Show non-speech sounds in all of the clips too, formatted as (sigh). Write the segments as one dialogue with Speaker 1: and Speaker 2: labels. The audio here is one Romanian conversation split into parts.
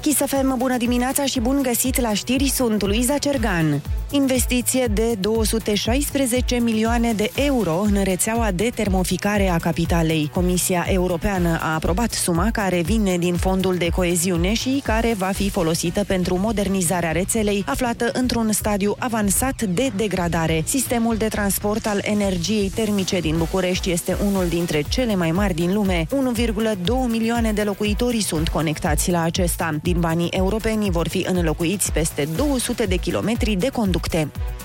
Speaker 1: DGSFM, bună dimineața și bun găsit la știri, sunt Luiza Cergan. Investiție de 216 milioane de euro în rețeaua de termoficare a capitalei. Comisia Europeană a aprobat suma care vine din fondul de coeziune și care va fi folosită pentru modernizarea rețelei aflată într-un stadiu avansat de degradare. Sistemul de transport al energiei termice din București este unul dintre cele mai mari din lume. 1,2 milioane de locuitori sunt conectați la acesta. Din banii europeni vor fi înlocuiți peste 200 de kilometri de conducte.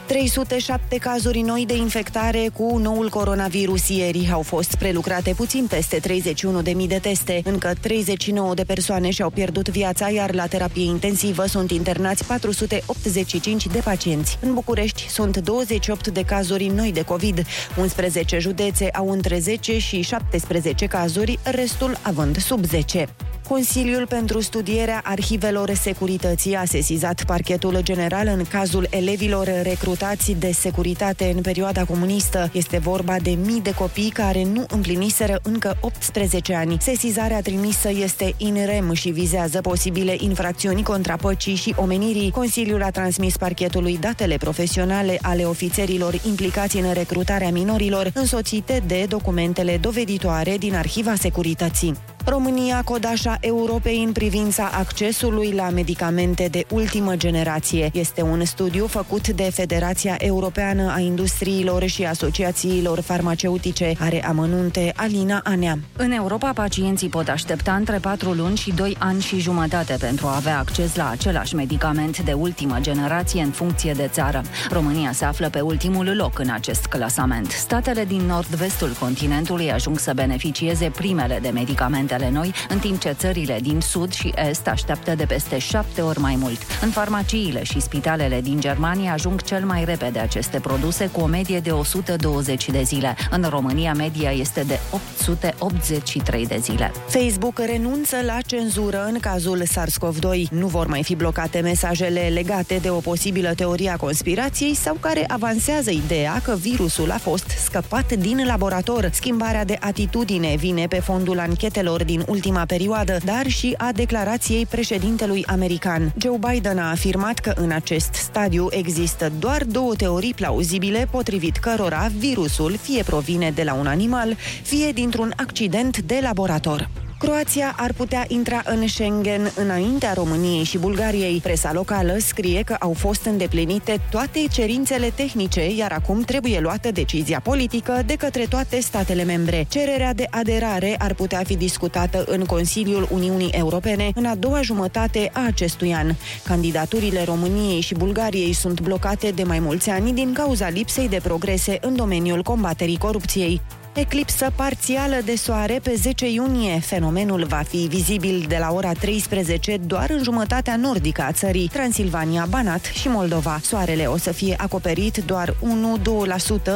Speaker 1: 307 cazuri noi de infectare cu noul coronavirus ieri au fost prelucrate puțin peste 31.000 de teste. Încă 39 de persoane și-au pierdut viața, iar la terapie intensivă sunt internați 485 de pacienți. În București sunt 28 de cazuri noi de COVID. 11 județe au între 10 și 17 cazuri, restul având sub 10. Consiliul pentru studierea arhivelor securității a sesizat parchetul general în cazul elevilor recrutați de securitate în perioada comunistă. Este vorba de mii de copii care nu împliniseră încă 18 ani. Sesizarea trimisă este in rem și vizează posibile infracțiuni contra păcii și omenirii. Consiliul a transmis parchetului datele profesionale ale ofițerilor implicați în recrutarea minorilor, însoțite de documentele doveditoare din Arhiva Securității. România, codașa Europei în privința accesului la medicamente de ultimă generație. Este un studiu făcut de Federația Europeană a Industriilor și Asociațiilor Farmaceutice. Are amănunte Alina Anea.
Speaker 2: În Europa, pacienții pot aștepta între 4 luni și 2 ani și jumătate pentru a avea acces la același medicament de ultimă generație în funcție de țară. România se află pe ultimul loc în acest clasament. Statele din nord-vestul continentului ajung să beneficieze primele de medicamente ale noi, în timp ce țările din sud și est așteaptă de peste șapte ori mai mult. În farmaciile și spitalele din Germania ajung cel mai repede aceste produse cu o medie de 120 de zile. În România media este de 883 de zile.
Speaker 1: Facebook renunță la cenzură în cazul SARS-CoV-2. Nu vor mai fi blocate mesajele legate de o posibilă teorie a conspirației sau care avansează ideea că virusul a fost scăpat din laborator. Schimbarea de atitudine vine pe fondul anchetelor lor din ultima perioadă, dar și a declarației președintelui american. Joe Biden a afirmat că în acest stadiu există doar două teorii plauzibile potrivit cărora virusul fie provine de la un animal, fie dintr-un accident de laborator. Croația ar putea intra în Schengen înaintea României și Bulgariei. Presa locală scrie că au fost îndeplinite toate cerințele tehnice, iar acum trebuie luată decizia politică de către toate statele membre. Cererea de aderare ar putea fi discutată în Consiliul Uniunii Europene în a doua jumătate a acestui an. Candidaturile României și Bulgariei sunt blocate de mai mulți ani din cauza lipsei de progrese în domeniul combaterii corupției eclipsă parțială de soare pe 10 iunie. Fenomenul va fi vizibil de la ora 13 doar în jumătatea nordică a țării, Transilvania, Banat și Moldova. Soarele o să fie acoperit doar 1-2%,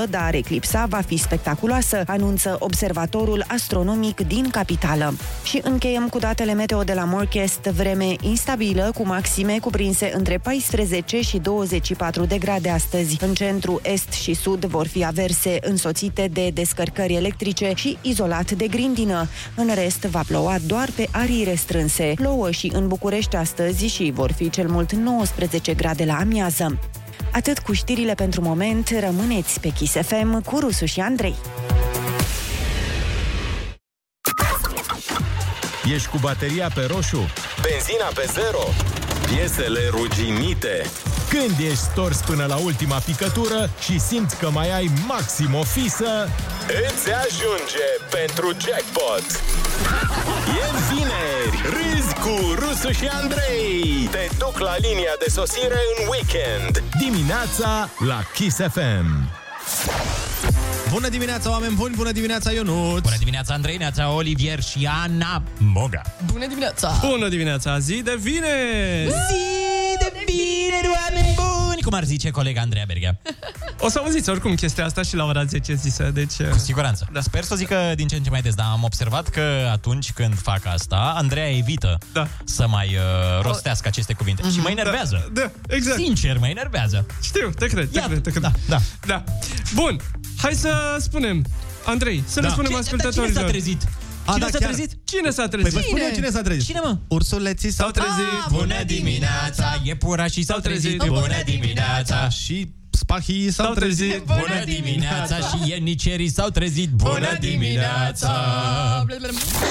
Speaker 1: dar eclipsa va fi spectaculoasă, anunță observatorul astronomic din capitală. Și încheiem cu datele meteo de la Morchest, vreme instabilă cu maxime cuprinse între 14 și 24 de grade astăzi. În centru, est și sud vor fi averse însoțite de descărcări puteri electrice și izolat de grindină. În rest, va ploua doar pe arii restrânse. Plouă și în București astăzi și vor fi cel mult 19 grade la amiază. Atât cu știrile pentru moment, rămâneți pe Kiss FM cu Rusu și Andrei.
Speaker 3: Ești cu bateria pe roșu? Benzina pe zero? Piesele ruginite? Când ești stors până la ultima picătură și simți că mai ai maxim o fisă, îți ajunge pentru jackpot! E vineri! Râzi cu Rusu și Andrei! Te duc la linia de sosire în weekend! Dimineața la Kiss FM!
Speaker 4: Bună dimineața, oameni buni! Bună dimineața, Ionut!
Speaker 5: Bună dimineața, Andrei, neața, Olivier și Ana Moga!
Speaker 6: Bună dimineața!
Speaker 4: Bună dimineața, zi de vineri!
Speaker 6: Zi de vineri, oameni buni!
Speaker 5: Cum ar zice colega Andreea Berghea?
Speaker 4: O să auziți oricum chestia asta și la ora 10 zisă, deci...
Speaker 7: uh,
Speaker 5: Cu siguranță. Da. Sper să o zică din ce în ce mai des, dar am observat că atunci când fac asta, Andreea evită da. să mai uh, rostească aceste cuvinte. Mm-hmm. Și mă enervează.
Speaker 4: Da, da, exact.
Speaker 5: Sincer, mă enervează.
Speaker 4: Știu, te cred, te
Speaker 5: Iată.
Speaker 4: cred, te cred.
Speaker 5: Da, da.
Speaker 4: da. Bun, hai să spunem, Andrei, să da.
Speaker 5: Da.
Speaker 4: le spunem
Speaker 5: Ce- dar cine s-a
Speaker 4: ascultătorilor.
Speaker 5: trezit?
Speaker 4: A,
Speaker 5: Cine
Speaker 4: da,
Speaker 5: s-a
Speaker 4: chiar.
Speaker 5: trezit?
Speaker 7: Cine s-a
Speaker 4: Păi
Speaker 7: trezit?
Speaker 4: vă spun eu cine s-a trezit.
Speaker 5: Cine, mă?
Speaker 4: Ursuleții s-au trezit.
Speaker 5: Bună dimineața, iepurașii s-au trezit. Bună dimineața,
Speaker 4: Și spahii s-au trezit.
Speaker 5: bună dimineața și ienicerii s-au trezit. Bună dimineața.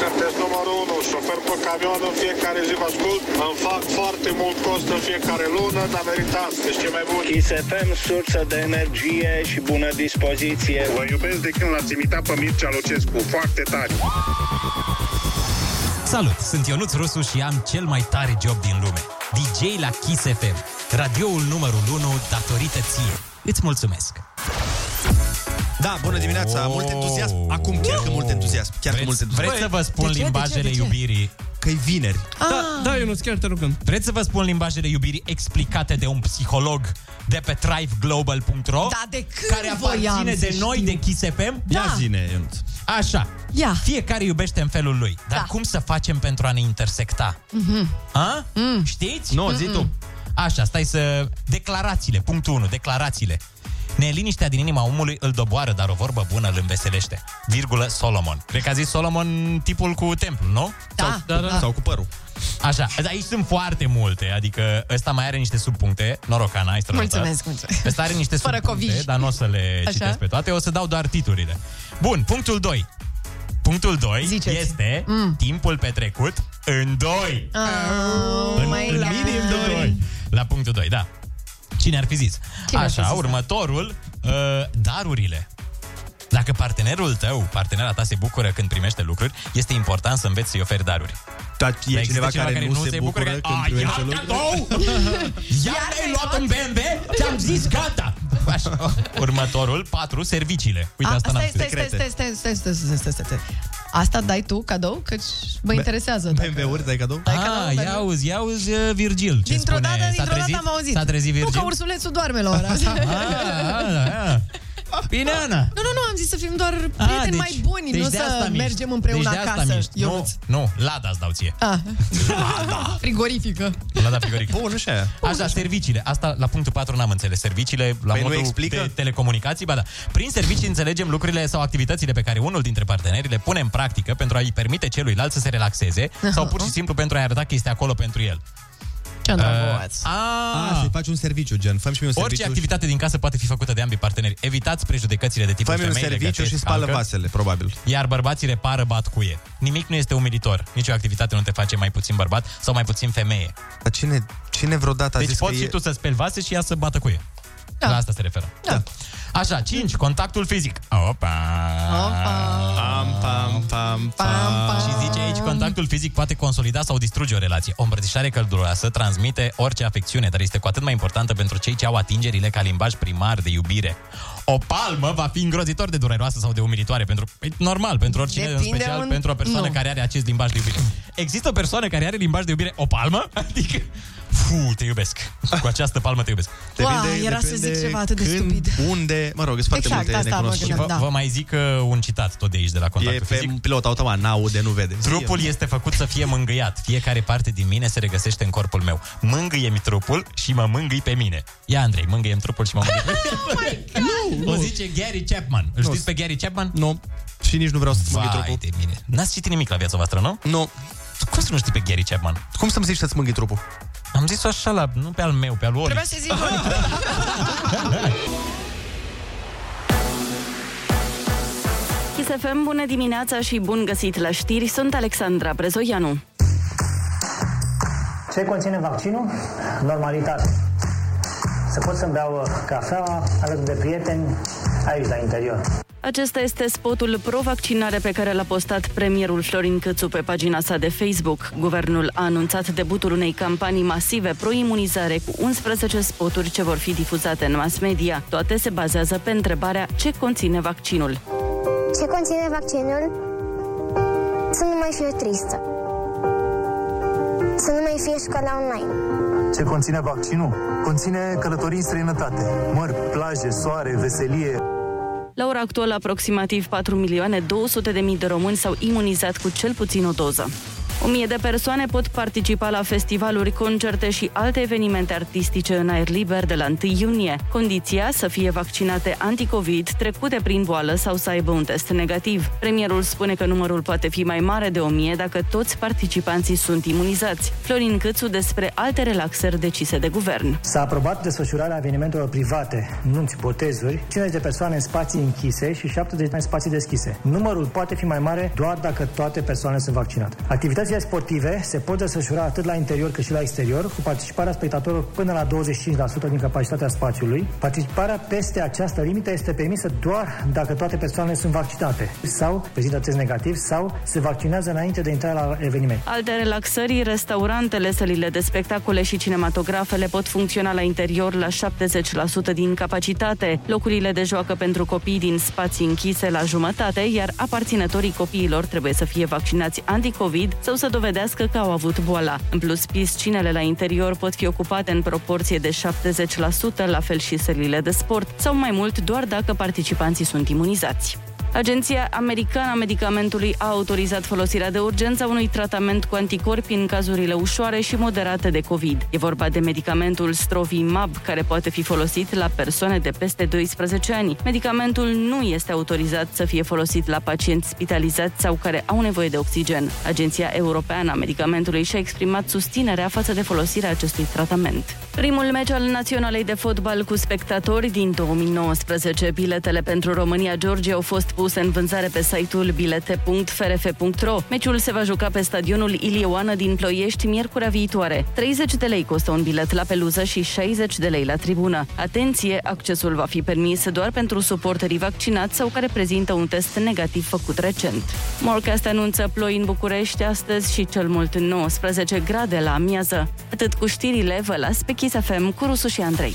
Speaker 8: Sunteți numărul 1, șofer pe camion în fiecare zi vă ascult, îmi fac foarte mult cost în fiecare lună, dar meritați, că cei mai buni.
Speaker 9: ISFM, sursă de energie și bună dispoziție.
Speaker 8: Vă iubesc de când l-ați imitat pe Mircea Lucescu, foarte tare.
Speaker 5: Salut, sunt Ionuț Rusu și am cel mai tare job din lume. DJ la Kiss FM, radioul numărul 1 datorită ție. Îți mulțumesc.
Speaker 4: Da, bună dimineața. Mult entuziasm. Acum chiar că mult entuziasm. Chiar că
Speaker 5: Oh. Vreți,
Speaker 4: mult entuziasm.
Speaker 5: vreți să vă spun
Speaker 7: Păi, de ce, de
Speaker 5: limbajele
Speaker 7: ce, de ce?
Speaker 5: iubirii?
Speaker 4: Că-i vineri.
Speaker 6: Ah.
Speaker 7: Da, da, Ionuț, chiar te rugăm.
Speaker 5: Vreți să vă spun limbajele iubirii explicate de un psiholog de pe thriveglobal.ro?
Speaker 6: Da, de când
Speaker 5: care
Speaker 6: voiam
Speaker 5: aparține
Speaker 6: să
Speaker 5: de noi,
Speaker 6: știu? Da.
Speaker 5: de Kiss FM?
Speaker 4: Ia zine, Ionuț.
Speaker 5: Așa.
Speaker 6: Ia.
Speaker 5: Fiecare iubește în felul lui. Dar
Speaker 6: Da.
Speaker 5: cum să facem pentru a ne intersecta?
Speaker 6: Mhm.
Speaker 5: Mm-hmm. A? Mm. Știți?
Speaker 4: Nu, zi tu.
Speaker 5: Așa, stai să... Declarațiile, punctul 1, declarațiile. Neliniștea din inima omului îl doboară, dar o vorbă bună îl înveselește. Virgulă Solomon. Cred că a zis Solomon tipul cu templu, nu?
Speaker 6: Da,
Speaker 7: Da, da.
Speaker 4: Sau cu părul.
Speaker 5: Așa, aici sunt foarte multe, adică ăsta mai are niște subpuncte, noroc Ana, ai strălutat.
Speaker 6: Mulțumesc, mulțumesc.
Speaker 5: Ăsta are niște
Speaker 6: Fără
Speaker 5: subpuncte,
Speaker 6: covici.
Speaker 5: dar nu o să le
Speaker 6: Așa.
Speaker 5: citesc pe toate, o să dau doar titlurile. Bun, punctul 2. Punctul 2
Speaker 6: Ziceți.
Speaker 5: este mm. timpul petrecut în 2.
Speaker 6: Oh,
Speaker 5: În, în minim 2. La punctul 2, da. Cine ar fi zis?
Speaker 6: Cine ar fi
Speaker 5: Așa,
Speaker 6: zis, da.
Speaker 5: următorul, uh, darurile. Dacă partenerul tău, partenera ta se bucură când primește lucruri, este important să înveți să-i oferi daruri.
Speaker 4: Dar e cineva care nu se bucură când
Speaker 5: A,
Speaker 4: primește
Speaker 5: iar
Speaker 4: lucruri.
Speaker 5: cadou? Iar ai luat un BMW? Ți-am zis gata!
Speaker 4: (laughs)
Speaker 5: Așa. Următorul, 4, serviciile. Uite, asta n-am
Speaker 6: Stai, stai,
Speaker 5: zis.
Speaker 6: stai, stai, stai, stai, stai, stai, stai, stai, stai. Asta dai tu cadou? Căci mă interesează. dacă-
Speaker 4: BMW-uri, dai cadou?
Speaker 6: Dai cadou,
Speaker 5: Ah,
Speaker 6: dai
Speaker 5: ia
Speaker 6: cadou.
Speaker 5: auzi, ia auzi uh, Virgil ce
Speaker 6: Dintr-o
Speaker 5: spune.
Speaker 6: dată,
Speaker 5: S-a
Speaker 6: dintr-o
Speaker 5: trezit?
Speaker 6: dată am auzit.
Speaker 5: S-a trezit
Speaker 6: Nu,
Speaker 5: Virgil?
Speaker 6: că ursulețul doarme la ora asta.
Speaker 5: (laughs) Ah, ah, (laughs) ah. Bine, Ana!
Speaker 6: Nu, nu, nu, am zis să fim doar prieteni
Speaker 5: Ah,
Speaker 6: mai buni, nu
Speaker 5: de
Speaker 6: să
Speaker 5: asta miști.
Speaker 6: mergem împreună
Speaker 5: deci de asta
Speaker 6: acasă.
Speaker 5: miști.
Speaker 6: Eu
Speaker 5: Nu, da. nu, Lada îți dau ție. (laughs)
Speaker 6: Ah. Frigorifică.
Speaker 5: Lada frigorifică.
Speaker 4: Bun, așa e.
Speaker 5: Așa, serviciile. Asta la punctul 4 n-am înțeles. Serviciile la
Speaker 4: Păi nu
Speaker 5: modul
Speaker 4: explică?
Speaker 5: de telecomunicații, ba da. Prin servicii înțelegem lucrurile sau activitățile pe care unul dintre parteneri le pune în practică pentru a-i permite celuilalt să se relaxeze sau pur și simplu pentru a-i arăta că este acolo pentru el.
Speaker 6: Ce îndrăgoaț.
Speaker 4: A,
Speaker 5: Uh, A,
Speaker 4: să-i faci un serviciu, gen. Fă-mi și mie un
Speaker 5: orice
Speaker 4: serviciu. și-
Speaker 5: activitate din casă poate fi făcută de ambii parteneri. Evitați prejudecățile de tipul Adică
Speaker 4: Fă-mi un
Speaker 5: femeile
Speaker 4: serviciu
Speaker 5: gătesc,
Speaker 4: și spală
Speaker 5: calcă.
Speaker 4: vasele, probabil.
Speaker 5: Iar bărbații repară bat cuie. Nimic nu este umilitor. Nicio activitate nu te face mai puțin bărbat sau mai puțin femeie.
Speaker 4: Dar cine, cine vreodată a
Speaker 5: Deci
Speaker 4: zis că
Speaker 5: poți și
Speaker 4: e...
Speaker 5: tu să speli vase și ea să bată cuie. Da. La asta se referă.
Speaker 6: Da.
Speaker 5: Așa, 5. Contactul fizic. Opa!
Speaker 6: Opa.
Speaker 4: Pam, pam, pam,
Speaker 6: Pam, pam.
Speaker 5: Și zice aici, contactul fizic poate consolida sau distruge o relație. O îmbrățișare călduroasă transmite orice afecțiune, dar este cu atât mai importantă pentru cei ce au atingerile ca limbaj primar de iubire. O palmă va fi îngrozitor de dureroasă sau de umilitoare pentru, e normal, pentru oricine, în
Speaker 6: Depinde
Speaker 5: special
Speaker 6: un-
Speaker 5: pentru o persoană
Speaker 6: nu.
Speaker 5: care are acest limbaj de iubire. Există o persoană care are limbaj de iubire o palmă? (laughs) Adică, fu, te iubesc. Cu această palmă te iubesc.
Speaker 4: Depinde-
Speaker 6: Uai, era să
Speaker 4: depinde
Speaker 6: zic ceva atât de
Speaker 4: când,
Speaker 6: stupid.
Speaker 4: unde... Mă rog, sunt foarte
Speaker 6: Exact,
Speaker 4: multe
Speaker 6: asta mă
Speaker 4: necunoscute.
Speaker 6: gândeam.
Speaker 5: Vă, vă
Speaker 6: Da.
Speaker 5: mai zic uh, un citat tot de aici, de la
Speaker 4: E
Speaker 5: contactul fizic.
Speaker 4: pe pilot automat, n-aude, nu vede.
Speaker 5: Trupul
Speaker 4: Știe.
Speaker 5: este făcut să fie mângâiat. Fiecare parte din mine se regăsește în corpul meu. Mângâie-mi trupul și mă mângâi pe mine. Ia, Andrei, mângâie-mi trupul și mă mângâi pe mine. O zice Gary Chapman. Îl știți pe Gary Chapman?
Speaker 4: Nu. Și nici nu vreau să-ți mângâi
Speaker 5: Vai
Speaker 4: trupul.
Speaker 5: de mine. N-ați citit nimic la viața voastră, nu?
Speaker 4: Nu.
Speaker 5: Cum să nu știi pe Gary Chapman?
Speaker 4: Cum să-mi zici să-ți mângâi trupul?
Speaker 5: Am zis-o așa, la, nu pe al meu, pe al lui.
Speaker 6: Trebuia să zic Monica.
Speaker 10: Chisefem, bună dimineața și bun găsit la știri, sunt Alexandra Brezoianu.
Speaker 9: Ce conține vaccinul? Normalitate. Să pot să-mi beau cafea alături de prieteni aici, la interior.
Speaker 10: Acesta este spotul pro-vaccinare pe care l-a postat premierul Florin Cățu pe pagina sa de Facebook. Guvernul a anunțat debutul unei campanii masive pro-imunizare cu 11 spoturi ce vor fi difuzate în mass media. Toate se bazează pe întrebarea ce conține vaccinul.
Speaker 11: Ce conține vaccinul? Să nu mai fiu tristă. Să nu mai fie școala online.
Speaker 9: Ce conține vaccinul? Conține călătorii în străinătate, mări, plaje, soare, veselie,
Speaker 10: La ora actuală, aproximativ 4 milioane 200 de mii de români s-au imunizat cu cel puțin o doză. O mie de persoane pot participa la festivaluri, concerte și alte evenimente artistice în aer liber de la 1 iunie. Condiția să fie vaccinate anticovid, trecute prin boală sau să aibă un test negativ. Premierul spune că numărul poate fi mai mare de 1000 dacă toți participanții sunt imunizați. Florin Câțu despre alte relaxări decise de guvern.
Speaker 9: S-a aprobat desfășurarea evenimentelor private, nunți, botezuri, 50 de persoane în spații închise și 70 în spații deschise. Numărul poate fi mai mare doar dacă toate persoanele sunt vaccinate. Activitățile sportive se pot desfășura atât la interior cât și la exterior, cu participarea spectatorilor până la 25% din capacitatea spațiului. Participarea peste această limită este permisă doar dacă toate persoanele sunt vaccinate sau prezintă test negativ sau se vaccinează înainte de intrarea la eveniment.
Speaker 10: Alte relaxări, restaurantele, sălile de spectacole și cinematografele pot funcționa la interior la 70% din capacitate, locurile de joacă pentru copii din spații închise la jumătate, iar aparținătorii copiilor trebuie să fie vaccinați anticovid sau să dovedească că au avut boala. În plus, piscinele la interior pot fi ocupate în proporție de 70%, la fel și sălile de sport, sau mai mult doar dacă participanții sunt imunizați. Agenția Americană a Medicamentului a autorizat folosirea de urgență a unui tratament cu anticorpi în cazurile ușoare și moderate de COVID. E vorba de medicamentul Strovimab, care poate fi folosit la persoane de peste 12 ani. Medicamentul nu este autorizat să fie folosit la pacienți spitalizați sau care au nevoie de oxigen. Agenția Europeană a Medicamentului și-a exprimat susținerea față de folosirea acestui tratament. Primul meci al Naționalei de fotbal cu spectatori din 2019. Biletele pentru România-Georgia au fost puse în vânzare pe site-ul bilete.frf.ro. Meciul se va juca pe stadionul Ilioană din Ploiești miercurea viitoare. 30 de lei costă un bilet la peluză și 60 de lei la tribună. Atenție, accesul va fi permis doar pentru suporterii vaccinați sau care prezintă un test negativ făcut recent. Morcast anunță ploi în București astăzi și cel mult 19 grade la amiază. Atât cu știrile, vă las pe Kiss FM cu Rusu și Andrei.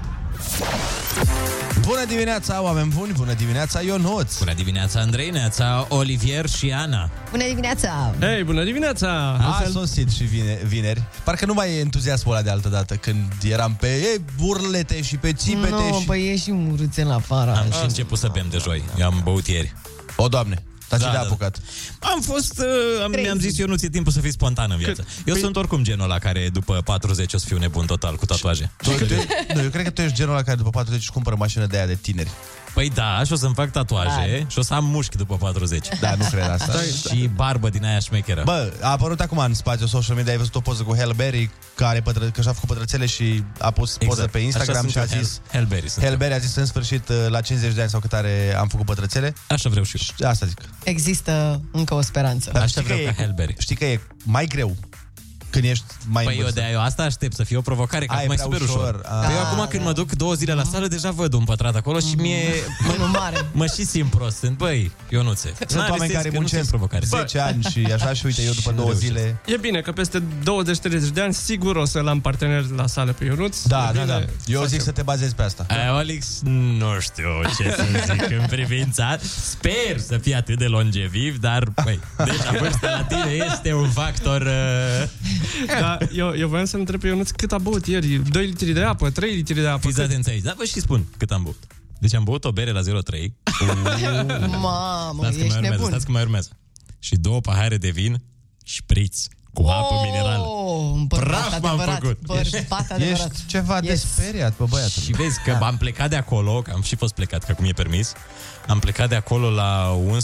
Speaker 4: Bună dimineața, oameni buni! Bună dimineața, Ionuț!
Speaker 5: Bună dimineața, Andrei, neața, Olivier și Ana.
Speaker 6: Bună dimineața!
Speaker 4: Hei, bună dimineața! A sosit și vine, vineri. Parcă nu mai e entuziasmul ăla de altă dată, când eram pe e, burlete și pe țipete
Speaker 6: Nu,
Speaker 4: și...
Speaker 6: băi, e și un râțen la afară.
Speaker 5: Am și început să bem de joi. Eu am băut ieri.
Speaker 4: O, doamne! Dar
Speaker 5: ce da,
Speaker 4: te-a apucat?
Speaker 5: Am fost, uh, am, mi-am zis eu nu ți timpul să fii spontan în viață.
Speaker 4: Păi-
Speaker 5: Eu sunt oricum genul la care după 40 o să fiu nebun total cu tatuaje.
Speaker 4: Tu, tu, nu, eu cred că tu ești genul ăla care după 40 își cumpără mașină de aia de tineri.
Speaker 5: Păi da, și o să-mi fac tatuaje
Speaker 4: Da.
Speaker 5: și o să am mușchi după 40.
Speaker 4: Da, nu cred asta.
Speaker 5: (laughs) și barbă din aia șmecheră.
Speaker 4: Bă, a apărut acum în spațiu social media, ai văzut o poză cu Halle Berry, care pătră, că și-a făcut pătrățele și a pus exact. poză pe Instagram și a zis...
Speaker 5: Helberry
Speaker 4: Halle Berry a zis în sfârșit uh, la 50 de ani sau cât are am făcut pătrățele.
Speaker 5: Așa vreau și eu.
Speaker 4: Și asta zic.
Speaker 6: Există încă o speranță.
Speaker 4: Dar știi
Speaker 6: (laughs)
Speaker 4: că e- Știi că e mai greu când ești mai
Speaker 5: Păi
Speaker 4: în
Speaker 5: eu
Speaker 4: vârstă.
Speaker 5: de eu asta aștept să fie o provocare, că
Speaker 4: Ai,
Speaker 5: acum e
Speaker 4: prea
Speaker 5: super
Speaker 4: ușor. da.
Speaker 5: ușor.
Speaker 4: Ah.
Speaker 5: Că eu acum când mă duc două zile la sală, deja văd un pătrat acolo și
Speaker 4: Mm.
Speaker 5: mie...
Speaker 4: (laughs)
Speaker 5: Mă,
Speaker 6: mare.
Speaker 5: mă și simt prost. Sunt, băi, eu nu ți
Speaker 4: Sunt oameni care muncesc 10 ani și așa și uite eu după două zile...
Speaker 7: E bine că peste 20-30 de ani sigur o să-l am partener la sală pe Ionuț.
Speaker 4: Da, da, da. Eu zic să te bazezi pe asta.
Speaker 5: Aia, Alex, nu știu ce să zic în privința. Sper să fie atât de longeviv, dar, băi, deja vârsta la tine este un factor... Uh...
Speaker 7: (laughs) Da, eu, eu voiam să întreb pe Ionuț cât a băut ieri. 2 litri de apă, 3 litri de apă.
Speaker 5: Fiți atenți aici. Da, vă și spun cât am băut. Deci am băut o bere la 0,3.
Speaker 6: Mamă,
Speaker 5: Stați că mai
Speaker 6: ești
Speaker 5: urmează,
Speaker 6: nebun.
Speaker 5: stați că mai urmează. Și două pahare de vin și priț cu apă
Speaker 6: Oh,
Speaker 5: minerală.
Speaker 6: un bărbat
Speaker 5: Praf m-am
Speaker 6: adevărat,
Speaker 5: făcut.
Speaker 6: Bărbat adevărat.
Speaker 4: ceva
Speaker 6: de Yes. speriat,
Speaker 4: bă, băiatul.
Speaker 5: Și vezi că am plecat de acolo, că am și fost plecat, că acum e permis, am plecat de acolo la 11.48.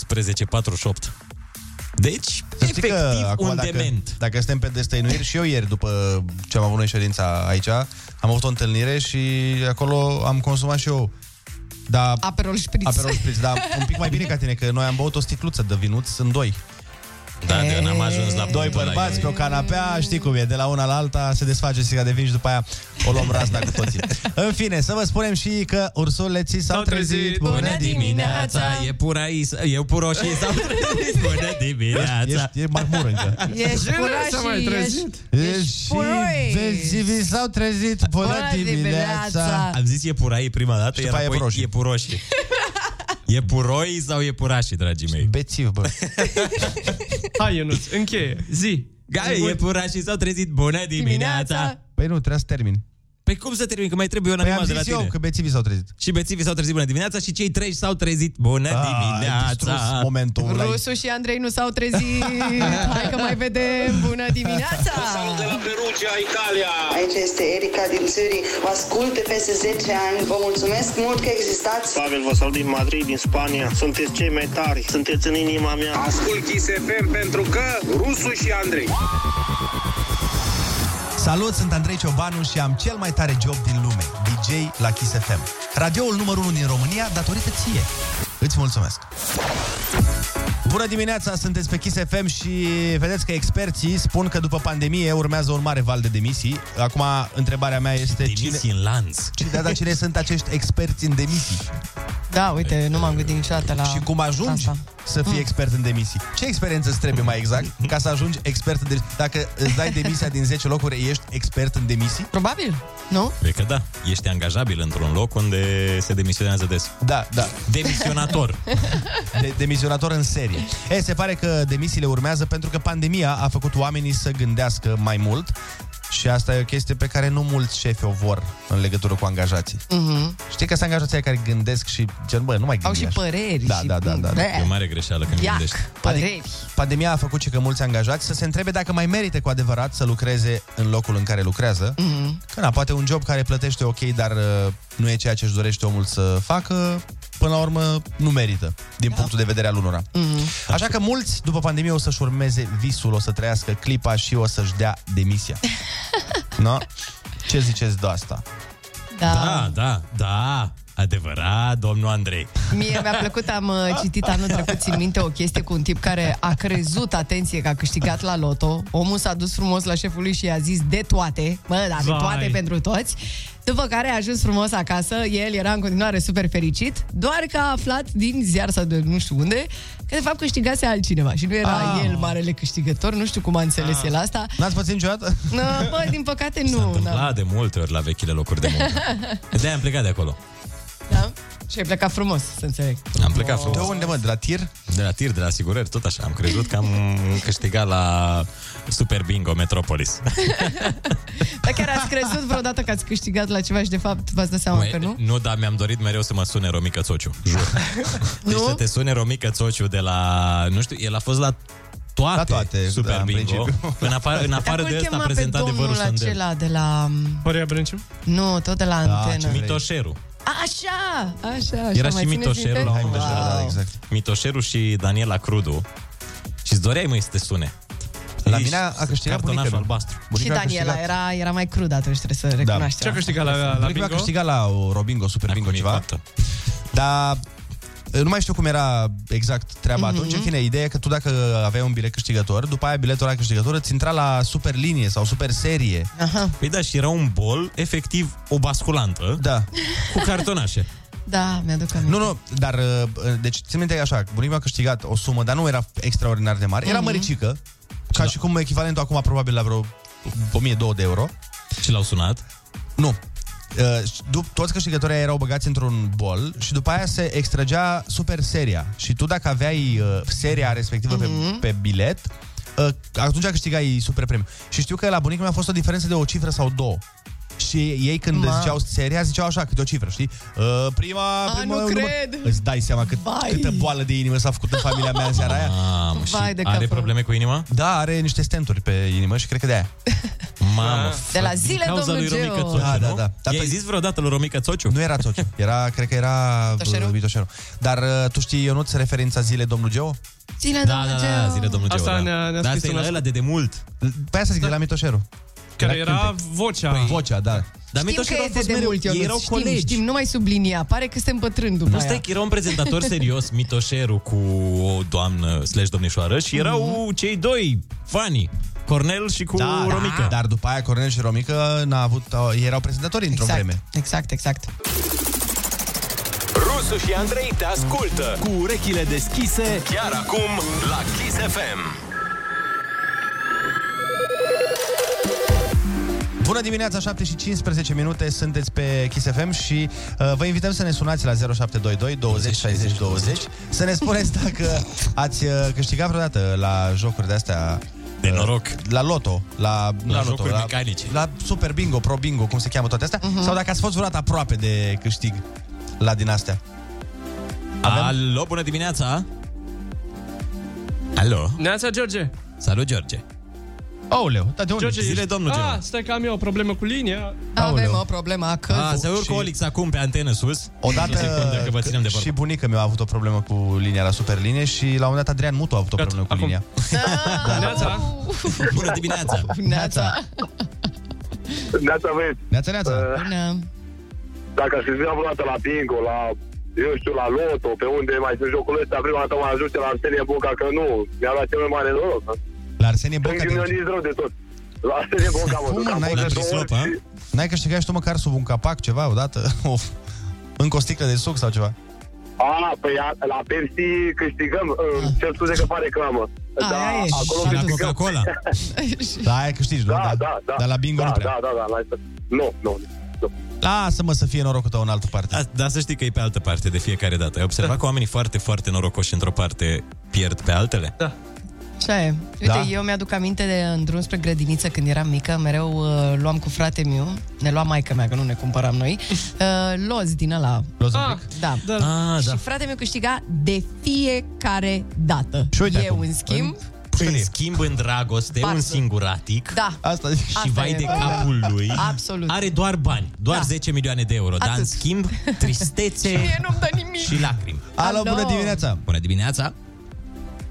Speaker 5: Deci,
Speaker 4: Știi că
Speaker 5: efectiv,
Speaker 4: acum
Speaker 5: un
Speaker 4: dacă,
Speaker 5: dement.
Speaker 4: Dacă suntem pe destăinuiri și eu ieri, după ce am avut noi ședința aici, am avut o întâlnire și acolo am consumat și eu da,
Speaker 6: Aperol Spritz.
Speaker 4: Aperol Spritz, dar un pic mai bine ca tine, că noi am băut o sticluță de vinuț în doi.
Speaker 5: Da, de, n-am ajuns la
Speaker 4: Doi
Speaker 5: punctul ăla,
Speaker 4: bărbați
Speaker 5: eu.
Speaker 4: pe o canapea, știi cum e, de la una la alta se desface siga de vin și după aia o luăm razna cu
Speaker 5: (laughs)
Speaker 4: toții. În fine, să vă spunem și că ursuleții s-au trezit.
Speaker 5: e pura is, e puro și
Speaker 4: (laughs)
Speaker 5: s-au trezit. Bună dimineața.
Speaker 4: E marmur încă.
Speaker 12: Ești pura
Speaker 7: s-a mai
Speaker 12: și
Speaker 7: trezit.
Speaker 12: ești...
Speaker 4: Ești
Speaker 12: puroi.
Speaker 4: Vezivii s-au trezit. Bună
Speaker 12: Bună dimineața.
Speaker 5: Am zis e purai prima dată, iar apoi e puroșii. E puroi sau e purașii, dragii mei?
Speaker 4: Bețiv,
Speaker 5: (laughs)
Speaker 4: bă.
Speaker 7: Hai, Ionuț, încheie. Zi.
Speaker 5: Gai, e purașii s-au trezit. Bună dimineața.
Speaker 4: Păi nu, trebuie să termin.
Speaker 5: Păi cum să termin? Că mai trebuie un
Speaker 4: Păi
Speaker 5: animal
Speaker 4: am
Speaker 5: de la
Speaker 4: zis eu
Speaker 5: tine.
Speaker 4: că bețivii s-au trezit.
Speaker 5: Și bețivii s-au trezit bună dimineața și cei trei s-au trezit bună
Speaker 4: Ah, ai
Speaker 5: dimineața.
Speaker 4: distrus momentul
Speaker 6: Rusu și Andrei nu s-au trezit. Hai că mai vedem. Bună dimineața!
Speaker 8: De la Perugia, Italia.
Speaker 13: Aici este Erica din Zurich. Vă ascult de peste 10 ani. Vă mulțumesc mult că existați.
Speaker 8: Pavel, vă salut din Madrid, din Spania. Sunteți cei mai tari, sunteți în inima mea. Ascult Kiss FM pentru că Rusu și Andrei.
Speaker 4: Salut, sunt Andrei Ciobanu și am cel mai tare job din lume, DJ la Kiss FM. Radioul numărul 1 din România, datorită ție. Îți mulțumesc. Bună dimineața, sunteți pe Kiss FM și vedeți că experții spun că după pandemie urmează un mare val de demisii. Acum, întrebarea mea este... Demisii
Speaker 5: cine... în lanț.
Speaker 4: Da, dar cine sunt acești experți în demisii?
Speaker 6: Da, uite, nu m-am gândit niciodată la... Mm.
Speaker 4: Și cum ajungi asta. să fii expert în demisii? Ce experiență îți trebuie mai exact ca să ajungi expert în demisii? Dacă îți dai demisia din 10 locuri, ești expert în demisii?
Speaker 6: Probabil, nu?
Speaker 5: Păi că da, ești angajabil într-un loc unde se demisionează des.
Speaker 4: Da, da.
Speaker 5: Demisionator.
Speaker 4: De- demisionator în serie. E, se pare că demisiile urmează pentru că pandemia a făcut oamenii să gândească mai mult și asta e o chestie pe care nu mulți șefi o vor în legătură cu angajații.
Speaker 6: Mhm.
Speaker 4: Știi că sunt angajații aia care gândesc și gen, bă, nu mai gândi
Speaker 6: Au și
Speaker 4: așa.
Speaker 6: păreri
Speaker 4: Da,
Speaker 6: și-
Speaker 4: da, da, da. da.
Speaker 6: E o
Speaker 5: mare greșeală când
Speaker 6: Iac, gândești. păreri.
Speaker 4: pandemia a făcut și că mulți angajați să se întrebe dacă mai merită cu adevărat să lucreze în locul în care lucrează.
Speaker 6: Mhm.
Speaker 4: Că na, poate un job care plătește ok, dar uh, nu e ceea ce își dorește omul să facă, până la urmă nu merită,
Speaker 6: Da.
Speaker 4: din punctul de vedere al unora.
Speaker 6: Mm-hmm.
Speaker 4: Așa că mulți, după pandemie, o să-și urmeze visul, o să trăiască clipa și o să-și dea
Speaker 6: (laughs)
Speaker 4: demisia. no? Ce ziceți de asta?
Speaker 6: Da.
Speaker 5: da, da, da. Adevărat, domnul Andrei.
Speaker 6: Mie mi-a plăcut, am uh, citit anul trecut, țin minte, o chestie cu un tip care a crezut, atenție, că a câștigat la loto. Omul s-a dus frumos la șeful lui și i-a zis de toate, mă, da, de
Speaker 12: Vai.
Speaker 6: toate pentru toți. După care a ajuns frumos acasă, el era în continuare super fericit, doar că a aflat din ziar sau de nu știu unde, că de fapt câștigase altcineva și nu era
Speaker 4: Ah.
Speaker 6: el marele câștigător, nu știu cum a înțeles
Speaker 4: Ah.
Speaker 6: el asta.
Speaker 4: N-ați pățit niciodată?
Speaker 6: Nă, (laughs) Bă, din păcate nu. n-am.
Speaker 5: La de multe ori la vechile locuri
Speaker 6: (laughs)
Speaker 5: de muncă. De-aia am plecat de acolo.
Speaker 6: Da? Și ai plecat frumos, să înțeleg.
Speaker 5: Am plecat frumos.
Speaker 4: De unde, mă? De la tir?
Speaker 5: De la tir, de la asigurări, tot așa. Am crezut că
Speaker 6: (laughs)
Speaker 5: am câștigat la Super Bingo
Speaker 6: (laughs)
Speaker 5: Metropolis.
Speaker 6: Dar chiar ați crezut vreodată că ați câștigat la ceva și de fapt v-ați dat seama că nu?
Speaker 5: Nu, dar mi-am dorit mereu să mă sune Romica Sociu.
Speaker 6: (laughs)
Speaker 5: Jur. Deci
Speaker 6: Nu?
Speaker 5: să te sune Romica Sociu de la... Nu știu, el a fost la toate, la toate Super
Speaker 4: da,
Speaker 5: da,
Speaker 4: în
Speaker 5: Bingo.
Speaker 4: principiu.
Speaker 5: În afară, în afară
Speaker 6: Acolo
Speaker 5: de ăsta
Speaker 6: chema
Speaker 5: a
Speaker 6: pe
Speaker 5: prezentat de
Speaker 6: domnul
Speaker 5: vărul Sandel.
Speaker 6: acela de la... um,
Speaker 7: Horia Brânciu?
Speaker 6: Nu, tot de la
Speaker 4: Da,
Speaker 6: antenă.
Speaker 5: Mitoșeru.
Speaker 6: Așa, așa, așa.
Speaker 5: Da, Era
Speaker 6: mai
Speaker 5: și
Speaker 6: țineți
Speaker 5: Mitoșeru
Speaker 6: minte?
Speaker 5: la un moment dat. da,
Speaker 4: da, exact.
Speaker 5: Mitoșeru și Daniela Crudu. Și îți doreai, măi, să te sune. La mine
Speaker 4: a câștigat
Speaker 5: bunica.
Speaker 4: bunica.
Speaker 5: albastru.
Speaker 6: Și Daniela era, era mai crud atunci,
Speaker 5: Da.
Speaker 6: trebuie să recunoaște. asta.
Speaker 4: Cred Da. că a câștigat la o Robingo, Super Bingo ceva. Dar nu mai știu cum era exact treaba mm-hmm. atunci. În fine, ideea e că tu dacă aveai un bilet câștigător, după aia biletul ăla câștigător îți intra la super linie sau super serie.
Speaker 6: Aha.
Speaker 5: Păi da, și era un bol, efectiv, o basculantă.
Speaker 4: Da.
Speaker 5: Cu cartonașe.
Speaker 6: Da, mi-aduc aminte.
Speaker 4: Nu, nu, dar, uh, deci, țin minte așa, bunicul a câștigat o sumă, dar nu era extraordinar de mare, era
Speaker 5: Mhm. Da.
Speaker 4: măricică, ca și cum echivalentul acum probabil la vreo 1002 de euro.
Speaker 5: Și l-au sunat?
Speaker 4: Nu. Uh, dup- toți câștigătorii erau băgați într-un bol și după aia se extragea super seria. Și tu dacă aveai uh, seria respectivă
Speaker 12: Mhm.
Speaker 4: pe, pe bilet, uh, atunci câștigai super premiu. Și știu că la bunicul meu a fost o diferență de o cifră sau două. Și ei când
Speaker 12: Ma.
Speaker 4: Ma. ziceau seria, ziceau așa, câte o cifră, știi? Uh, prima,
Speaker 12: A,
Speaker 4: prima,
Speaker 12: nu
Speaker 4: număr-
Speaker 12: cred!
Speaker 4: Îți dai seama cât,
Speaker 12: Vai!
Speaker 4: câtă boală de inimă s-a făcut în familia mea în seara aia.
Speaker 5: Mamă,
Speaker 6: și Vai de are capul.
Speaker 5: probleme cu inima?
Speaker 4: Da, are niște stenturi pe inimă și cred că de aia.
Speaker 5: (laughs) Mamă,
Speaker 6: De la zile, domnul Geo.
Speaker 4: Da, da, da.
Speaker 5: Dar I-ai zis vreodată lui Romica Țociu?
Speaker 4: Nu era Țociu, era, cred că era
Speaker 6: Mitoșeru?
Speaker 4: Mitoșeru. Mitoșeru. Dar uh, tu știi, Ionuț, referința zile domnul Geo?
Speaker 6: Zile,
Speaker 5: da, da, da, zile domnul Geo. da. Dar asta e la ăla de demult.
Speaker 4: Păi Pe asta zic, de la Mitoșeru.
Speaker 7: Care era vocea. Păi,
Speaker 4: vocea, da.
Speaker 5: Dar
Speaker 6: Știm
Speaker 5: Mitoș
Speaker 6: că
Speaker 5: era
Speaker 6: este
Speaker 5: fost
Speaker 6: de
Speaker 5: mereu-
Speaker 6: mult,
Speaker 5: ei
Speaker 6: Ionuț,
Speaker 5: erau
Speaker 6: știm,
Speaker 5: colegi.
Speaker 6: Știm, nu mai sublinia, pare că suntem bătrâni după
Speaker 5: Nu
Speaker 6: aia.
Speaker 5: stai că era un prezentator
Speaker 6: (laughs)
Speaker 5: serios, Mitoșeru, cu o doamnă slash domnișoară și
Speaker 6: Mhm.
Speaker 5: erau cei doi fani, Cornel și cu
Speaker 4: Da,
Speaker 5: Romica.
Speaker 4: Dar după aia Cornel și Romică n-a avut, au- ei erau prezentatori într-o
Speaker 6: Exact.
Speaker 4: vreme.
Speaker 6: Exact, exact.
Speaker 3: Rusu și Andrei te ascultă cu urechile deschise chiar acum la Kiss FM.
Speaker 4: Bună dimineața, 7 și 15 minute, sunteți pe Kiss FM și uh, vă invităm să ne sunați la 0722 20 60 20 să ne spuneți dacă ați uh, câștigat vreodată la jocuri de-astea de noroc. La loto, la,
Speaker 5: La jocuri mecanice.
Speaker 4: La super bingo, pro bingo, cum se cheamă toate astea
Speaker 5: Mhm.
Speaker 4: uh-huh. Sau dacă ați fost vreodată aproape de câștig la din astea
Speaker 5: Alo, bună dimineața! Alo!
Speaker 7: Neața, George!
Speaker 5: Salut, George!
Speaker 4: Aoleu, dar de
Speaker 7: George,
Speaker 5: Da, Zile,
Speaker 7: ești-
Speaker 5: domnul George.
Speaker 7: Ah, stai că am eu o problemă cu linia.
Speaker 6: Avem o problemă a căzut.
Speaker 5: Ah, se urcă și... Olix acum pe antenă sus.
Speaker 4: Odată
Speaker 5: O secundă, că vă ținem de vorbă.
Speaker 4: și bunica mea a avut o problemă cu linia la superlinie și la un moment dat Adrian Mutu a avut o problemă cu linia.
Speaker 7: Neața!
Speaker 5: Da. (laughs) Bună dimineața!
Speaker 6: Neața!
Speaker 8: Neața, băieți.
Speaker 4: Neața, neața.
Speaker 6: Bună!
Speaker 8: Dacă aș fi vreodată la bingo, la eu știu, la loto, pe unde mai sunt jocurile astea, prima dată mă ajute la Arsenie Boca, că nu, mi-a luat cel mai mare noroc.
Speaker 4: La Arsenie Boca
Speaker 8: Sunt gândit rău de tot. La Arsenie Boca mă duc, am fost de două ori și-
Speaker 4: N-ai câștigat și tu măcar sub un capac ceva odată? (laughs) O, încă o sticlă de suc sau ceva?
Speaker 8: A, păi a, la Pepsi câștigăm, eh, îmi cer scuze că pare reclamă.
Speaker 4: A,
Speaker 8: Da,
Speaker 4: Ah. aia e.
Speaker 8: acolo
Speaker 4: Și la
Speaker 8: câștigăm.
Speaker 4: (laughs)
Speaker 14: (laughs)
Speaker 4: Coca-Cola. Da, aia câștigi, nu?
Speaker 8: Da, da, da.
Speaker 4: Dar la bingo
Speaker 8: da,
Speaker 4: nu prea.
Speaker 8: Da, da, da, la Nu, nu.
Speaker 4: Lasă-mă să fie norocul tău în altă parte.
Speaker 5: Da, dar să știi că e pe altă parte de fiecare dată. Ai
Speaker 4: Da.
Speaker 5: observat că oamenii foarte, foarte norocoși într-o parte pierd pe altele? Da.
Speaker 6: Așa e. Uite,
Speaker 5: Da.
Speaker 6: eu mi-aduc aminte de în drum spre grădiniță când eram mică, mereu uh, luam cu frate meu, ne lua maica mea, că nu ne cumpăram
Speaker 4: (laughs)
Speaker 6: noi, uh, loz din ăla.
Speaker 4: Lozambic?
Speaker 6: Da.
Speaker 4: da. Ah, da.
Speaker 6: Și frate meu câștiga de fiecare dată.
Speaker 4: Și uite
Speaker 6: eu,
Speaker 4: acum,
Speaker 6: în schimb,
Speaker 5: Păi,
Speaker 4: Păi.
Speaker 6: Păi,
Speaker 5: În schimb, în dragoste,
Speaker 6: Varsă.
Speaker 5: un singuratic
Speaker 6: Da.
Speaker 4: Asta
Speaker 5: și
Speaker 6: Asta
Speaker 5: vai
Speaker 6: e.
Speaker 5: de capul lui
Speaker 6: Absolut.
Speaker 5: are doar bani, doar
Speaker 6: Da.
Speaker 5: da. 10 milioane de euro, dar în
Speaker 6: Atât.
Speaker 5: schimb
Speaker 6: (laughs)
Speaker 5: tristețe
Speaker 6: Mie nu-mi dă nimic.
Speaker 5: și lacrimi.
Speaker 4: Alo, bună dimineața!
Speaker 5: Bună dimineața!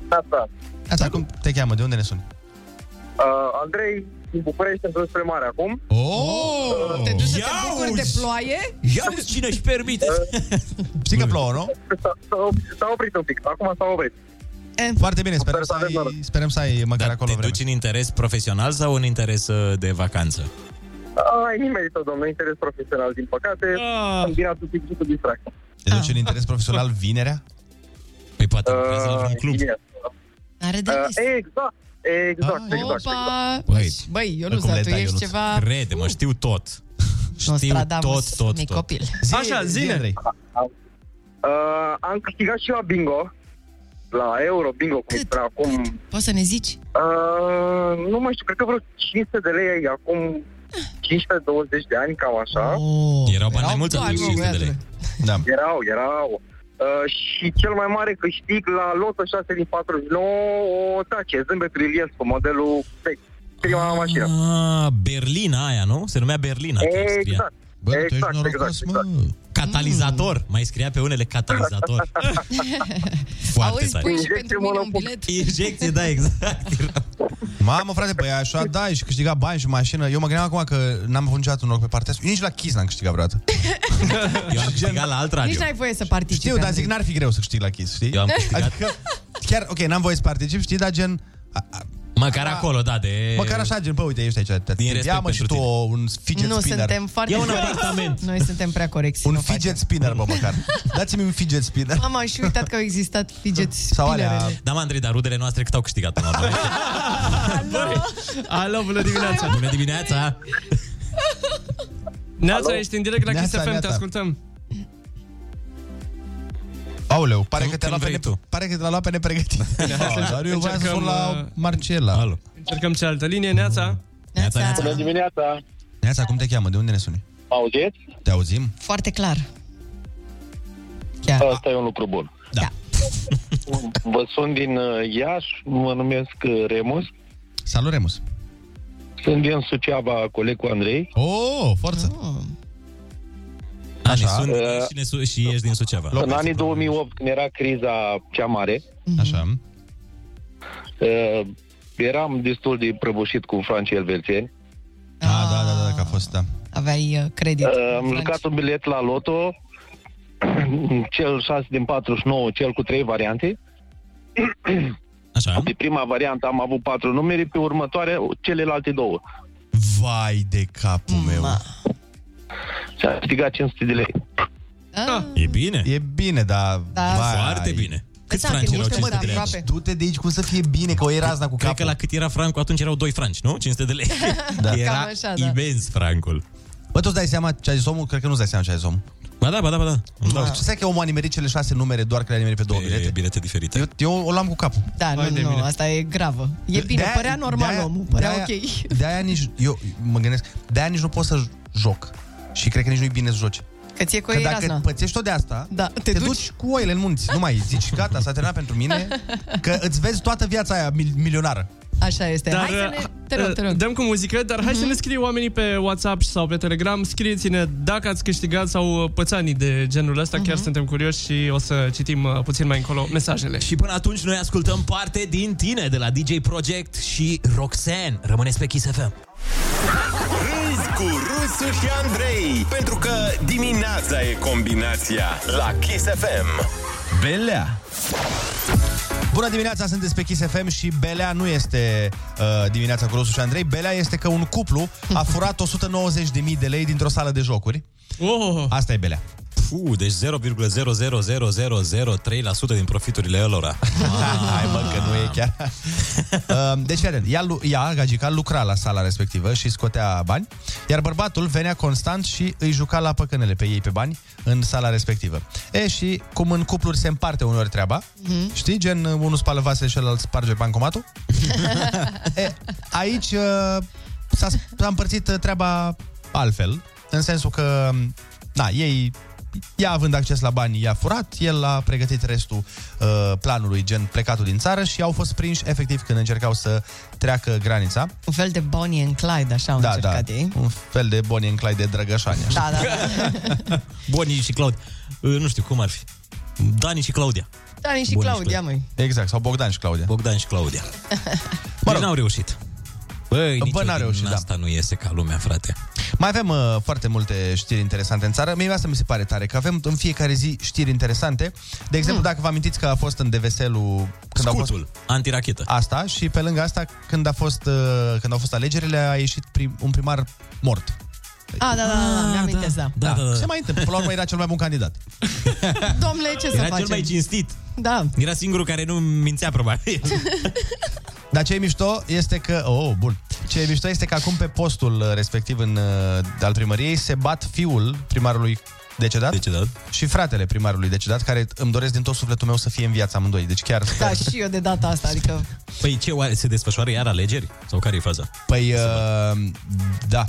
Speaker 4: Asta. Asta, cum te cheamă? De unde ne suni?
Speaker 14: Uh, Andrei, din București, sunt spre mare acum.
Speaker 4: Oh!
Speaker 6: te duci să te bucuri de ploaie?
Speaker 5: Ia uite cine își permite!
Speaker 14: Eh,
Speaker 4: Știi că plouă, nu?
Speaker 14: S-a oprit un pic, acum s-a oprit.
Speaker 4: Foarte bine, sperăm să ai, sperăm să ai măcar acolo
Speaker 5: Te
Speaker 4: vreme.
Speaker 5: duci în interes profesional sau în interes uh, de vacanță?
Speaker 14: Ai nimerit-o, domnule, interes profesional, din păcate.
Speaker 5: Ah.
Speaker 14: Combinat un pic și cu distracție.
Speaker 4: Te duci în interes profesional vinerea?
Speaker 5: Păi poate
Speaker 4: lucrezi la vreun club.
Speaker 6: Are de
Speaker 14: Uh, exact, exact,
Speaker 4: Ah,
Speaker 14: exact.
Speaker 6: Opa!
Speaker 5: Băi,
Speaker 6: Deci, Băi, Ionuț, dar
Speaker 4: da,
Speaker 6: tu ești ceva...
Speaker 5: Crede-mă, știu tot. Știu
Speaker 6: Nostradamus,
Speaker 5: tot, tot,
Speaker 6: mi
Speaker 5: tot.
Speaker 6: copil.
Speaker 5: Așa, zine.
Speaker 14: Uh, am câștigat și eu la bingo, la Euro Bingo, cum spune acum.
Speaker 6: Poți să ne zici?
Speaker 14: Uh, nu mai știu, cred că vreo 500 de lei acum 15-20 de ani, cam așa.
Speaker 5: Oh, erau bani mai mulți
Speaker 14: bani,
Speaker 5: atunci,
Speaker 14: mă,
Speaker 5: 500 de lei.
Speaker 4: Da.
Speaker 14: Erau, erau. Uh, și cel mai mare câștig la lotă 6 din 49, o tace, zâmbetul Iliescu,
Speaker 6: (laughs)
Speaker 14: modelul vechi. Prima mașină.
Speaker 5: Ah, Berlina aia, nu? Se numea Berlina. chiar scria.
Speaker 14: Exact.
Speaker 4: Bă,
Speaker 14: tu ești Exact, norocos, exact, mă.
Speaker 5: Catalizator. Mai scria pe unele
Speaker 14: (laughs)
Speaker 5: catalizator. Foarte
Speaker 6: Auzi, pui și pentru mine un bilet.
Speaker 5: Injecție, da, exact.
Speaker 4: Mamă, frate, păi așa, da, și câștiga bani și mașină. Eu mă gândeam acum că n-am avut niciodată un loc pe partea asta. Nici la Kiss n-am câștigat vreodată.
Speaker 5: (laughs) Eu am câștigat la alt
Speaker 6: Nici n-ai voie să participi.
Speaker 4: Știu, dar
Speaker 6: Andrei.
Speaker 4: zic, n-ar fi greu să câștig la Kiss, știi? Eu
Speaker 5: am câștigat.
Speaker 4: Adică, chiar, ok, n-am voie să particip, știi, dar gen... a- a-
Speaker 5: Măcar acolo, da, de...
Speaker 4: Măcar așa, gen, bă, uite, ești aici. Te
Speaker 5: respect
Speaker 4: ia, mă, și
Speaker 5: pentru
Speaker 4: tu
Speaker 5: tine.
Speaker 4: o, un fidget
Speaker 6: nu
Speaker 4: spinner.
Speaker 6: suntem foarte corecți. Noi suntem prea corecți.
Speaker 4: Un fidget spinner, bă,
Speaker 6: (laughs)
Speaker 4: măcar. Dați-mi un fidget spinner.
Speaker 6: Am mai și uitat că au existat fidget spinnerele.
Speaker 5: Da, mă, Andrei, dar rudele noastre cât au câștigat până
Speaker 6: (laughs)
Speaker 5: la urmă?
Speaker 7: Alo, bună dimineața!
Speaker 5: Bună dimineața!
Speaker 7: Neața,
Speaker 4: Alo?
Speaker 7: ești în direct la Kiss
Speaker 4: Neața,
Speaker 7: FM, te
Speaker 4: Neața.
Speaker 7: ascultăm.
Speaker 4: Aoleu, pare că te-a
Speaker 7: când
Speaker 4: luat pe,
Speaker 7: vrei
Speaker 4: ne- pare că te-a luat pe (laughs) nepregătit.
Speaker 7: (laughs) Neața,
Speaker 4: Dar eu voiam să sun
Speaker 7: încercăm,
Speaker 4: la
Speaker 7: uh,
Speaker 4: Marcela. Da. Alo.
Speaker 7: Încercăm cealaltă linie, Neața.
Speaker 4: Neața, Neața.
Speaker 7: Bună
Speaker 14: dimineața.
Speaker 4: Neața, cum te cheamă? De unde ne suni?
Speaker 14: Auziți?
Speaker 4: Te auzim?
Speaker 6: Foarte clar.
Speaker 14: Asta e un lucru bun.
Speaker 4: Da.
Speaker 14: (laughs) Vă sunt din uh, Iași, mă numesc uh, Remus.
Speaker 4: Salut, Remus.
Speaker 14: Sunt din Suceava, coleg cu Andrei.
Speaker 4: Oh, forță!
Speaker 6: Oh.
Speaker 5: A,
Speaker 4: Da.
Speaker 5: ne
Speaker 14: Așa.
Speaker 5: sun
Speaker 14: Uh,
Speaker 5: și, ne su- și ești din Suceava.
Speaker 14: În anii 2008, când era criza cea mare,
Speaker 4: Așa.
Speaker 14: uh, eram destul de prăbușit cu francii elvețieni.
Speaker 4: fost, Ah, da.
Speaker 6: Aveai uh, credit.
Speaker 15: Uh, am jucat un bilet la loto, (clears throat) cel 6 din 49, cel cu 3
Speaker 4: (clears throat)
Speaker 15: variante.
Speaker 5: Așa.
Speaker 15: Pe prima variantă am avut 4 numere, pe următoare celelalte două.
Speaker 4: Vai de capul meu.
Speaker 15: Și am câștigat 500 de lei.
Speaker 4: Ah. E bine. E bine, dar...
Speaker 15: Da. Foarte
Speaker 5: bine.
Speaker 4: Câți
Speaker 5: Da, franci te erau duci, mă, 500 de lei? aproape.
Speaker 4: Du-te de aici, cum să fie bine, că o e razna cu
Speaker 5: Cred
Speaker 4: capul.
Speaker 5: că la cât era francul, atunci erau 2 franci, nu? 500 de lei.
Speaker 4: (laughs) Da.
Speaker 5: Era
Speaker 4: Cam așa, da.
Speaker 5: imens francul.
Speaker 4: Bă, tu îți dai seama ce a zis omul? Cred că nu-ți dai seama ce a zis omul.
Speaker 5: Ba da, ba da, ba da.
Speaker 4: da. Stai că omul a nimerit cele șase numere, doar că le-a nimerit pe două bilete.
Speaker 5: bilete diferite.
Speaker 4: Eu, eu o luam cu capul.
Speaker 6: Da, nu, nu, asta e gravă. E bine,
Speaker 4: De-aia-
Speaker 6: părea normal
Speaker 4: de-aia-
Speaker 6: omul, părea
Speaker 4: de-aia-
Speaker 6: ok. (laughs)
Speaker 4: De-aia nici, eu mă gândesc, de-aia nici nu pot să joc. Și cred că nici nu-i bine să joci.
Speaker 6: Că ție cu
Speaker 4: Că
Speaker 6: ei
Speaker 4: dacă
Speaker 6: razna.
Speaker 4: pățești tot de asta,
Speaker 6: da, te,
Speaker 4: duci? cu oile în munți. Nu mai zici, gata, s-a terminat pentru
Speaker 6: (laughs)
Speaker 4: mine, că îți vezi toată viața aia mil- milionară.
Speaker 6: Așa este. Hai să
Speaker 4: uh,
Speaker 6: ne... Te rog, te rog.
Speaker 7: Uh, Dăm cu muzică, dar hai să ne scrie oamenii pe WhatsApp sau pe Telegram. Scrieți-ne dacă ați câștigat sau uh, pățanii de genul ăsta. Chiar suntem curioși și o să citim uh, puțin mai încolo mesajele.
Speaker 5: Și până atunci noi ascultăm parte din tine de la DJ Project și Roxanne. Rămâneți pe Kiss FM.
Speaker 3: Râzi cu Rusu și Andrei Pentru că dimineața e combinația La Kiss FM
Speaker 4: Belea! Bună dimineața, sunteți pe Kiss FM și Belea nu este uh, dimineața cu Rusu și Andrei. Belea este că un cuplu a
Speaker 6: (laughs)
Speaker 4: furat 190.000 de lei dintr-o sală de jocuri.
Speaker 7: Oh.
Speaker 4: Asta e Belea.
Speaker 5: Puh, deci 0,00003% din profiturile elora.
Speaker 4: (laughs) Hai mă, că nu e chiar. Uh, deci, fii atent. Ea, lu- ea, Gagica, lucra la sala respectivă și scotea bani, iar bărbatul venea constant și îi juca la păcănele pe ei pe bani în sala respectivă. E, și cum în cupluri se împarte uneori treaba, mm-hmm. știi, gen unul spală vasele și celălalt sparge bancomatul, (laughs) e, aici uh, s-a, s-a împărțit uh,
Speaker 5: (laughs)
Speaker 4: treaba altfel, în sensul că, na, ei ea având acces la bani i-a furat, el a pregătit restul uh, planului, gen plecatul din țară și au fost prinși efectiv când încercau să treacă granița.
Speaker 6: Un fel de Bonnie and Clyde, așa au da, încercat da. ei.
Speaker 4: Un fel de Bonnie and Clyde de drăgășani. Așa.
Speaker 6: Da, da, da.
Speaker 5: Bonii și Claudia. Uh, Nu știu cum ar fi. Dani și Claudia.
Speaker 4: uh,
Speaker 6: Dani și
Speaker 5: Bonnie și
Speaker 6: Claudia, măi.
Speaker 4: Exact, sau Bogdan și Claudia.
Speaker 5: Bogdan și Claudia. (laughs) Mă rog. n-au reușit. Băi, nici
Speaker 4: Bă, n-a reușit, da.
Speaker 5: asta nu iese ca lumea, frate.
Speaker 4: Mai avem uh, foarte multe știri interesante în țară. Mie asta mi se pare tare, că avem în fiecare zi știri interesante. De exemplu,
Speaker 5: Hmm.
Speaker 4: dacă vă amintiți că a fost în Deveselul... Când Scutul,
Speaker 5: fost... antirachetă.
Speaker 4: Asta și pe lângă asta, când, a fost, uh, când au fost alegerile, a ieșit prim, un primar mort.
Speaker 6: A, da, da, da, da, mi-amintesc, da.
Speaker 5: Da, da, da.
Speaker 4: Se mai întâmplă. Până la urmă era cel mai bun candidat.
Speaker 6: Domnule,
Speaker 5: (laughs)
Speaker 6: ce să
Speaker 5: Era
Speaker 6: facem?
Speaker 5: cel mai cinstit.
Speaker 6: Da.
Speaker 5: Era singurul care nu mințea,
Speaker 6: (laughs)
Speaker 5: probabil.
Speaker 4: Dar ce e mișto este că... Oh, bun. Ce e mișto este că acum pe postul uh, respectiv în, uh, al primăriei se bat fiul primarului decedat,
Speaker 5: decedat
Speaker 4: și fratele primarului decedat, care îmi doresc din tot sufletul meu să fie în viață amândoi. Deci chiar...
Speaker 6: Da, și eu de data asta, adică...
Speaker 5: Păi ce, oare se desfășoară iar alegeri? Sau care e faza?
Speaker 4: Păi, uh, da.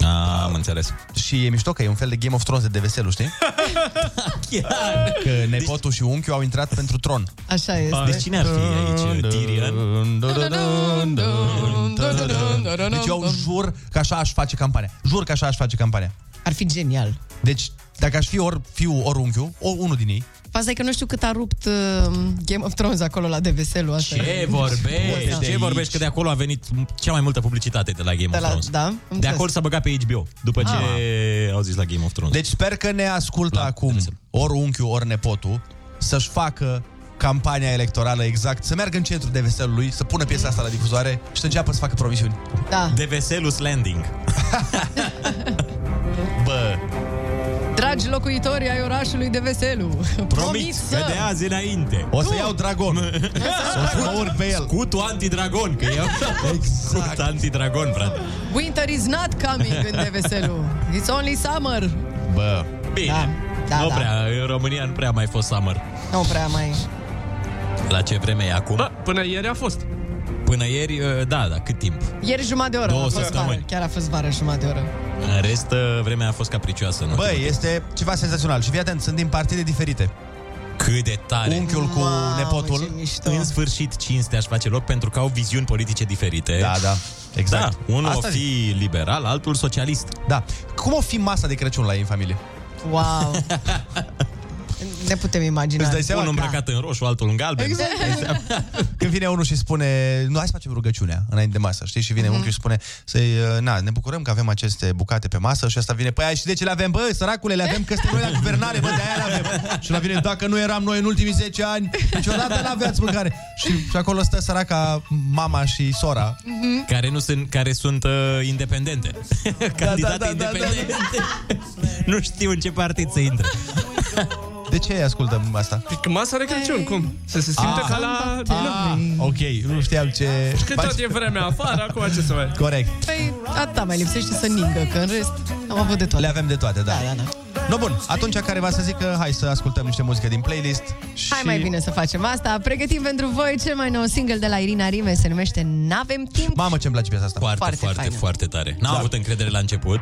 Speaker 5: A, Ah, am înțeles.
Speaker 4: Și e mișto că e un fel de Game of Thrones de deveselu,
Speaker 5: (laughs)
Speaker 4: știi? Că nepotul și unchiul au intrat pentru tron.
Speaker 6: Așa este.
Speaker 5: Deci cine ar fi aici? Tyrion?
Speaker 4: Deci eu jur că așa aș face campania. Jur că așa aș face campania.
Speaker 6: Ar fi genial.
Speaker 4: Deci, dacă aș fi ori fiu, ori unchiu, ori unul din ei,
Speaker 6: Faza e că nu știu cât a rupt uh, Game of Thrones acolo la deveselu asta.
Speaker 5: Ce vorbești?
Speaker 4: de
Speaker 5: Ce
Speaker 4: aici.
Speaker 5: vorbești? Că de acolo a venit cea mai multă publicitate de la Game
Speaker 6: De
Speaker 5: of
Speaker 6: la,
Speaker 5: Thrones.
Speaker 6: da,
Speaker 5: De acolo s-a băgat pe HBO, după ce au zis la Game of Thrones.
Speaker 4: Deci sper că ne ascultă
Speaker 5: Da,
Speaker 4: acum ori unchiul, ori nepotul să-și facă campania electorală exact, să meargă în centrul de veselului, să pună piesa asta la difuzoare și să înceapă să facă promisiuni.
Speaker 6: Da.
Speaker 5: De Veselus Landing.
Speaker 4: Bă,
Speaker 6: Dragi locuitori ai orașului de veselu, promit
Speaker 5: promiți că
Speaker 6: să...
Speaker 5: de azi înainte.
Speaker 4: O să iau dragon.
Speaker 5: o (laughs) să
Speaker 4: urc pe el.
Speaker 5: Scutul antidragon, că iau (laughs) exact. scut antidragon, frate.
Speaker 6: Winter is not coming în deveselu. It's only summer.
Speaker 4: Bă.
Speaker 5: Bine.
Speaker 6: Da,
Speaker 5: nu
Speaker 6: da.
Speaker 5: prea, în România nu prea a mai fost summer.
Speaker 6: Nu prea mai...
Speaker 5: La ce vreme e acum? Bă,
Speaker 7: până ieri a fost.
Speaker 5: Până ieri, uh, da, da, cât timp?
Speaker 6: Ieri jumătate de oră
Speaker 5: Două
Speaker 6: a fost
Speaker 5: săptămâni.
Speaker 6: vară. Chiar a fost vară jumătate de oră.
Speaker 5: În rest, uh, vremea a fost capricioasă. Nu?
Speaker 4: Bă, este ceva senzațional și fii atent, sunt din partide diferite.
Speaker 5: Cât de tare.
Speaker 4: Unchiul cu nepotul.
Speaker 5: În sfârșit, cinste aș face loc pentru că au viziuni politice diferite.
Speaker 4: Da, da. Exact.
Speaker 5: Da, unul
Speaker 4: Asta
Speaker 5: o fi liberal, altul socialist.
Speaker 4: (laughs) Da. Cum o fi masa de Crăciun la ei în familie?
Speaker 6: Wow. Ne putem imagina.
Speaker 4: Îți dai seama
Speaker 5: Unul
Speaker 4: că-
Speaker 5: îmbrăcat în roșu, altul în galben.
Speaker 6: Exact.
Speaker 4: (laughs) Când vine unul și spune, nu, hai să facem rugăciunea înainte de masă, știi? Și vine
Speaker 5: Mhm.
Speaker 4: mm-hmm. unchiul și spune, să-i, uh, na, ne bucurăm că avem aceste bucate pe masă și asta vine, păi ai și de ce le avem, bă, săracule, le avem că suntem noi la guvernare, bă, de aia le avem. Și la vine, dacă nu eram noi în ultimii 10 ani, niciodată n-aveați mâncare. Și, și acolo stă săraca mama și sora.
Speaker 5: Care, nu sunt, care sunt uh, independente. (laughs) Candidate da, da, da, independente. Da, da. nu știu în ce partid să intre.
Speaker 4: De ce ascultăm asta?
Speaker 7: Că masa de Crăciun, cum? Să se simte
Speaker 4: Ah.
Speaker 7: ca la... Da.
Speaker 4: Ah, ok, nu știam ce...
Speaker 7: Că tot e vremea afară, acum ce să mai...
Speaker 4: Corect.
Speaker 6: Păi, atâta mai lipsește să ningă, că în rest am avut de toate.
Speaker 4: Le avem de toate, da. da, da, da. No, bun, atunci care va să zică, hai să ascultăm niște muzică din playlist. Și...
Speaker 6: Hai mai bine să facem asta. Pregătim pentru voi cel mai nou single de la Irina Rime, se numește N-avem timp.
Speaker 4: Mamă, ce-mi place piesa asta. Da.
Speaker 5: Foarte,
Speaker 6: Foarte
Speaker 5: foarte, foarte,
Speaker 6: faină.
Speaker 5: foarte tare. N-am avut încredere la început,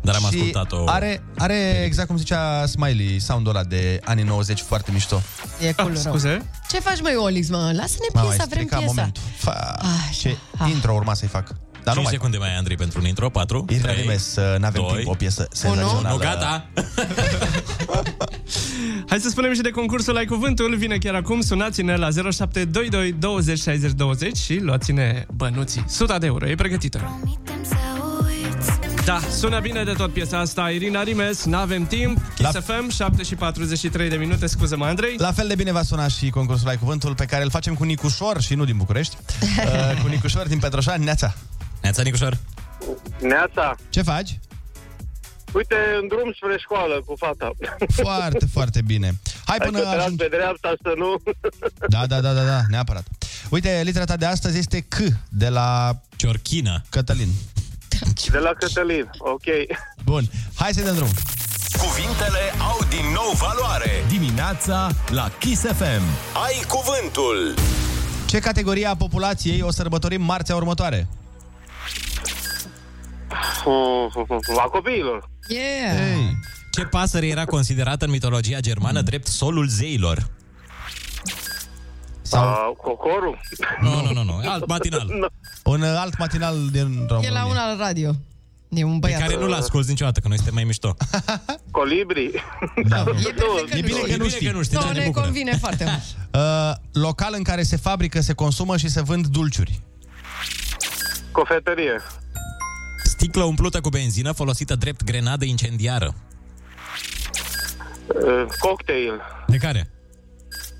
Speaker 5: dar am
Speaker 4: și
Speaker 5: ascultat-o.
Speaker 4: Are, are exact cum zicea Smiley, sound-ul ăla de anii 90, foarte mișto.
Speaker 6: E cool, rău. Ce faci, măi, Olix, mă? Lasă-ne
Speaker 4: Mama, ai
Speaker 6: piesa, vrem
Speaker 4: stricat
Speaker 6: piesa.
Speaker 4: momentul. Fa, ce intro urma să-i fac. Dar nu mai.
Speaker 5: 5 secunde mai ai, Andrei, pentru un intro, 4,
Speaker 4: Irina
Speaker 5: 3,
Speaker 4: Rimes, n-avem
Speaker 5: 2,
Speaker 4: timp, o piesă senzațională.
Speaker 5: Nu, gata.
Speaker 7: (laughs) Hai să spunem și de concursul Ai Cuvântul. Vine chiar acum, sunați-ne la 0722 20 60 20 și luați-ne bănuții. 100 de euro, e pregătită. Da, sună bine de tot piesa asta. Irina Rimes, n-avem timp. Kiss la... FM, 7 și 43 de minute, scuză mă Andrei.
Speaker 4: La fel de bine va suna și concursul Ai Cuvântul pe care îl facem cu Nicușor și nu din
Speaker 6: (laughs)
Speaker 4: București. Uh, cu Nicușor din Petroșani, Neața.
Speaker 5: Neața, Nicușor.
Speaker 14: Neața,
Speaker 4: Ce faci?
Speaker 14: uite, în drum spre școală cu fata.
Speaker 4: Foarte, foarte bine. Hai până
Speaker 14: Hai
Speaker 4: ajung...
Speaker 14: pe dreapta să nu...
Speaker 4: Da, da, da, da, da, neapărat. Uite, litera ta de astăzi este C, de la...
Speaker 5: Ciorchina.
Speaker 4: Cătălin. Deci-
Speaker 14: De la Cătălin,
Speaker 4: (laughs)
Speaker 14: ok. Uh,
Speaker 4: Bun, hai să dăm drum.
Speaker 3: Cuvintele au din nou valoare. Dimineața la Kiss FM. Ai cuvântul.
Speaker 4: Ce categorie a populației o sărbătorim marțea următoare?
Speaker 14: La copiilor.
Speaker 6: Yeah.
Speaker 4: Hey.
Speaker 5: Ce pasăre era considerată în mitologia germană
Speaker 4: Mm.
Speaker 5: drept solul zeilor?
Speaker 4: Sau...
Speaker 14: Uh, cocorul?
Speaker 5: Nu, nu, nu, nu, alt
Speaker 14: (laughs)
Speaker 5: matinal.
Speaker 4: Un uh, alt matinal din
Speaker 6: E
Speaker 4: România.
Speaker 6: la un alt radio. E un
Speaker 5: Pe
Speaker 6: băiat.
Speaker 5: care nu-l asculti niciodată, că noi suntem mai mișto.
Speaker 14: Colibri? (laughs)
Speaker 4: Da,
Speaker 5: E bine că nu știi.
Speaker 6: Nu,
Speaker 5: deja ne
Speaker 6: ne
Speaker 5: bucură.
Speaker 6: convine foarte mult.
Speaker 4: Uh, local în care se fabrică, se consumă și se vând dulciuri.
Speaker 14: Cofetărie.
Speaker 5: Sticlă umplută cu benzină folosită drept grenadă incendiară.
Speaker 14: Uh, cocktail.
Speaker 5: De care?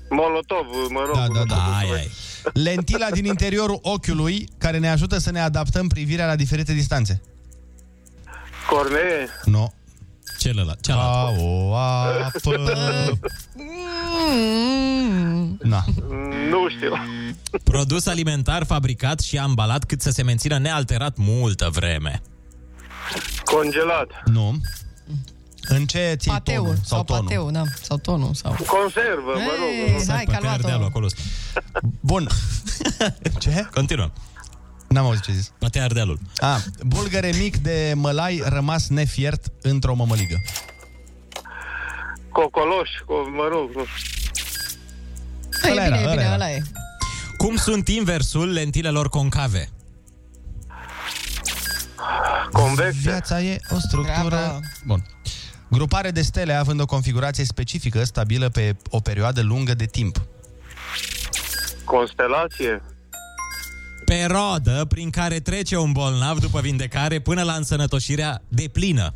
Speaker 14: Molotov, mă rog.
Speaker 4: Da, da, da. Ai, ai. Lentila din interiorul ochiului care ne ajută să ne adaptăm privirea la diferite distanțe.
Speaker 14: Cornee.
Speaker 4: Nu. No.
Speaker 5: Celălalt. Cealaltă.
Speaker 4: Au, apă. Na.
Speaker 14: Nu știu.
Speaker 5: Produs alimentar fabricat și ambalat cât să se mențină nealterat multă vreme.
Speaker 14: Congelat.
Speaker 4: Nu. În ce ții
Speaker 6: Pateu
Speaker 4: tonul?
Speaker 6: sau,
Speaker 4: Sau tonul?
Speaker 6: pateu, da, sau tonul sau.
Speaker 14: Conservă, mă
Speaker 6: Ei,
Speaker 14: rog.
Speaker 6: hai că a
Speaker 5: Ardealul
Speaker 6: luat-o.
Speaker 5: acolo.
Speaker 4: Bun. Ce?
Speaker 5: Continuăm.
Speaker 4: N-am auzit ce zis.
Speaker 5: Patea Ardealul.
Speaker 4: A, bulgăre mic de mălai rămas nefiert într-o mămăligă.
Speaker 14: Cocoloș, co- mă rog. nu știu.
Speaker 6: Hai,
Speaker 4: Ăla
Speaker 6: e Păi, bine,
Speaker 4: era,
Speaker 6: e bine,
Speaker 4: ăla
Speaker 6: ăla e.
Speaker 5: Cum sunt inversul lentilelor concave?
Speaker 14: Convexe.
Speaker 4: Viața e o structură...
Speaker 6: Bravo.
Speaker 4: Bun. Grupare de stele având o configurație specifică stabilă pe o perioadă lungă de timp.
Speaker 14: Constelație.
Speaker 5: Pe rodă prin care trece un bolnav după vindecare până la însănătoșirea deplină.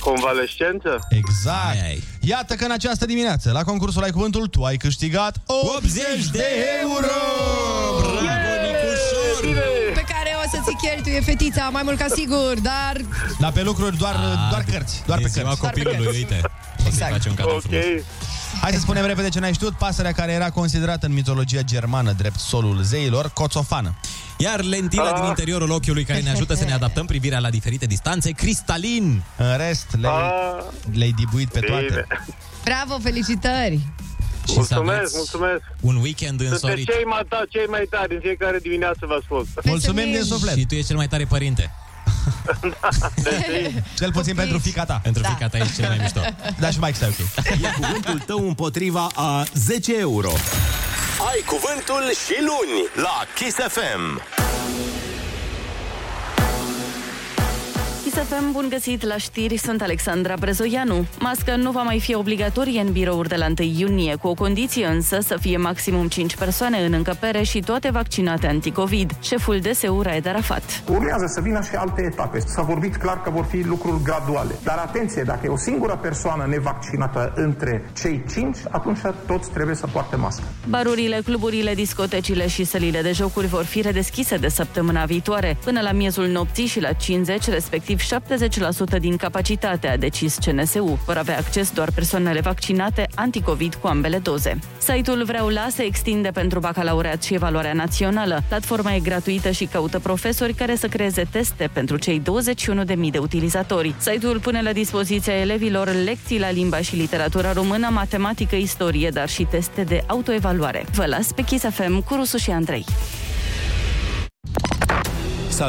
Speaker 14: Convalescență.
Speaker 4: Exact.
Speaker 5: Aia e.
Speaker 4: Iată că în această dimineață, la concursul Ai Cuvântul, tu ai câștigat 80 de euro!
Speaker 5: Bravo, Nicușor!
Speaker 6: Pe care o să ți cheltuie fetița, mai mult ca sigur, dar
Speaker 4: Dar Da, pe lucruri doar, doar cărți, doar
Speaker 5: Ah, E
Speaker 4: pe
Speaker 5: ziua
Speaker 4: cărți.
Speaker 5: copilului, uite. O să-i
Speaker 6: Exact.
Speaker 5: faci un cadou
Speaker 14: Ok.
Speaker 5: frumos.
Speaker 4: Hai să spunem repede ce n-ai știut. Pasărea care era considerată în mitologia germană drept solul zeilor, coțofană.
Speaker 5: Iar lentila
Speaker 14: Ah.
Speaker 5: din interiorul ochiului care ne ajută să ne adaptăm privirea la diferite distanțe, cristalin.
Speaker 4: În rest, le-ai,
Speaker 14: Ah,
Speaker 4: le-ai dibuit pe
Speaker 14: bine.
Speaker 4: toate.
Speaker 6: bravo, felicitări!
Speaker 5: Și să
Speaker 14: Mulțumesc,
Speaker 5: aveți
Speaker 14: mulțumesc.
Speaker 5: Un weekend
Speaker 14: Sunteți
Speaker 5: însorit.
Speaker 14: cei mai, ta, cei mai tari în fiecare dimineață vă ascult.
Speaker 4: Mulțumim
Speaker 6: Mulțumim.
Speaker 4: din suflet.
Speaker 5: Și tu ești cel mai tare părinte.
Speaker 14: Da,
Speaker 5: (laughs)
Speaker 4: Cel puțin pentru fica ta.
Speaker 5: Pentru fica ta ești cel mai mișto.
Speaker 4: Da, și Mike stai ok.
Speaker 3: E cuvântul tău împotriva a 10 euro. Ai cuvântul și luni la Kiss FM.
Speaker 10: KISFM, bun găsit la știri, sunt Alexandra Brezoianu. Masca nu va mai fi obligatorie în birouri de la 1 iunie, cu o condiție însă să fie maximum 5 persoane în încăpere și toate vaccinate anticovid. Șeful DSU Raed Arafat.
Speaker 16: Urmează să vină și alte etape. S-a vorbit clar că vor fi lucruri graduale. Dar atenție, dacă e o singură persoană nevaccinată între cei cinci, atunci toți trebuie să poarte mască.
Speaker 10: Barurile, cluburile, discotecile și sălile de jocuri vor fi redeschise de săptămâna viitoare, până la miezul nopții și la 50, respectiv 70% din capacitate, a decis CNSU. Vor avea acces doar persoanele vaccinate anticovid cu ambele doze. Site-ul Vreau La se extinde pentru bacalaureat și evaluarea națională. Platforma e gratuită și caută profesori care să creeze teste pentru cei 21.000 de utilizatori. Site-ul pune la dispoziția elevilor lecții la limba și literatura română, matematică, istorie, dar și teste de autoevaluare. Vă las pe Kiss FM cu Rusu și Andrei.
Speaker 3: S-a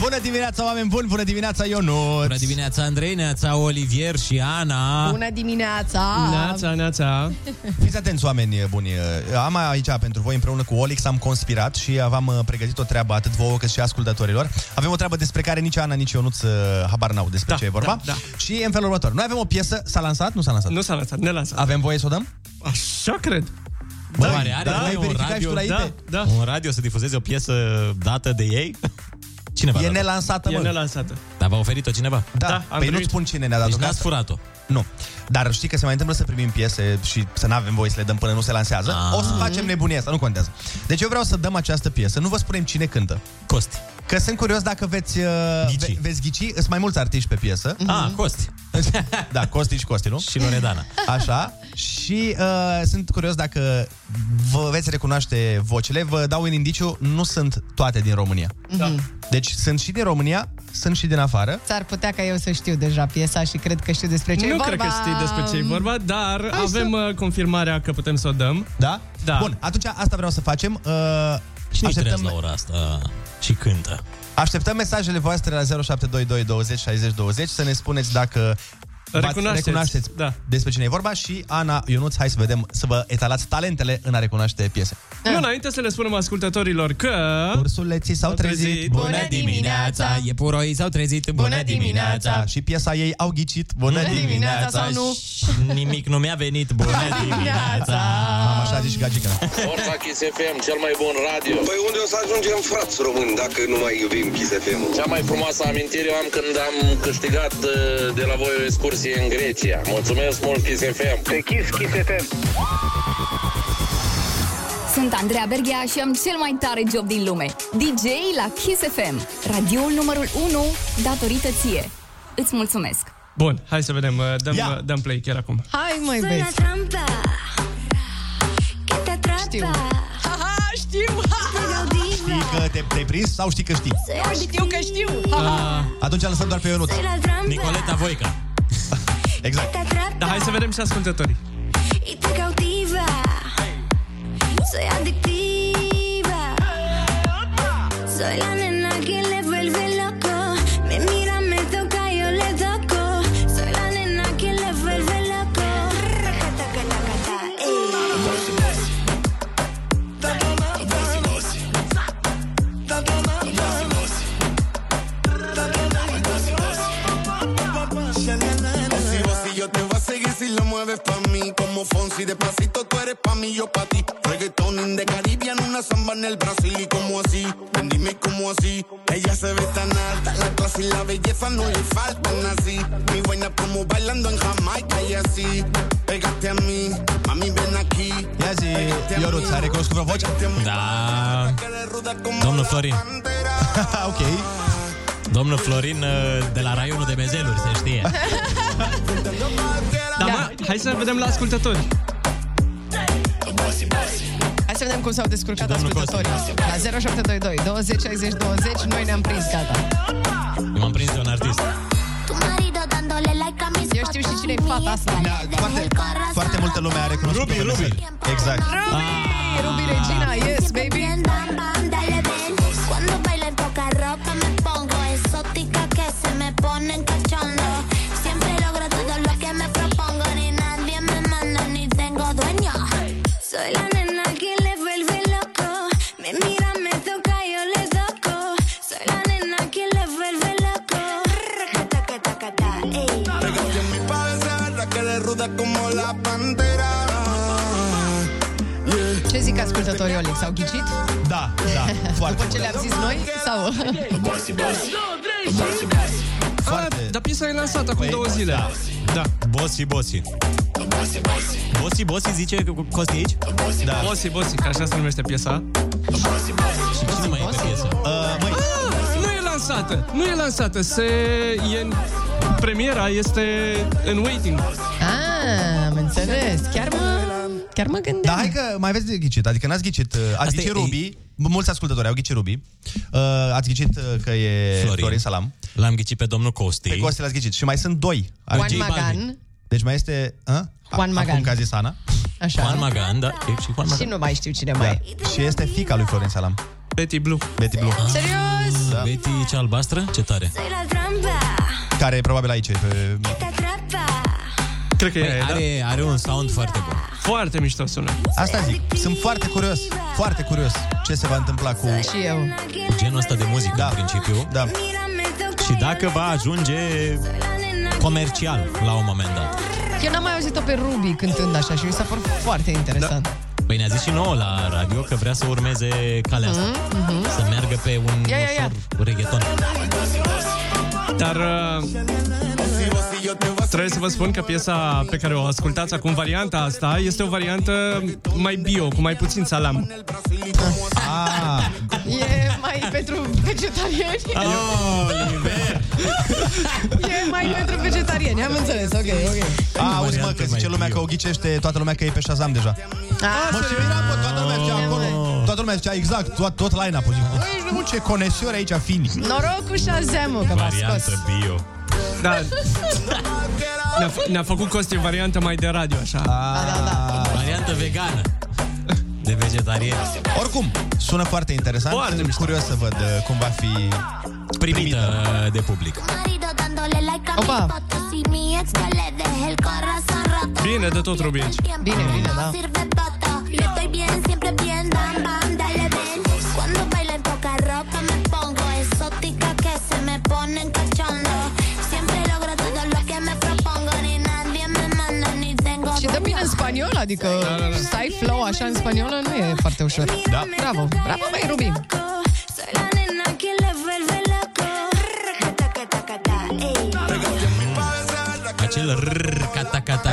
Speaker 4: Bună dimineața, oameni buni! Bună dimineața, Ionut!
Speaker 5: Bună dimineața, Andrei, neața, Olivier și Ana.
Speaker 6: Bună dimineața!
Speaker 7: neața.
Speaker 4: Fiți atenți, oameni buni. Am aici pentru voi, împreună cu Olix, am conspirat și v-am uh, pregătit o treabă atât vouă cât și ascultătorilor. Avem o treabă despre care nici Ana, nici eu nu habar n-au despre da, ce e vorba. Da, da. Și e în felul următor. Noi avem o piesă, s-a lansat? Nu s-a lansat?
Speaker 7: Nu s-a lansat, ne lansat.
Speaker 4: Avem voie să o dăm?
Speaker 7: Așa cred.
Speaker 4: Bă, oare are voie un radio?
Speaker 5: da, da. un radio să difuzeze o piesă dată de ei? (laughs) Cineva
Speaker 4: E
Speaker 5: a dat-o.
Speaker 4: nelansată,
Speaker 7: E
Speaker 4: mă.
Speaker 7: nelansată.
Speaker 5: Dar v-a oferit-o cineva?
Speaker 4: Da, da păi nu-ți spun cine ne-a dat
Speaker 5: Deci n-ați furat-o.
Speaker 4: Nu. Dar știi că se mai întâmplă să primim piese și să nu avem voie să le dăm până nu se lansează.
Speaker 5: Ah.
Speaker 4: O să facem nebunia asta, nu contează. Deci eu vreau să dăm această piesă. Nu vă spunem cine cântă.
Speaker 5: Costi.
Speaker 4: Că sunt curios dacă veți uh, ghici. Ve- veți ghici. Sunt mai mulți artiști pe piesă. Mhm.
Speaker 5: Ah, Costi.
Speaker 4: da, Costi și Costi, nu?
Speaker 5: Și Loredana.
Speaker 4: (laughs) Așa. Și uh, sunt curios dacă vă veți recunoaște vocile. Vă dau un indiciu, nu sunt toate din România.
Speaker 6: Da.
Speaker 4: Deci sunt și din România, sunt și din afară.
Speaker 6: S-ar putea ca eu să știu deja piesa și cred că știu despre ce e
Speaker 7: nu
Speaker 6: vorba.
Speaker 7: cred că știi despre ce e vorba, dar
Speaker 6: Hai să-
Speaker 7: avem uh, confirmarea că putem să o dăm.
Speaker 4: Da?
Speaker 7: Da.
Speaker 4: Bun, atunci asta vreau să facem. Uh,
Speaker 5: Și nici Așteptăm... la ora asta și cântă.
Speaker 4: Așteptăm mesajele voastre la 0722 20 60 20 să ne spuneți dacă v-ați-
Speaker 7: Recunoașteți,
Speaker 4: recunoașteți
Speaker 7: da.
Speaker 4: despre cine e vorba și Ana Ionuț, hai să vedem, să vă etalați talentele în a recunoaște piese.
Speaker 7: Nu, înainte să le spunem ascultătorilor că...
Speaker 4: Ursuleții s-au trezit.
Speaker 5: Bună dimineața! Iepuroii s-au trezit. Bună dimineața!
Speaker 4: Și piesa ei au ghicit. Bună dimineața!
Speaker 5: Și Nimic nu mi-a venit. Bună dimineața!
Speaker 4: Am așa zis și gagica.
Speaker 17: Forța Kiss FM, cel mai bun radio. Păi unde o să ajungem, frați români, dacă nu mai iubim Kiss FM? Cea mai frumoasă amintire o am când am câștigat uh, de la voi o excursie în Grecia. Mulțumesc mult, Kiss FM. Te Kiss, Kiss FM.
Speaker 18: Sunt Andreea Berghea și am cel mai tare job din lume. DJ la Kiss FM. Radioul numărul 1 datorită ție. Îți mulțumesc.
Speaker 7: Bun, hai să vedem, uh, dăm, uh, dăm play chiar acum.
Speaker 6: Hai, măi,
Speaker 18: Sună
Speaker 6: băieți.
Speaker 18: trampa,
Speaker 6: Știu. Aha, știu!
Speaker 4: Știi că te, te-ai prins sau știi că știi?
Speaker 6: știu că știu!
Speaker 4: Atunci lăsăm doar pe Ionuț.
Speaker 5: Nicoleta (laughs) Voica.
Speaker 4: exact.
Speaker 7: Dar hai să vedem și ascultătorii.
Speaker 12: Y te cautiva. Soy adictiva. Soy la nena que le vuelve loco. Me mira, me toca, yo le toco. Soy la nena que le vuelve loco. Taca, taca, taca, ta,
Speaker 19: Bossy, bossy, yo te voy a seguir si lo mueves pa' mí Como Fonsi, despacito tú eres pa' mí, yo pa' ti Reggaeton de Caribbean, una samba en el Brasil Y como así, ven dime como así Ella se ve tan alta, la clase y la belleza no le faltan así Mi buena como bailando en Jamaica y así Pégate a mí, mami ven aquí
Speaker 4: Ia zi, Ionuț, ai recunoscut vreo voce?
Speaker 5: Da. Domnul Florin.
Speaker 4: (laughs) ok.
Speaker 5: Domnul Florin uh, de la raionul de mezeluri, se știe.
Speaker 7: Da, da. hai să vedem la ascultători.
Speaker 6: Hai să vedem cum s-au descurcat ascultătorii. La 0722 20 60 20 noi ne-am prins, gata.
Speaker 5: Eu m-am prins de un artist.
Speaker 12: Eu știu și cine e
Speaker 6: fata asta.
Speaker 4: Da, foarte, foarte multă lume a recunoscut Ruby, Ruby. Exact. Ah.
Speaker 6: Ruby, Ruby Regina, yes, baby.
Speaker 12: Dale, ven. Cuando baila en poca ropa me pongo exótica que se me pone en cachondo. Siempre logro todo lo que me propongo. Ni nadie me manda ni tengo dueño.
Speaker 10: Soy
Speaker 12: La nena que le vuelve loco. Me mira, me toca, yo le toco. Soy la nena que le vuelve loco.
Speaker 19: Pegaste en mi padecer, la que de ruda como la pantera. Yeah.
Speaker 6: Ce zic ascultătorii, Oleg? S-au ghicit?
Speaker 4: Da,
Speaker 6: (laughs)
Speaker 4: da,
Speaker 6: După ce le-am zis noi? Sau...
Speaker 4: Foarte...
Speaker 7: Ah, dar piesa e lansată acum două zile. Da. da.
Speaker 4: Bossy, bossy.
Speaker 5: Bossy, bossy zice Costi aici?
Speaker 7: Da. Bossy, bossy, că așa se numește piesa.
Speaker 5: Și cine mai e pe piesă?
Speaker 7: Ah, nu e lansată, nu e lansată, se... E în... Premiera este în waiting.
Speaker 6: Ah, am înțeles. Chiar mă, chiar mă gândeam.
Speaker 4: Da, hai că mai aveți de ghicit. Adică n-ați ghicit. uh, Ați
Speaker 5: Asta
Speaker 4: ghicit
Speaker 5: e-
Speaker 4: Ruby. Mulți ascultători au ghicit Ruby. Uh, Ați ghicit uh, că e Florin,
Speaker 5: Florin.
Speaker 4: Florin Salam.
Speaker 5: L-am ghicit pe domnul Costi.
Speaker 4: Pe Costi l-ați ghicit. Și mai sunt doi.
Speaker 6: Juan Magan.
Speaker 4: Deci mai este... A?
Speaker 6: Juan Magan.
Speaker 4: Acum că a zis Ana.
Speaker 6: Așa. Juan
Speaker 5: Magan, da. E și Juan
Speaker 6: Și nu mai știu cine mai
Speaker 4: Da.
Speaker 6: e.
Speaker 4: Și este fica lui Florin Salam.
Speaker 7: Betty Blue.
Speaker 4: Betty Blue.
Speaker 6: Serios?
Speaker 4: Da.
Speaker 5: Ah. Betty cea albastră? Ce tare.
Speaker 12: Soy la trampa.
Speaker 4: Care probabil aici e pe...
Speaker 7: Cred că e aia,
Speaker 5: are, da? are un sound foarte bun.
Speaker 7: Foarte mișto sună.
Speaker 4: Asta zic. Sunt foarte curios. Foarte curios ce se va întâmpla cu...
Speaker 6: Și eu.
Speaker 5: Cu genul ăsta de muzică, da. în principiu.
Speaker 4: Da.
Speaker 5: Și dacă va ajunge comercial la un moment dat.
Speaker 6: Eu n-am mai auzit-o pe Ruby cântând așa și mi s-a părut foarte interesant.
Speaker 5: Păi ne-a zis și nouă la radio că vrea să urmeze calea asta.
Speaker 6: Mhm.
Speaker 5: Să meargă pe un
Speaker 6: Ia, ia, ia.
Speaker 5: ușor reggaeton.
Speaker 7: Dar uh, trebuie să vă spun că piesa pe care o ascultați acum, varianta asta, este o variantă mai bio, cu mai puțin salam.
Speaker 4: Ah,
Speaker 6: E mai pentru vegetariani?
Speaker 4: Ah.
Speaker 6: (laughs)
Speaker 7: Oh,
Speaker 6: e mai pentru vegetariani, am înțeles, ok, ok.
Speaker 4: A, auzi mă, că zice lumea că o ghicește toată lumea că e pe Shazam deja.
Speaker 6: Ah,
Speaker 4: Mă, și miram, mă, toată lumea zicea acolo.
Speaker 5: Oh.
Speaker 4: Toată lumea zicea exact, tot, tot line-up-ul. Zic, băi, nu, ce conesiori aici, fini.
Speaker 6: Noroc cu Shazam-ul că v-a scos.
Speaker 5: bio.
Speaker 7: Da.
Speaker 6: (laughs)
Speaker 7: Ne-a, f- ne-a făcut Costi o variantă mai de radio, așa.
Speaker 5: Variantă vegană. De vegetarian.
Speaker 4: Oricum, sună foarte interesant.
Speaker 5: Foarte
Speaker 4: Sunt curios să văd uh, cum va fi...
Speaker 5: Primită de public.
Speaker 12: Marido dándole like a
Speaker 6: Opa.
Speaker 12: mis fotos y mi ex que le dejé el corazón roto.
Speaker 7: Bine de tot, Rubi.
Speaker 6: Bine, bine, da.
Speaker 12: No sirve voto. Yo estoy bien, siempre bien, bam, bam, dale, ven. Cuando bailo en poca ropa me pongo exótica que se me pone en cachondo. Siempre logro todo lo que me propongo. Ni nadie me manda ni tengo
Speaker 6: Și dă bine în spaniolă, adică
Speaker 5: Da,
Speaker 6: stai flow așa în spaniolă nu e foarte ușor.
Speaker 4: Da.
Speaker 6: Bravo, bravo, băi, Rubi.
Speaker 12: Soy la nena que le vuelve
Speaker 6: (laughs)
Speaker 12: loco.
Speaker 5: Acel rrrr, cata, cata.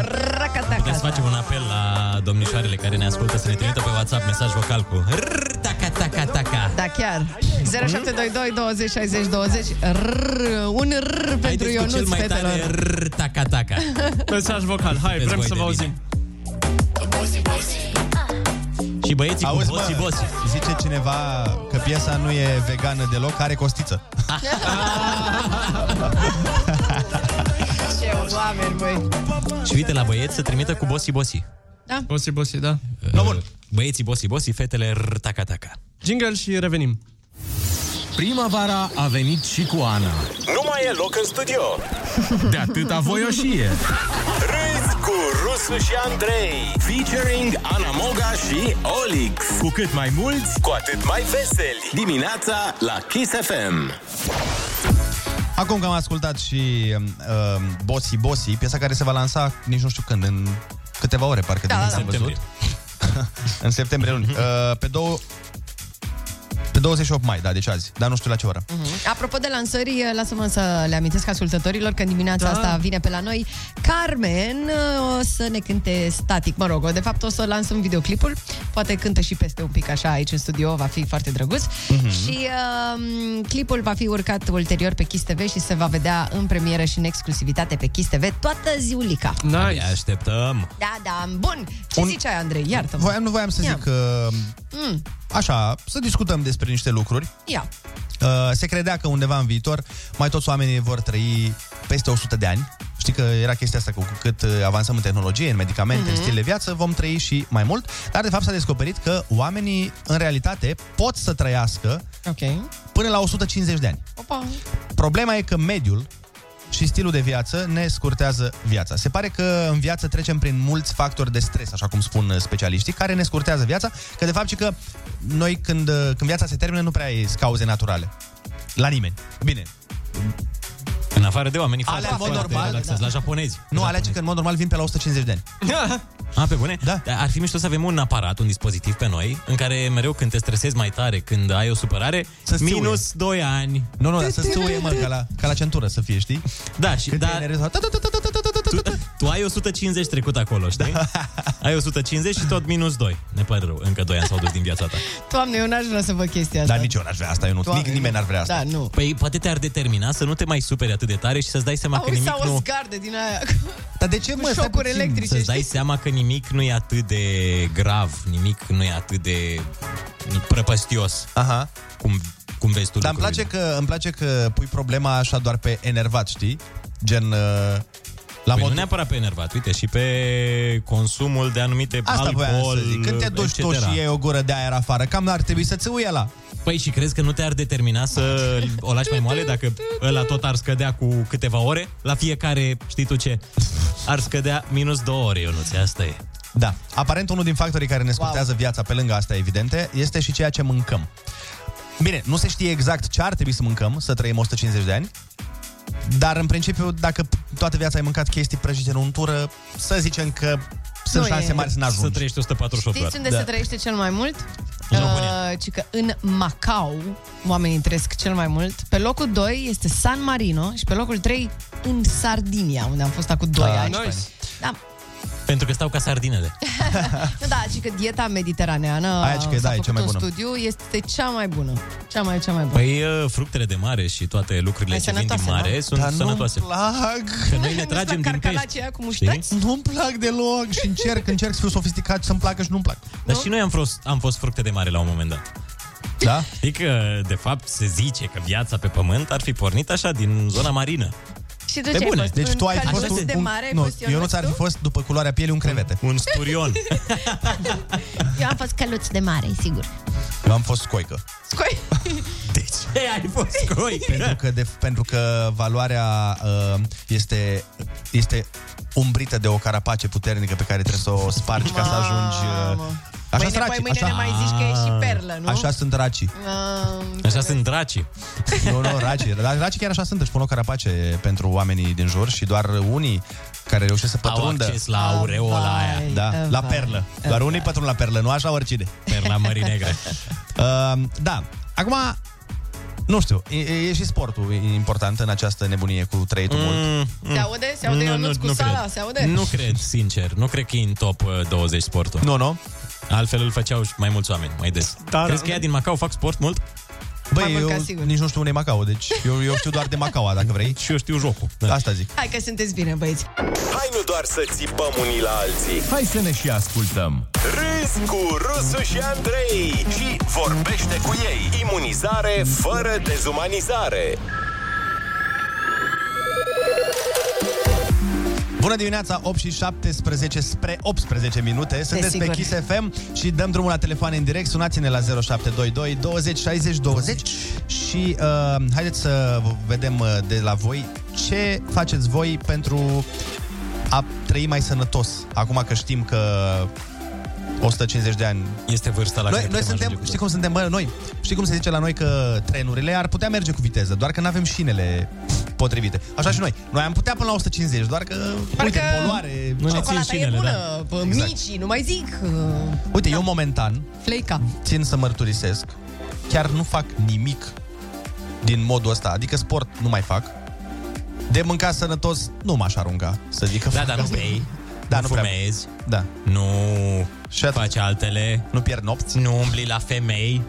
Speaker 5: Putem să facem un apel la domnișoarele care ne ascultă să ne trimită pe WhatsApp mesaj vocal cu rrrr, taca, taca, taca.
Speaker 6: Da, chiar. 0722 20 60 20. Rrr, un rrr Da, pentru
Speaker 5: Haideți cu cel
Speaker 6: Ionuț,
Speaker 5: mai tare
Speaker 6: fetelor.
Speaker 5: rrrr, taca, taca.
Speaker 7: Mesaj vocal, hai,
Speaker 5: Vedeți
Speaker 7: vrem
Speaker 5: voi
Speaker 7: să
Speaker 5: de
Speaker 7: vă auzim.
Speaker 5: bine. Și băieții
Speaker 4: Auzi,
Speaker 5: cu boții,
Speaker 4: mă,
Speaker 5: boții.
Speaker 4: zice cineva că piesa nu e vegană deloc, are costiță.
Speaker 6: Ce oameni, băi.
Speaker 5: Și uite la băieți să trimită cu boții, boții.
Speaker 7: Bosi, bosi, da.
Speaker 4: No, bun.
Speaker 5: Băieții bosi bosi, fetele rrr, taca taca.
Speaker 7: Jingle și revenim.
Speaker 3: Primăvara a venit și cu Ana.
Speaker 17: Nu mai e loc în (laughs) studio.
Speaker 3: De atâta voioșie.
Speaker 17: Râzi cu Rusu și Andrei. Featuring Ana Moga și Olix.
Speaker 3: Cu cât mai mulți,
Speaker 17: Cu atât mai veseli. Dimineața la Kiss FM.
Speaker 4: Acum că am ascultat și uh, Bossy Bossy, piesa care se va lansa nici nu știu când, în câteva ore, parcă,
Speaker 6: Da,
Speaker 4: din
Speaker 6: da,
Speaker 4: câte am văzut. (laughs) în septembrie
Speaker 6: (laughs)
Speaker 4: luni. Uh, pe două... Pe 28 mai, da, deci azi, dar nu știu la ce oră.
Speaker 6: Mhm. Apropo de lansări, lasă-mă să le amintesc ascultătorilor că în dimineața
Speaker 7: Da.
Speaker 6: asta vine pe la noi Carmen eh, o să ne cânte static, mă rog, de fapt o să lansăm videoclipul, poate cântă și peste un pic așa aici în studio, va fi foarte drăguț și um, clipul va fi urcat ulterior pe Kiss TV și se va vedea în premieră și în exclusivitate pe Kiss TV toată ziulica.
Speaker 5: Abia
Speaker 7: Nice.
Speaker 5: așteptăm.
Speaker 6: Da, da, bun. Ce
Speaker 4: Un-
Speaker 6: ziceai, Andrei? Iartă-mă.
Speaker 4: Voiam, nu voiam să
Speaker 6: Ia.
Speaker 4: zic că...
Speaker 6: Mm,
Speaker 4: Așa, să discutăm despre niște lucruri.
Speaker 6: ia.
Speaker 4: Uh, se credea că undeva în viitor mai toți oamenii vor trăi peste 100 de ani. Știi Știi că era chestia asta că cu cât uh, avansăm în tehnologie, în medicamente, mm-hmm.
Speaker 20: Mhm.
Speaker 4: în stil de viață, vom trăi și mai mult. Dar, de fapt, s-a descoperit că oamenii, în realitate, pot să trăiască
Speaker 6: okay.
Speaker 4: până la 150 de ani.
Speaker 6: Opa.
Speaker 4: Problema e că mediul și stilul de viață ne scurtează viața. Se pare că în viață trecem prin mulți factori de stres, așa cum spun uh, specialiștii, care ne scurtează viața, că de fapt și că noi când, uh, când viața se termină nu prea ai cauze naturale. La nimeni. Bine.
Speaker 5: În afară de oamenii
Speaker 4: Alea, în mod
Speaker 5: foarte
Speaker 4: normal,
Speaker 5: relaxați,
Speaker 4: da.
Speaker 5: la japonezi.
Speaker 4: Nu, alege că în mod normal vin pe la 150 de ani.
Speaker 5: (laughs) A, pe bune? Da. Ar fi mișto să avem un aparat, un dispozitiv pe noi, în care mereu când te stresezi mai tare, când ai o supărare,
Speaker 4: Să-ți țiuie.
Speaker 5: minus 2 ani.
Speaker 4: Nu, nu, dar să-ți țiuie, mă, ca la, ca la centură să fie, știi?
Speaker 5: Da, și
Speaker 4: Când
Speaker 5: da,
Speaker 4: te enervezi, tu-
Speaker 5: tu ai 150 trecut acolo, știi?
Speaker 4: Da.
Speaker 5: Ai 150 și tot minus 2. Ne pare rău, încă 2 ani s-au dus din viața ta.
Speaker 6: Doamne, eu n-aș vrea să văd chestia
Speaker 4: Da,
Speaker 6: asta.
Speaker 5: Dar nici eu n-aș vrea asta, eu Da, nu.
Speaker 6: Doamne,
Speaker 5: Nici nimeni n-ar vrea asta.
Speaker 6: Da, nu.
Speaker 5: Păi poate te-ar determina să nu te mai superi atât de tare și să-ți dai seama că
Speaker 6: Auzi,
Speaker 5: nimic
Speaker 6: sau o
Speaker 5: nu...
Speaker 6: zgarde din aia. (laughs)
Speaker 4: Dar de ce,
Speaker 6: mă, stai Șocuri puțin? electrice,
Speaker 5: Să-ți dai seama că nimic nu e atât de grav, nimic nu e atât de prăpăstios.
Speaker 4: Aha.
Speaker 5: Cum, cum vezi tu
Speaker 4: Dar îmi place, că, îmi place că pui problema așa doar pe enervat, știi? Gen... uh, La
Speaker 5: păi
Speaker 4: modul-
Speaker 5: nu neapărat pe enervat, uite, și pe consumul de anumite
Speaker 4: Asta voiam
Speaker 5: alcool,
Speaker 4: să zic. Când te duci
Speaker 5: etc.
Speaker 4: tu și iei o gură de aer afară, cam ar trebui să-ți uie la.
Speaker 5: Păi și crezi că nu te-ar determina să o lași mai moale dacă ăla tot ar scădea cu câteva ore? La fiecare, știi tu ce, ar scădea minus două ore, Ionuț, asta e.
Speaker 4: Da. Aparent unul din factorii care ne scurtează wow. viața, pe lângă asta evidente, este și ceea ce mâncăm. Bine, nu se știe exact ce ar trebui să mâncăm, să trăim 150 de ani, dar în principiu, dacă toată viața ai mâncat chestii prăjite în untură, să zicem că sunt
Speaker 6: Nu e-
Speaker 4: șanse mari să n-ajungi.
Speaker 5: Să trăiești 148
Speaker 6: Știți unde da. se trăiește cel mai mult?
Speaker 5: În
Speaker 6: Uh, ci că în Macau oamenii trăiesc cel mai mult. Pe locul 2 este San Marino și pe locul 3 în Sardinia, unde am fost acum 2
Speaker 5: Ah,
Speaker 6: ani.
Speaker 5: nice.
Speaker 6: Da,
Speaker 5: Pentru că stau ca sardinele.
Speaker 6: Nu, (laughs) da, și că dieta mediteraneană
Speaker 5: Aia ci că
Speaker 6: s-a
Speaker 5: da, e
Speaker 6: făcut
Speaker 5: cea mai
Speaker 6: un
Speaker 5: bună.
Speaker 6: studiu, este cea mai bună. Cea mai, cea mai bună.
Speaker 5: Păi uh, fructele de mare și toate lucrurile
Speaker 6: Mai
Speaker 5: ce vin din
Speaker 6: Păi sănătoase,
Speaker 5: mare
Speaker 6: nu?
Speaker 5: sunt
Speaker 6: Dar nu-mi
Speaker 5: sănătoase.
Speaker 4: plac.
Speaker 5: Că noi le tragem din pești.
Speaker 6: carcalacii aia cu
Speaker 5: știi?
Speaker 6: muștrați?
Speaker 4: Nu-mi plac deloc și
Speaker 6: (laughs)
Speaker 4: încerc, încerc să fiu sofisticat, să-mi placă și nu-mi plac.
Speaker 5: Dar și noi am fost, am fost fructe de mare la un moment dat.
Speaker 4: Da?
Speaker 5: Adică, de fapt, se zice că viața pe pământ ar fi pornit așa, din zona marină.
Speaker 6: Și
Speaker 5: Pe bune. Deci tu ai fost un-
Speaker 6: de
Speaker 5: un-
Speaker 6: mare, ai
Speaker 5: nu,
Speaker 6: fost
Speaker 4: Eu nu ți-ar fi fost, după culoarea pielii, un crevete.
Speaker 5: Un sturion.
Speaker 6: Eu am fost căluț de mare, sigur.
Speaker 4: Eu am fost scoică.
Speaker 5: (laughs)
Speaker 6: Scoi.
Speaker 5: De (laughs) ce ai fost scoică?
Speaker 4: Deci, pentru, că de, pentru că valoarea uh, este, este umbrită de o carapace puternică pe care trebuie să o spargi ca să ajungi... Uh, așa
Speaker 6: Mâine,
Speaker 4: sunt
Speaker 6: păi
Speaker 4: racii.
Speaker 6: mâine ne mai zici că e și perlă, nu?
Speaker 4: Așa sunt racii.
Speaker 6: Uh,
Speaker 5: Așa sunt dracii.
Speaker 4: Nu, nu, racii. Dar racii chiar așa sunt. Își pun o carapace pentru oamenii din jur și doar unii care reușesc să pătrundă...
Speaker 5: acces la aureola aia.
Speaker 4: Da, la
Speaker 5: Vai.
Speaker 4: perlă. Doar unii pătrund la perlă, nu așa oricine.
Speaker 5: Perla Mării
Speaker 4: (laughs)
Speaker 5: Negre.
Speaker 4: Uh, da. Acum, nu știu, e, e și sportul e important în această nebunie cu trăitul
Speaker 5: Mm,
Speaker 4: mult.
Speaker 6: Se aude? Se aude Ionuț cu sala?
Speaker 5: cred.
Speaker 6: Se aude?
Speaker 5: Nu cred, sincer. Nu cred că e în top uh, 20 sportul.
Speaker 4: Nu, nu.
Speaker 5: Altfel îl făceau și mai mulți oameni, mai des. Dar, Crezi că ea din Macau fac sport mult?
Speaker 4: Băi, eu nici nu știu unde e Macau, deci eu, eu știu doar de Macau, dacă vrei.
Speaker 5: (laughs) Și eu știu jocul.
Speaker 4: Da. Asta zic.
Speaker 6: Hai că sunteți bine, băieți.
Speaker 3: Hai nu doar să țipăm unii la alții
Speaker 4: Hai să ne și ascultăm.
Speaker 3: Râzi cu Rusu și Andrei Și vorbește cu ei Imunizare fără dezumanizare
Speaker 4: Bună dimineața, 8 și 17 spre 18 minute. Sunteți pe
Speaker 3: Desigur.
Speaker 4: Kiss FM și dăm drumul la telefon în direct. Sunați-ne la 0722 20 60 20 și uh, haideți să v- vedem uh, de la voi ce faceți voi pentru a trăi mai sănătos. Acum că știm că 150 de ani
Speaker 5: este vârsta la
Speaker 4: noi,
Speaker 5: care
Speaker 4: noi
Speaker 5: putem
Speaker 4: suntem,
Speaker 5: ajunge cu
Speaker 4: știi cum suntem, bă, noi, știi cum se zice la noi că trenurile ar putea merge cu viteză, doar că nu avem șinele potrivite. Așa și noi. Noi am putea până la 150, doar că, uite, poluare,
Speaker 6: Ciocolata e bună, da.
Speaker 4: Exact.
Speaker 6: micii, nu mai zic. uh,
Speaker 4: Uite, eu momentan
Speaker 6: Fleica.
Speaker 4: țin să mărturisesc, chiar nu fac nimic din modul ăsta, adică sport nu mai fac. De mâncat sănătos nu m-aș arunca, să zic că
Speaker 5: Da,
Speaker 4: fac
Speaker 5: dar nu
Speaker 4: asta.
Speaker 5: bei,
Speaker 4: da,
Speaker 5: nu
Speaker 4: nu prea-
Speaker 5: fumezi,
Speaker 4: da.
Speaker 5: nu faci altele,
Speaker 4: nu pierd nopți,
Speaker 5: nu umbli la femei,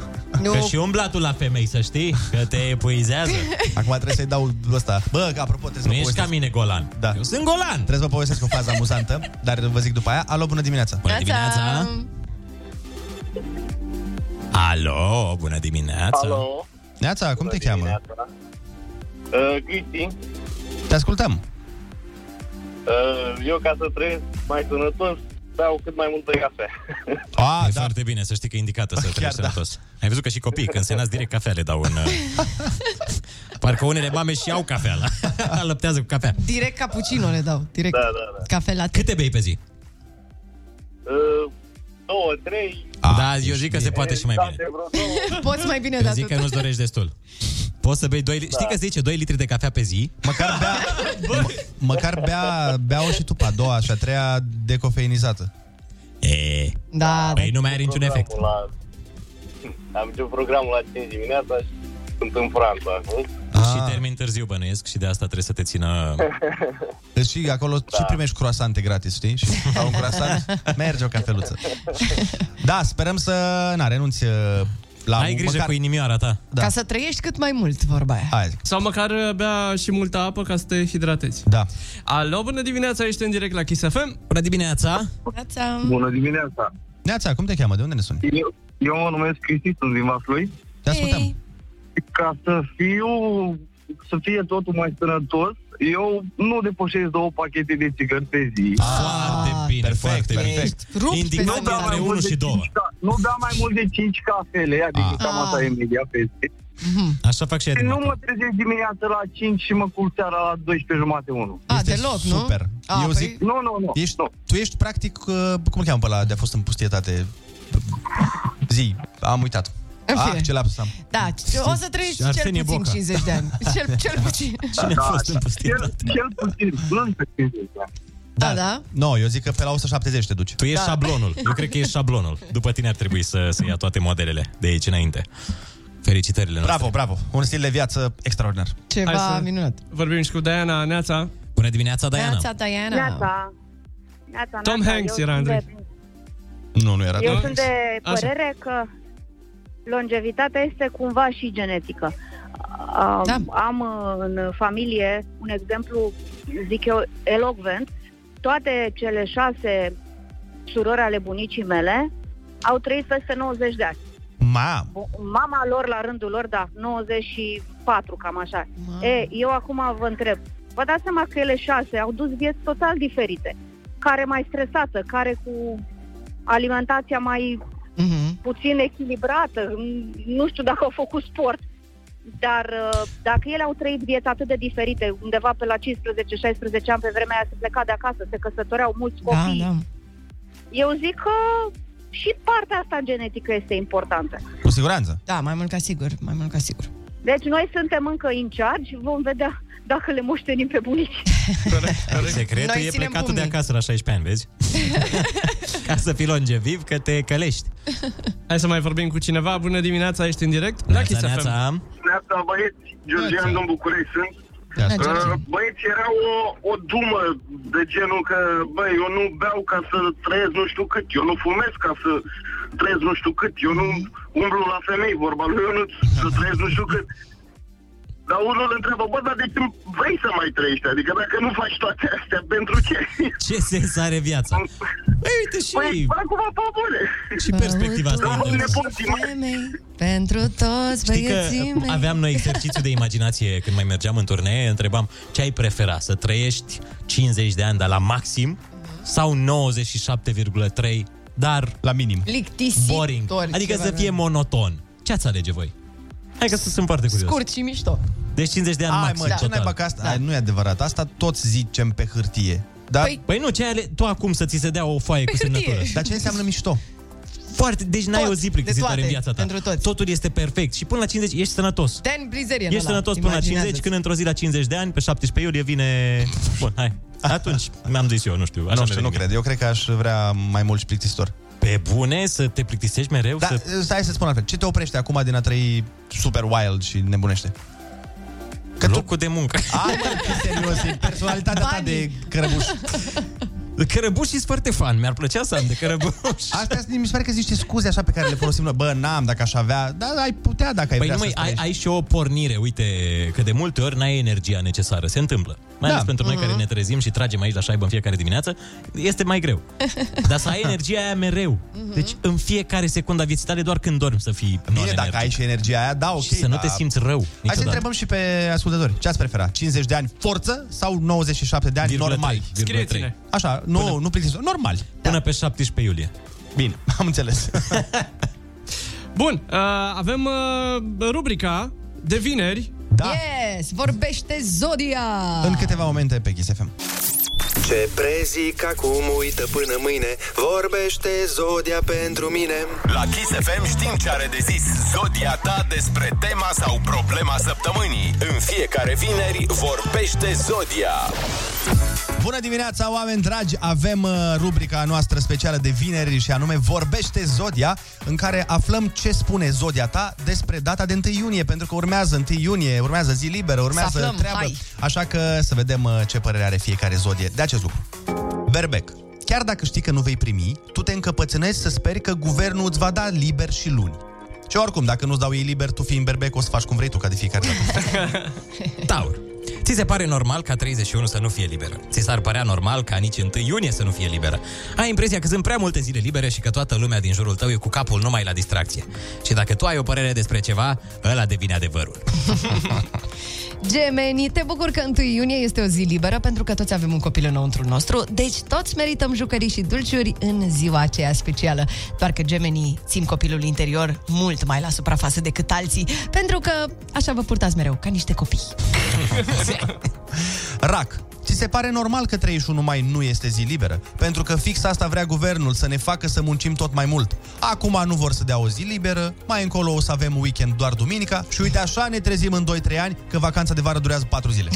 Speaker 4: Nu.
Speaker 5: că și umblatul la femei, să știi, că te epuizează.
Speaker 4: (laughs) Acum trebuie să-i dau ăsta. Bă, că apropo, trebuie să
Speaker 5: Nu
Speaker 4: vă
Speaker 5: ești
Speaker 4: povestesc.
Speaker 5: ca mine, Golan.
Speaker 4: Da. Eu
Speaker 5: sunt golan. Trebuie
Speaker 4: să vă povestesc o fază amuzantă, dar vă zic după aia. Alo, bună dimineața!
Speaker 5: Bună dimineața! Alo, bună dimineața!
Speaker 4: Alo. Neața, cum te cheamă?
Speaker 14: Uh, Ghiții,
Speaker 4: Te ascultăm.
Speaker 14: Uh, Eu ca să trăiesc mai sănătos, beau cât mai multă cafea.
Speaker 5: A, e da. foarte bine, să știi că e indicată să trăiești
Speaker 4: da.
Speaker 5: sănătos. Ai văzut că și copiii, când se nasc direct cafea, le dau un... Parcă unele mame și au cafea, la, (laughs) alăptează cu cafea.
Speaker 6: (laughs) Direct cappuccino le dau. Direct.
Speaker 5: Da, da, da.
Speaker 6: Cafe latte.
Speaker 5: Câte bei pe zi?
Speaker 14: Uh, Două, trei,
Speaker 4: Ah,
Speaker 5: A, da, eu zic că se poate și mai bine.
Speaker 14: de vreo
Speaker 6: Poți mai bine,
Speaker 5: Eu
Speaker 6: dar
Speaker 5: zic că
Speaker 6: tot-
Speaker 5: nu-ți dorești destul. Poți să bei 2 litri. Da. Știi că se zice 2 litri de cafea pe zi?
Speaker 4: Măcar
Speaker 5: (laughs)
Speaker 4: bea, Măcar bea, bea-o și tu pe a doua și a treia decofeinizată.
Speaker 5: E,
Speaker 6: Da,
Speaker 5: păi nu mai are niciun efect.
Speaker 14: La... Am început programul la 5 dimineața și sunt în Franța acum.
Speaker 5: Ah. Și termin târziu, bănuiesc, și de asta trebuie să te (laughs) țină...
Speaker 4: Deci și acolo da. și primești croasante gratis, știi? Și la un
Speaker 5: (laughs)
Speaker 4: croasant merge o cafeluță. Da, sperăm să na, renunți uh, la
Speaker 5: Ai grijă cu inimioara ta.
Speaker 4: Da.
Speaker 6: Ca să trăiești cât mai mult, vorba aia.
Speaker 4: Hai.
Speaker 7: Sau măcar uh, bea și multă apă ca să te hidratezi.
Speaker 4: Da.
Speaker 7: Alo, bună dimineața, ești în direct la Kiss FM.
Speaker 5: Bună dimineața!
Speaker 6: Neața.
Speaker 14: Bună dimineața!
Speaker 4: Neața, cum te cheamă? De unde ne suni?
Speaker 14: Eu, eu mă numesc Cristi, sunt din Vaslui.
Speaker 4: Te ascultăm. Hey.
Speaker 14: Ca să fiu, să fie totul mai sănătos, eu nu depășesc două pachete de țigări pe zi.
Speaker 5: Foarte
Speaker 4: Ah,
Speaker 5: bine, perfect, foarte perfect.
Speaker 14: Rupt
Speaker 5: Indignat
Speaker 14: pe
Speaker 5: între
Speaker 14: sandal.
Speaker 5: 1 și 2.
Speaker 14: Nu da mai mult de 5 cafele, adică
Speaker 5: Ah.
Speaker 14: cam asta e media peste.
Speaker 5: Așa fac și
Speaker 14: Și Păi nu
Speaker 5: eu.
Speaker 14: mă trezesc dimineața la 5 și mă culc seara la 12 jumate 1.
Speaker 6: A, deloc, nu?
Speaker 4: Super.
Speaker 6: A,
Speaker 4: Eu
Speaker 6: păi-
Speaker 4: zic...
Speaker 14: Nu, nu, nu.
Speaker 4: Ești, tu ești practic, uh, cum îl cheamă pe ăla de a fost în pustietate? Zi, am uitat.
Speaker 6: În
Speaker 4: Ah,
Speaker 6: fine.
Speaker 4: ce laps am.
Speaker 6: Da, o să trăiești
Speaker 4: Arsenie
Speaker 6: cel puțin
Speaker 4: Boca.
Speaker 6: 50 de
Speaker 4: (laughs)
Speaker 5: (laughs)
Speaker 6: ani. Cel, cel puțin.
Speaker 14: Da,
Speaker 4: în pustietate?
Speaker 14: Cel, cel puțin, nu știu
Speaker 6: Da, da.
Speaker 4: No, eu zic că pe la 170 te duci.
Speaker 5: Tu ești
Speaker 4: Da.
Speaker 5: da. șablonul. Eu cred că ești șablonul. După tine ar trebui să, să ia toate modelele de aici înainte. Felicitările noastre.
Speaker 4: Bravo, bravo. Un stil de viață extraordinar.
Speaker 7: Hai să
Speaker 6: minunat.
Speaker 7: Vorbim și cu Diana, Neața.
Speaker 5: Bună dimineața,
Speaker 20: Neața, Diana. Neața. Neața,
Speaker 7: Tom
Speaker 20: Neața.
Speaker 7: Hanks
Speaker 20: Eu
Speaker 7: era,
Speaker 20: sunt de-
Speaker 7: Andrei.
Speaker 4: Nu, nu era
Speaker 20: Eu
Speaker 4: Tom
Speaker 20: sunt
Speaker 4: Hanks.
Speaker 20: de
Speaker 4: Așa.
Speaker 20: părere că longevitatea este cumva și genetică. Am, da. am uh, în familie un exemplu, zic eu, elocvent. Toate cele șase surori ale bunicii mele au trăit peste 90 de ani.
Speaker 4: Mam.
Speaker 20: Bu- Mama lor, la rândul lor, da, 94, cam așa. E, eu acum vă întreb, vă dați seama că ele șase au dus vieți total diferite. Care mai stresată, care cu alimentația mai
Speaker 6: Mhm.
Speaker 20: puțin echilibrată, m- nu știu dacă au făcut sport, dar uh, dacă ele au trăit vieți atât de diferite, undeva pe la 15-16 ani, pe vremea aia se pleca de acasă, se căsătoreau mulți
Speaker 6: Da,
Speaker 20: copii,
Speaker 6: da.
Speaker 20: eu zic că și partea asta genetică este importantă.
Speaker 4: Cu siguranță.
Speaker 6: Da, mai mult ca sigur, mai mult ca sigur.
Speaker 20: Deci noi suntem încă in charge, vom vedea dacă le moștenim pe bunici.
Speaker 5: Secretul
Speaker 20: Noi
Speaker 5: e
Speaker 20: ținem
Speaker 5: plecatul
Speaker 20: pumnii.
Speaker 5: de acasă la 16 ani, vezi? Ca să fii longeviv, că te călești.
Speaker 7: Hai să mai vorbim cu cineva. Bună dimineața, ești în direct la Kiss
Speaker 5: neața.
Speaker 7: FM.
Speaker 8: Neața, băieți, Georgian din București sunt. Uh, Băieți, era o, o dumă de genul că, băi, eu nu beau ca să trăiesc nu știu cât, eu nu fumez ca să trăiesc nu știu cât, eu nu
Speaker 6: Mhm.
Speaker 8: umblu la femei, vorba lui eu nu să trăiesc nu știu cât. Dar unul îl întreabă, bă, dar de ce vrei să mai trăiești? Adică dacă nu faci toate astea, pentru ce?
Speaker 5: Ce sens are viața? Păi uite și...
Speaker 8: Păi, acum, pe bune!
Speaker 5: Și perspectiva asta e interesantă.
Speaker 6: Pentru toți
Speaker 5: Știi că
Speaker 6: băieții mei.
Speaker 5: aveam noi exercițiu de imaginație când mai mergeam în turnee, întrebam ce ai prefera, să trăiești 50 de ani, dar la maxim, sau 97,3, dar...
Speaker 4: La minim.
Speaker 6: Plictisitor.
Speaker 5: Boring. Adică
Speaker 6: ceva
Speaker 5: să fie
Speaker 6: rău.
Speaker 5: monoton. Ce ați alege voi? Hai că sunt foarte curios.
Speaker 6: Scurt și mișto.
Speaker 5: Deci 50 de ani
Speaker 4: Ai,
Speaker 5: maxim
Speaker 4: mă, ce
Speaker 5: total.
Speaker 4: naiba că asta... Da. Ai, nu e adevărat. Asta toți zicem pe hârtie. Dar...
Speaker 5: Păi, păi nu, ce ai ale... tu acum să ți se dea o foaie
Speaker 4: Pe
Speaker 5: cu
Speaker 4: hârtie.
Speaker 5: semnătură.
Speaker 4: Dar ce înseamnă mișto?
Speaker 5: Foarte, deci n-ai
Speaker 4: Tot,
Speaker 5: o zi
Speaker 4: de
Speaker 5: plictisitoare
Speaker 4: toate,
Speaker 5: în viața ta. Pentru
Speaker 6: toți.
Speaker 5: Totul este perfect și până la 50 ești sănătos.
Speaker 6: Dan Brizerian
Speaker 5: Ești
Speaker 6: ăla,
Speaker 5: sănătos până la deci 50,
Speaker 6: imaginează-ți.
Speaker 5: când într-o zi la 50 de ani, pe 17 iulie vine... Bun,
Speaker 4: (laughs)
Speaker 5: hai. Atunci, mi-am zis eu, nu știu. Așa
Speaker 4: nu știu, nu cred. Eu cred că aș vrea mai mult și plictisitor.
Speaker 5: Pe bune să te plictisești mereu?
Speaker 4: Da,
Speaker 5: să...
Speaker 4: stai să spun altfel. Ce te oprește acum din a trăi super wild și nebunește?
Speaker 5: Că locul de muncă.
Speaker 4: Ai, mă, serios, e personalitatea ta de cărăbuș.
Speaker 5: Cărăbuși sunt foarte fan, mi-ar plăcea să am de cărăbuși.
Speaker 4: (laughs) Astea sunt- mi se pare că sunt niște scuze așa pe care le folosim noi. Bă, n-am, dacă aș avea... Da, ai putea dacă ai
Speaker 5: Păi
Speaker 4: vrea
Speaker 5: numai
Speaker 4: să
Speaker 5: ai,
Speaker 4: trăiești.
Speaker 5: ai și o pornire, uite, că de multe ori n-ai energia necesară, se întâmplă. Mai
Speaker 4: Da.
Speaker 5: ales pentru noi
Speaker 4: Mhm.
Speaker 5: care ne trezim și tragem aici la șaibă în fiecare dimineață, este mai greu. Dar să ai energia aia mereu. Deci în fiecare secundă a vieții tale, doar când dormi să fii Bine,
Speaker 4: dacă ai și energia aia, da, ok.
Speaker 5: Și să nu
Speaker 4: dar-
Speaker 5: te simți rău
Speaker 4: Hai să
Speaker 5: niciodată.
Speaker 4: întrebăm și pe ascultători. Ce ați prefera? 50 de ani forță sau 97 de ani
Speaker 5: Virgulă
Speaker 4: normal?
Speaker 5: trei, virgulă Scrieți-ne. trei.
Speaker 4: Așa, nu,
Speaker 5: Până-
Speaker 4: nu plictisit. Normal.
Speaker 5: Până pe 17 iulie.
Speaker 4: Bine, (laughs) am înțeles.
Speaker 7: (laughs) Bun, uh, avem uh, rubrica de vineri.
Speaker 4: Da.
Speaker 6: Yes, vorbește Zodia!
Speaker 4: În câteva momente pe Kiss FM.
Speaker 21: Ce prezic acum, uită până mâine Vorbește Zodia pentru mine
Speaker 3: La Kiss FM știm ce are de zis zodia ta despre tema sau problema săptămânii. În fiecare vineri vorbește zodia.
Speaker 4: Bună dimineața, oameni dragi! Avem uh, rubrica noastră specială de vineri și anume Vorbește Zodia, în care aflăm ce spune Zodia ta despre data de 1 iunie, pentru că urmează 1 iunie, urmează zi liberă, urmează
Speaker 6: aflăm,
Speaker 4: treabă.
Speaker 6: hai!
Speaker 4: Așa că să vedem uh, ce părere are fiecare zodie de acest lucru. Berbec. Chiar dacă știi că nu vei primi, tu te încăpățânezi să speri că guvernul îți va da liber și luni. Și oricum, dacă nu-ți dau ei liber, tu fiind berbec, o să faci cum vrei tu, ca de fiecare dată.
Speaker 6: (laughs)
Speaker 5: Taur. Ți se pare normal ca 31 să nu fie liberă. Ți s-ar părea normal ca nici 1 iunie să nu fie liberă. Ai impresia că sunt prea multe zile libere și că toată lumea din jurul tău e cu capul numai la distracție. Și dacă tu ai o părere despre ceva, ăla devine adevărul.
Speaker 6: Gemeni, te bucur că 1 iunie este o zi liberă pentru că toți avem un copil înăuntru nostru, deci toți merităm jucării și dulciuri în ziua aceea specială. Doar că gemenii țin copilul interior mult mai la suprafață decât alții, pentru că așa vă purtați mereu, ca niște copii.
Speaker 4: (laughs) Rac. Ți se pare normal că 31 mai nu este zi liberă? Pentru că fix asta vrea guvernul, să ne facă să muncim tot mai mult. Acum nu vor să dea o zi liberă, mai încolo o să avem weekend doar duminica și uite așa ne trezim în 2-3 ani că vacanța de vară durează 4 zile.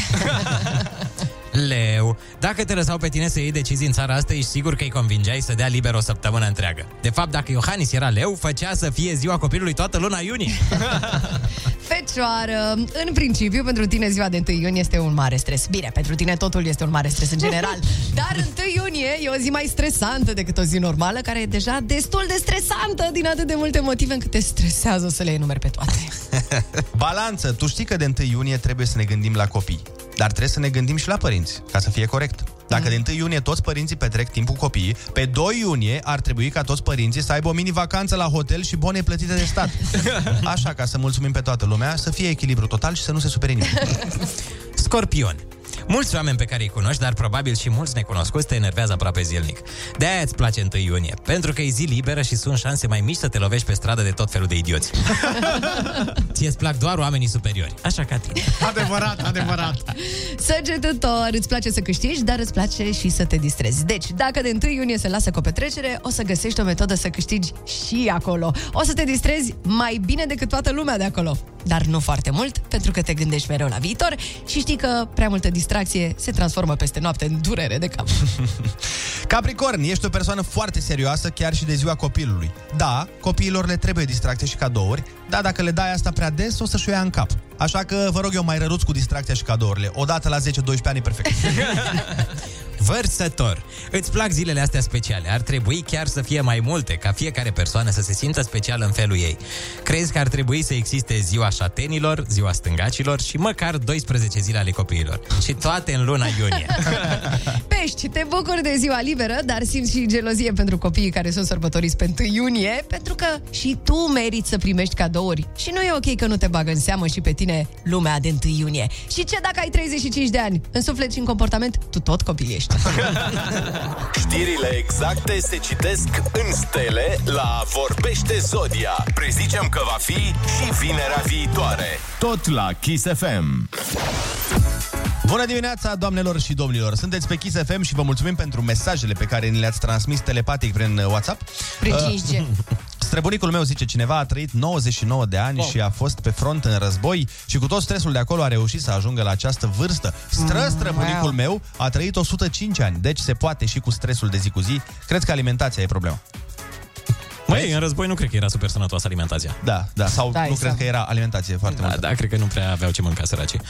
Speaker 5: Leu, dacă te lăsau pe tine să iei decizii în țara asta, ești sigur că îi convingeai să dea liber o săptămână întreagă. De fapt, dacă Iohannis era leu, făcea să fie ziua copilului toată luna iunie.
Speaker 6: Fecioară, în principiu, pentru tine ziua de 1 iunie este un mare stres. Bine, pentru tine totul este un mare stres în general, dar 1 iunie e o zi mai stresantă decât o zi normală, care e deja destul de stresantă din atât de multe motive încât te stresează să le enumeri pe toate.
Speaker 4: (laughs) Balanță, tu știi că de 1 iunie trebuie să ne gândim la copii, dar trebuie să ne gândim și la părinți, ca să fie corect. Dacă de 1 iunie toți părinții petrec timp cu copiii, pe 2 iunie ar trebui ca toți părinții să aibă o mini-vacanță la hotel și bone plătite de stat. Așa, ca să mulțumim pe toată lumea, să fie echilibru total și să nu se supere nimeni.
Speaker 5: Scorpion. Mulți oameni pe care îi cunoști, dar probabil și mulți necunoscuți, te enervează aproape zilnic. De aia îți place 1 iunie, pentru că e zi liberă și sunt șanse mai mici să te lovești pe stradă de tot felul de idioți.
Speaker 4: (laughs)
Speaker 5: Ție îți plac doar oamenii superiori, așa ca tine.
Speaker 4: Adevărat, adevărat.
Speaker 6: Săgetător, îți place să câștigi, dar îți place și să te distrezi. Deci, dacă de 1 iunie se lasă cu o petrecere, o să găsești o metodă să câștigi și acolo. O să te distrezi mai bine decât toată lumea de acolo. Dar nu foarte mult, pentru că te gândești mereu la viitor și știi că prea multă distracție se transformă peste noapte în durere de cap.
Speaker 4: (laughs) Capricorn, ești o persoană foarte serioasă chiar și de ziua copilului. Da, copiilor le trebuie distracție și cadouri, dar dacă le dai asta prea des, o să-și o ia în cap. Așa că vă rog eu mai răruți cu distracția și cadourile. Odată la 10-12 ani e perfect.
Speaker 5: Vărsător. Îți plac zilele astea speciale. Ar trebui chiar să fie mai multe, ca fiecare persoană să se simtă specială în felul ei. Crezi că ar trebui să existe ziua șatenilor, ziua stângacilor și măcar 12 zile ale copiilor. Și toate în luna iunie.
Speaker 6: Pești, te bucuri de ziua liberă, dar simți și gelozie pentru copiii care sunt sărbătoriți pe 1 iunie, pentru că și tu meriți să primești cadouri. Și nu e ok că nu te bagă în seamă și pe tine lumea de 1 iunie. Și ce dacă ai 35 de ani? În suflet și în comportament, tu tot copil ești.
Speaker 3: Știrile exacte se citesc în stele la Vorbește Zodia. Prezicem că va fi și vinerea viitoare. (laughs) Tot la Kiss FM.
Speaker 4: Bună dimineața, doamnelor și domnilor! Sunteți pe Kiss FM și vă mulțumim pentru mesajele pe care ni le-ați transmis telepatic prin uh, WhatsApp.
Speaker 6: Prin
Speaker 4: Uh,
Speaker 6: 5G.
Speaker 4: Străbunicul meu, zice cineva, a trăit 99 de ani
Speaker 5: Wow.
Speaker 4: și a fost pe front în război și cu tot stresul de acolo a reușit să ajungă la această vârstă. Stră, străbunicul
Speaker 5: Mm, wow.
Speaker 4: meu a trăit 105 ani, deci se poate și cu stresul de zi cu zi. Cred că alimentația e problema.
Speaker 5: (laughs) Măi, în război nu cred că era super sănătoasă alimentația.
Speaker 4: Da, da, sau da, nu exact. cred că era alimentație foarte
Speaker 5: da,
Speaker 4: multă.
Speaker 5: Da, cred că nu prea aveau ce mânca săracii.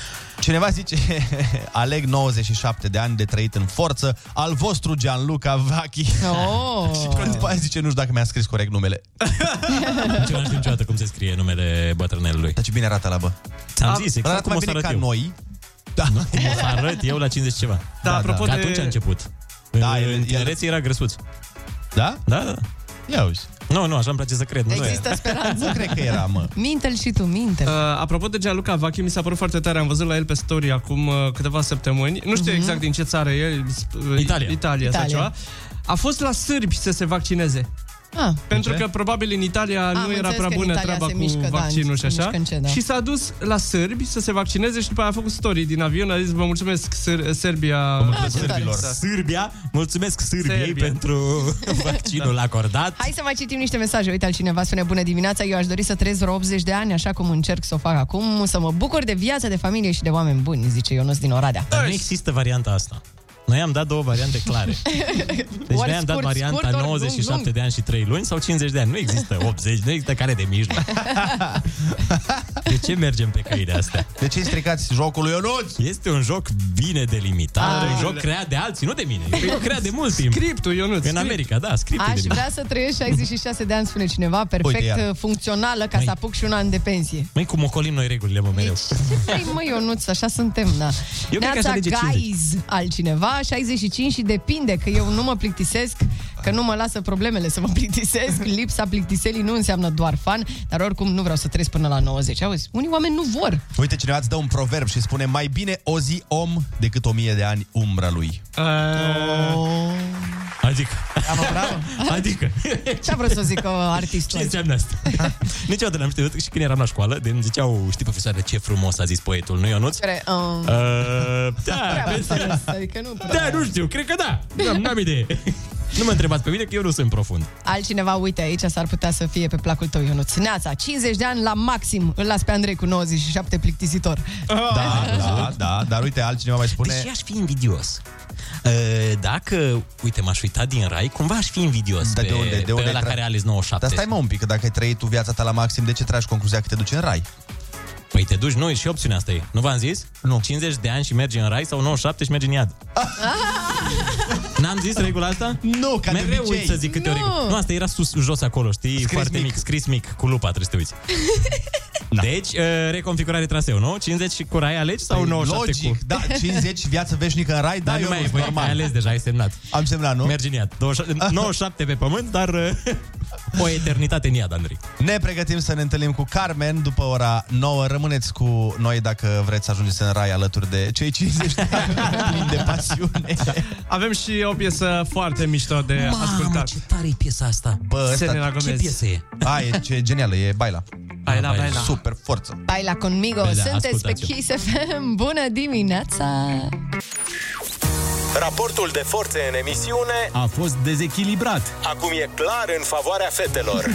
Speaker 4: Cineva zice, (laughs) aleg 97 de ani de trăit în forță, al vostru Gianluca Vachi.
Speaker 6: Oh.
Speaker 4: (laughs) Și după aia zice, nu știu dacă mi-a scris corect numele.
Speaker 5: Ce Deci nu știu niciodată cum se scrie numele bătrânelului.
Speaker 4: Dar ce bine arată la bă.
Speaker 5: Ți-am zis,
Speaker 4: Dar
Speaker 5: exact
Speaker 4: arată
Speaker 5: cum o
Speaker 4: mai
Speaker 5: să
Speaker 4: bine
Speaker 5: arăt
Speaker 4: ca
Speaker 5: eu.
Speaker 4: noi. Da.
Speaker 5: Nu, cum o să arăt eu la 50 ceva.
Speaker 4: Da, apropo
Speaker 5: Că
Speaker 4: de-
Speaker 5: atunci a început. Da, în, în tinerețe era grăsuț.
Speaker 4: Da?
Speaker 5: Da, da.
Speaker 4: Ia uzi.
Speaker 5: Nu, nu, așa îmi place să cred. Nu
Speaker 6: Există
Speaker 5: e. (laughs)
Speaker 6: speranță.
Speaker 4: Nu cred că era, mă.
Speaker 6: Minte-l și tu, minte
Speaker 7: Uh, apropo de Gianluca Vachi, mi s-a părut foarte tare. Am văzut la el pe story acum uh, câteva săptămâni. Nu știu
Speaker 6: Mhm.
Speaker 7: exact din ce țară e. sp-
Speaker 5: Italia.
Speaker 7: Italia sau
Speaker 6: Italia.
Speaker 7: ceva. A fost la sârbi să se vaccineze.
Speaker 6: Ah.
Speaker 7: Pentru că probabil în Italia
Speaker 6: Am
Speaker 7: nu era
Speaker 6: înțeles
Speaker 7: prea
Speaker 6: că în
Speaker 7: bună
Speaker 6: Italia
Speaker 7: treaba
Speaker 6: se
Speaker 7: cu
Speaker 6: mișcă, da,
Speaker 7: vaccinul și
Speaker 6: se
Speaker 7: așa.
Speaker 6: mișcă în ce, da.
Speaker 7: Și s-a dus la sârbi să se vaccineze și după aia a făcut story din avion. A zis, vă mulțumesc Sâr- Serbia. Vă
Speaker 5: mulțumesc sârbilor. Sârbia, mulțumesc Sârbiei pentru vaccinul
Speaker 4: Da.
Speaker 5: acordat.
Speaker 6: Hai să mai citim niște mesaje. Uite, altcineva spune bună dimineața. Eu aș dori să trăiesc vreo 80 de ani, așa cum încerc să o fac acum, să mă bucur de viață, de familie și de oameni buni, zice Ionuț din Oradea.
Speaker 5: Dar nu există varianta asta. Noi am dat două variante
Speaker 6: (laughs)
Speaker 5: clare. Deci
Speaker 6: Ori
Speaker 5: noi am dat
Speaker 6: scurt,
Speaker 5: varianta
Speaker 6: scurt, ori
Speaker 5: 97
Speaker 6: lung, lung.
Speaker 5: de ani și 3 luni sau 50 de ani. Nu există 80, nu există care de mijloc. De ce mergem pe căile astea?
Speaker 4: De ce stricați jocul lui Ionuț?
Speaker 5: Este un joc bine delimitat,
Speaker 6: Ah.
Speaker 5: un joc creat de alții, nu de mine. E un joc creat de mult timp.
Speaker 7: Scriptul, Ionuț.
Speaker 5: În America, da, scriptul
Speaker 6: Aș
Speaker 5: de mine.
Speaker 6: vrea să trăiesc 66 de ani, spune cineva,
Speaker 5: Uite,
Speaker 6: perfect uh,
Speaker 5: iar.
Speaker 6: funcțională, ca să apuc și un an de pensie.
Speaker 5: Măi, cum ocolim noi regulile, mă, mereu.
Speaker 6: Deci, Ce
Speaker 5: (laughs)
Speaker 6: vrei, mă, Ionuț, așa suntem, da.
Speaker 5: cred că aș
Speaker 6: Neața
Speaker 5: alege 50.
Speaker 6: Guys, altcineva, 65 și depinde, că eu nu mă plictisesc, că nu mă lasă problemele să mă
Speaker 5: (laughs)
Speaker 6: plictisesc, lipsa plictiselii nu înseamnă doar fan, dar oricum nu vreau să trăiesc până la 90, auzi? Unii oameni nu vor.
Speaker 4: Uite, cineva îți dă un proverb și spune mai bine o zi om decât o mie de ani umbra lui.
Speaker 5: Adică...
Speaker 4: Bravo, bravo.
Speaker 5: Adică...
Speaker 6: Ce-a vrut să
Speaker 5: (laughs)
Speaker 6: zică artistul?
Speaker 5: Ce înseamnă asta?
Speaker 4: (laughs)
Speaker 5: Niciodată n-am știut și când eram la școală, de îmi ziceau, știi profesoare, ce frumos a zis poetul, nu Ionuț?
Speaker 6: Care, um,
Speaker 5: Uh, da,
Speaker 6: prea am
Speaker 5: vezi?
Speaker 6: înțeles, adică nu prea.
Speaker 5: da, nu știu, cred că da. N-am, n-am idee. (laughs) Nu mă întrebați pe mine că eu nu sunt profund.
Speaker 6: Altcineva, uite, aici s-ar putea să fie pe placul tău, Ionuț. Neața, 50 de ani la maxim. Îl las pe Andrei cu 97 plictisitor.
Speaker 4: Da, da, da, dar uite, altcineva mai spune...
Speaker 5: Deși Păi aș fi invidios. Uh, Dacă, uite, m-aș uita din rai, cumva aș fi invidios
Speaker 4: Dar
Speaker 5: pe,
Speaker 4: de unde? De unde
Speaker 5: pe ăla
Speaker 4: tra-
Speaker 5: care a ales 97.
Speaker 4: Dar stai mă un pic, că dacă ai trăit tu viața ta la maxim, de ce tragi concluzia că te duci în rai?
Speaker 5: Păi te duci, nu, e și opțiunea asta e. Nu v-am zis? Nu. 50 de ani și mergi în rai sau 97 și mergi în iad. N-am zis regula asta?
Speaker 4: Ah! Nu, ca
Speaker 5: Mereu
Speaker 4: de obicei.
Speaker 5: uit să zic câte
Speaker 4: Nu.
Speaker 5: ori. Nu, asta era sus, jos acolo, știi? Scris Foarte mic. mic. Scris mic, cu lupa trebuie să te uiți. Da. Deci, uh, reconfigurare traseu, nu? 50 și cu rai alegi sau 97
Speaker 4: Păi, Logic,
Speaker 5: cu... (laughs)
Speaker 4: da, 50 viață veșnică în rai, da,
Speaker 5: Da, nu
Speaker 4: eu
Speaker 5: mai
Speaker 4: nu,
Speaker 5: e, păi, ai
Speaker 4: normal.
Speaker 5: ales deja, ai semnat.
Speaker 4: Am semnat, nu?
Speaker 5: Mergi în iad.
Speaker 4: (laughs)
Speaker 5: 27 97 pe pământ, dar uh, (laughs) o eternitate în iad, Andrei.
Speaker 4: Ne pregătim să ne întâlnim cu Carmen după ora 9. Rămâneți cu noi dacă vreți să ajungeți în rai alături de cei 50 de
Speaker 5: (laughs)
Speaker 4: ani plini de pasiune.
Speaker 7: Avem și o piesă foarte mișto de
Speaker 5: Mamă,
Speaker 7: ascultat.
Speaker 5: ce tare e piesa asta!
Speaker 4: Bă,
Speaker 7: Selena
Speaker 4: ăsta,
Speaker 7: Gomez. Ce piesă e?
Speaker 4: A, e ce, genială, e Baila.
Speaker 7: Baila, Baila. Baila.
Speaker 4: Super forță.
Speaker 6: Baila conmigo.
Speaker 4: Păi da,
Speaker 6: Sunteți pe
Speaker 4: ascultați-o.
Speaker 6: Kiss FM. Bună dimineața!
Speaker 3: Raportul de forțe în emisiune
Speaker 5: a fost dezechilibrat.
Speaker 3: Acum e clar în favoarea fetelor.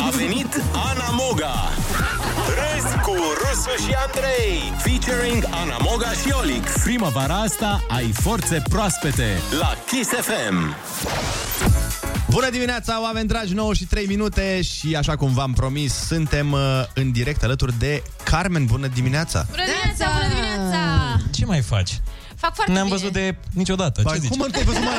Speaker 3: A venit Ana Moga. Râzi cu Rusu și Andrei, featuring Ana Moga și Olic.
Speaker 5: Primăvara asta ai forțe proaspete
Speaker 3: la Kiss FM.
Speaker 4: Bună dimineața, oameni dragi, 9 și 3 minute și așa cum v-am promis, suntem uh, în direct alături de Carmen. Bună dimineața!
Speaker 2: Bună dimineața, bună dimineața!
Speaker 5: Ce mai faci?
Speaker 2: Fac foarte
Speaker 5: Ne-am
Speaker 2: bine.
Speaker 5: văzut de niciodată.
Speaker 4: Ba,
Speaker 5: Ce zici?
Speaker 4: cum nu te-ai văzut, mă,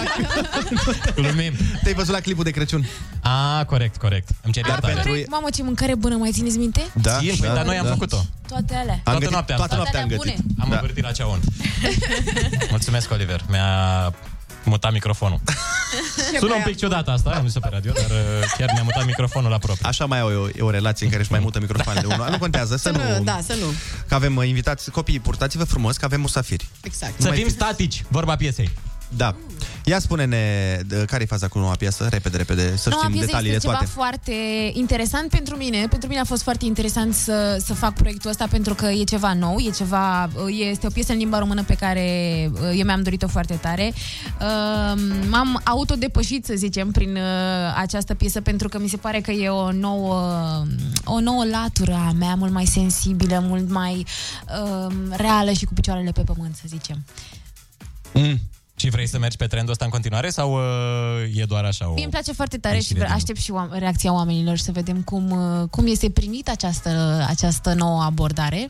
Speaker 5: (laughs) Glumim.
Speaker 4: Te-ai văzut la clipul de Crăciun.
Speaker 5: A, corect, corect. Îmi cer
Speaker 2: Dar
Speaker 5: iertare.
Speaker 2: pentru... Mamă, ce mâncare bună, mai țineți minte?
Speaker 4: Da,
Speaker 5: Țin, păi,
Speaker 4: da,
Speaker 5: dar noi am
Speaker 4: da.
Speaker 5: făcut-o.
Speaker 2: Toate alea.
Speaker 5: Toată
Speaker 4: gătit-
Speaker 5: noaptea am
Speaker 4: toată
Speaker 5: stat.
Speaker 4: noaptea am
Speaker 2: Alea bune.
Speaker 4: gătit.
Speaker 5: Am
Speaker 4: Da.
Speaker 5: învârtit la ceaun. Mulțumesc, Oliver. Mi-a mutat microfonul. Sună un pic ciudat asta, am zis pe radio, dar uh, chiar mi-a mutat microfonul la propriu.
Speaker 4: Așa mai au e o, e o relație în care își mai mută microfoanele
Speaker 5: (laughs)
Speaker 4: unul. Nu contează, să nu...
Speaker 6: Da, să nu.
Speaker 4: Că avem uh, invitați copii, purtați-vă frumos că avem musafiri.
Speaker 6: Exact.
Speaker 5: Să
Speaker 4: mai
Speaker 5: fim
Speaker 4: fi-
Speaker 5: statici, vorba piesei.
Speaker 4: Da. Ia spune-ne uh, care e faza cu noua piesă, repede, repede, să
Speaker 2: Noua
Speaker 4: știm
Speaker 2: piesă
Speaker 4: detaliile
Speaker 2: este ceva
Speaker 4: toate.
Speaker 2: foarte interesant pentru mine. Pentru mine a fost foarte interesant să, să fac proiectul ăsta pentru că e ceva nou, e ceva, este o piesă în limba română pe care uh, eu mi-am dorit-o foarte tare. Um, M-am autodepășit, să zicem, prin uh, această piesă pentru că mi se pare că e o nouă, o nouă latură a mea, mult mai sensibilă, mult mai um, reală și cu picioarele pe pământ, să zicem.
Speaker 4: Mm.
Speaker 5: Și vrei să mergi pe trendul ăsta în continuare sau uh, e doar
Speaker 4: Oh.
Speaker 5: așa o...
Speaker 2: Mie îmi place foarte tare și
Speaker 5: ieșire din-
Speaker 2: aștept și oam- reacția oamenilor și să vedem cum, uh, cum este primită această, această nouă abordare.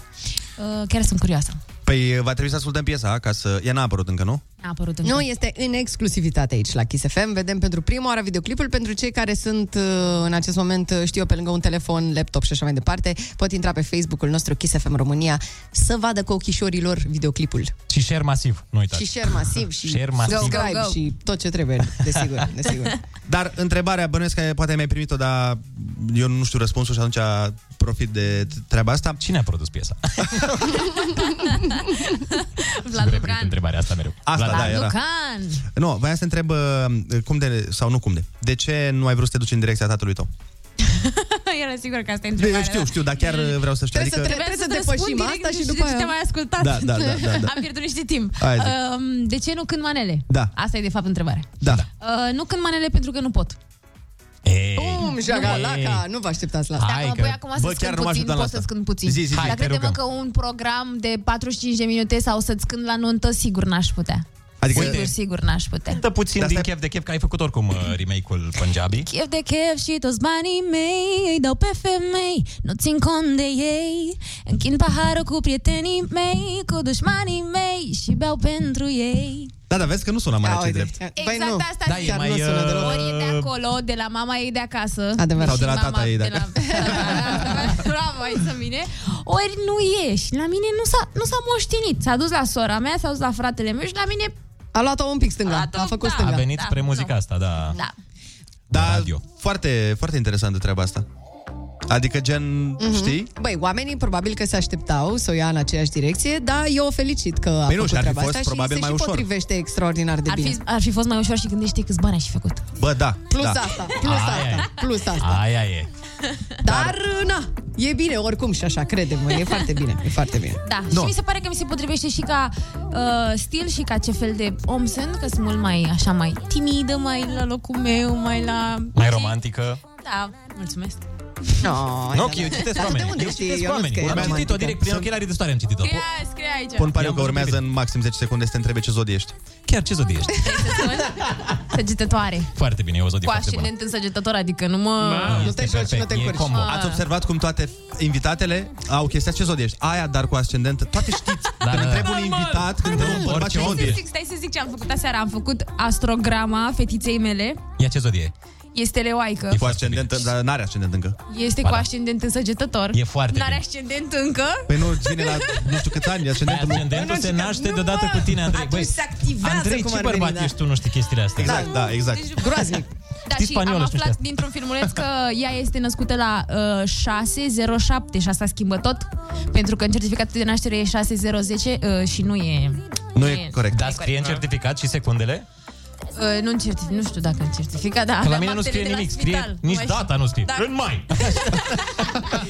Speaker 2: Uh, Chiar
Speaker 4: (laughs)
Speaker 2: sunt curioasă.
Speaker 4: Păi va trebui să ascultăm piesa ca să... Ea n-a apărut încă, nu?
Speaker 2: A apărut
Speaker 6: Nu, este în exclusivitate aici la Kiss FM. Vedem pentru prima oară videoclipul. Pentru cei care sunt uh, în acest moment, uh, știu eu, pe lângă un telefon, laptop și așa mai departe, pot intra pe Facebook-ul nostru Kiss FM România să vadă cu ochișorilor videoclipul.
Speaker 5: Și share masiv,
Speaker 4: Da.
Speaker 5: nu uitați.
Speaker 6: Și share masiv și
Speaker 5: Share masiv.
Speaker 6: subscribe
Speaker 5: Go, go, go.
Speaker 6: și tot ce trebuie,
Speaker 4: (laughs)
Speaker 6: desigur, desigur.
Speaker 4: Dar întrebarea, bănuiesc că poate ai mai primit-o, dar eu nu știu răspunsul și atunci profit de treaba asta.
Speaker 5: Cine a produs piesa?
Speaker 2: Vlad Lucan.
Speaker 5: Întrebarea asta mereu.
Speaker 4: Asta, da,
Speaker 2: Vlad
Speaker 4: era.
Speaker 2: Lucan. (laughs)
Speaker 4: Nu, voiam să te întreb uh, cum de, sau nu cum de, de ce nu ai vrut să te duci în direcția tatălui tău?
Speaker 2: Era sigur că asta e
Speaker 4: De,
Speaker 2: întrebarea.
Speaker 4: eu știu, știu, dar chiar uh, vreau să știu.
Speaker 2: Trebuie să, trebuie,
Speaker 6: Trebuie
Speaker 2: să,
Speaker 6: să
Speaker 2: depășim
Speaker 6: depășim
Speaker 2: direct
Speaker 6: asta și
Speaker 2: și
Speaker 6: după
Speaker 2: și
Speaker 6: aia-
Speaker 2: te mai ascultat.
Speaker 4: Da, da, da, da, da.
Speaker 2: Am pierdut niște timp.
Speaker 4: Hai zi.
Speaker 2: Um, de ce nu cânt manele?
Speaker 4: Da.
Speaker 2: Asta e de fapt întrebarea.
Speaker 4: da.
Speaker 2: Uh, nu cânt manele pentru că nu pot.
Speaker 6: Bum, Um, jagalaca, nu vă așteptați la asta.
Speaker 2: Dacă mă pui acum să-ți cânt puțin, pot să-ți cânt puțin.
Speaker 6: Zi, zi, zi.
Speaker 2: Dar
Speaker 6: Hai, te
Speaker 2: crede-mă că
Speaker 6: rugăm.
Speaker 2: un program de 45 de minute sau să-ți cânt la nuntă, sigur n-aș putea.
Speaker 5: Adică-
Speaker 2: sigur,
Speaker 5: Uite.
Speaker 2: sigur n-aș putea.
Speaker 5: Dă puțin din chef de chef, că ai făcut oricum uh, remake-ul Punjabi.
Speaker 2: Chef de chef și toți banii mei Îi dau pe femei, nu țin cont de ei Închin paharul cu prietenii mei Cu dușmanii mei și beau pentru ei
Speaker 4: Da, da, vezi că nu sună mai la ce drept.
Speaker 2: Exact
Speaker 6: nu.
Speaker 2: asta
Speaker 4: Da, e
Speaker 2: zic.
Speaker 4: mai, Chiar nu
Speaker 5: uh,
Speaker 4: sună deloc.
Speaker 2: Ori e de acolo, de la mama ei de acasă
Speaker 4: Adevărat. Sau
Speaker 2: și
Speaker 4: de la
Speaker 2: mama
Speaker 4: tata ei,
Speaker 2: de
Speaker 4: dacă-
Speaker 2: la- Bravo, ai să mine Ori nu e și la mine nu s-a, nu s-a moștenit S-a dus la sora mea, s-a dus la fratele meu Și la mine
Speaker 6: A luat-o un pic stânga, a, făcut
Speaker 5: A
Speaker 6: stânga.
Speaker 5: venit
Speaker 2: da,
Speaker 5: spre muzica asta, da.
Speaker 2: Da.
Speaker 4: Da, foarte, foarte interesantă treaba asta. Adică gen,
Speaker 6: Mhm.
Speaker 4: știi?
Speaker 6: Băi, oamenii probabil că se așteptau să o ia în aceeași direcție, dar eu o felicit că a
Speaker 4: Păi nu,
Speaker 6: făcut
Speaker 4: și ar fi
Speaker 6: treaba
Speaker 4: fost
Speaker 6: asta
Speaker 4: probabil
Speaker 6: și se
Speaker 4: mai
Speaker 6: și
Speaker 4: ușor.
Speaker 6: potrivește extraordinar de
Speaker 2: ar
Speaker 6: bine.
Speaker 2: fi, ar fi fost mai ușor și gândește câți bani aș fi făcut
Speaker 4: Bă, da.
Speaker 6: Plus
Speaker 4: da.
Speaker 6: asta, plus
Speaker 4: Aia
Speaker 6: asta, plus asta.
Speaker 5: Aia e.
Speaker 6: Dar, na, e bine oricum și așa, crede-mă, e foarte bine, e foarte bine.
Speaker 2: Da, și mi se pare că mi se potrivește și ca uh, stil și ca ce fel de om sunt, că sunt mult mai, așa, mai timidă, mai la locul meu, mai la...
Speaker 5: Mai romantică.
Speaker 2: Da, mulțumesc.
Speaker 6: No,
Speaker 5: Nu, că eu citesc oamenii. Eu citesc oamenii. Am citit-o direct prin ochelarii de soare, am citit-o.
Speaker 2: Scrie, scrie aici.
Speaker 4: Pun pariu că urmează în maxim 10 secunde să te întrebe ce zodie ești.
Speaker 5: Chiar ce zodie ești?
Speaker 2: Săgetătoare.
Speaker 5: Foarte bine, e o zodie
Speaker 2: Cu
Speaker 5: foarte bună. Ah,
Speaker 2: ascendent în săgetător, adică nu mă...
Speaker 4: Da. Ați observat cum toate invitatele au chestia ce zodie ești? Aia, dar cu ascendent, toate știți. Dar
Speaker 5: da.
Speaker 4: întreb un invitat când
Speaker 5: Da,
Speaker 4: un
Speaker 5: mă,
Speaker 4: bărbat
Speaker 5: orice
Speaker 4: ce
Speaker 5: om
Speaker 4: zodie ești.
Speaker 2: Stai să zic, stai să zic ce am făcut aseară. Am făcut astrograma fetiței mele.
Speaker 5: Ia ce zodie
Speaker 2: Este leoaică.
Speaker 4: E cu ascendent, dar n-are ascendent încă.
Speaker 2: Este cu ascendent în săgetător.
Speaker 4: E foarte
Speaker 2: N-are
Speaker 4: bine.
Speaker 2: ascendent încă.
Speaker 4: Păi nu, vine la nu știu câți ani, ascendentul, nu-
Speaker 5: Păi, Ascendentul se naște deodată cu tine, Andrei. Băi,
Speaker 2: se activează
Speaker 5: Andrei,
Speaker 2: cum
Speaker 5: ce
Speaker 2: ar veni,
Speaker 5: bărbat
Speaker 2: da. deci
Speaker 5: ești tu, nu știi chestiile astea.
Speaker 4: Exact, da, exact.
Speaker 6: Groaznic.
Speaker 2: Da,
Speaker 5: Știi
Speaker 2: și
Speaker 5: spaniolă,
Speaker 2: am
Speaker 5: să nu știi
Speaker 2: aflat
Speaker 5: asta.
Speaker 2: dintr-un filmuleț că ea este născută la uh, 607 și asta schimbă tot, pentru că în certificatul de naștere e 6010 uh, și nu e...
Speaker 5: Nu e
Speaker 4: corect.
Speaker 5: Dar scrie
Speaker 2: Da.
Speaker 5: în certificat și secundele?
Speaker 2: Uh, nu, în certif- nu știu dacă în certificat, dar
Speaker 5: Că la
Speaker 2: aveam
Speaker 5: mine nu
Speaker 2: actele
Speaker 5: scrie nimic,
Speaker 2: Da. de la spital.
Speaker 5: scrie nici
Speaker 2: mai
Speaker 5: data nu scrie.
Speaker 2: Da.
Speaker 5: În mai.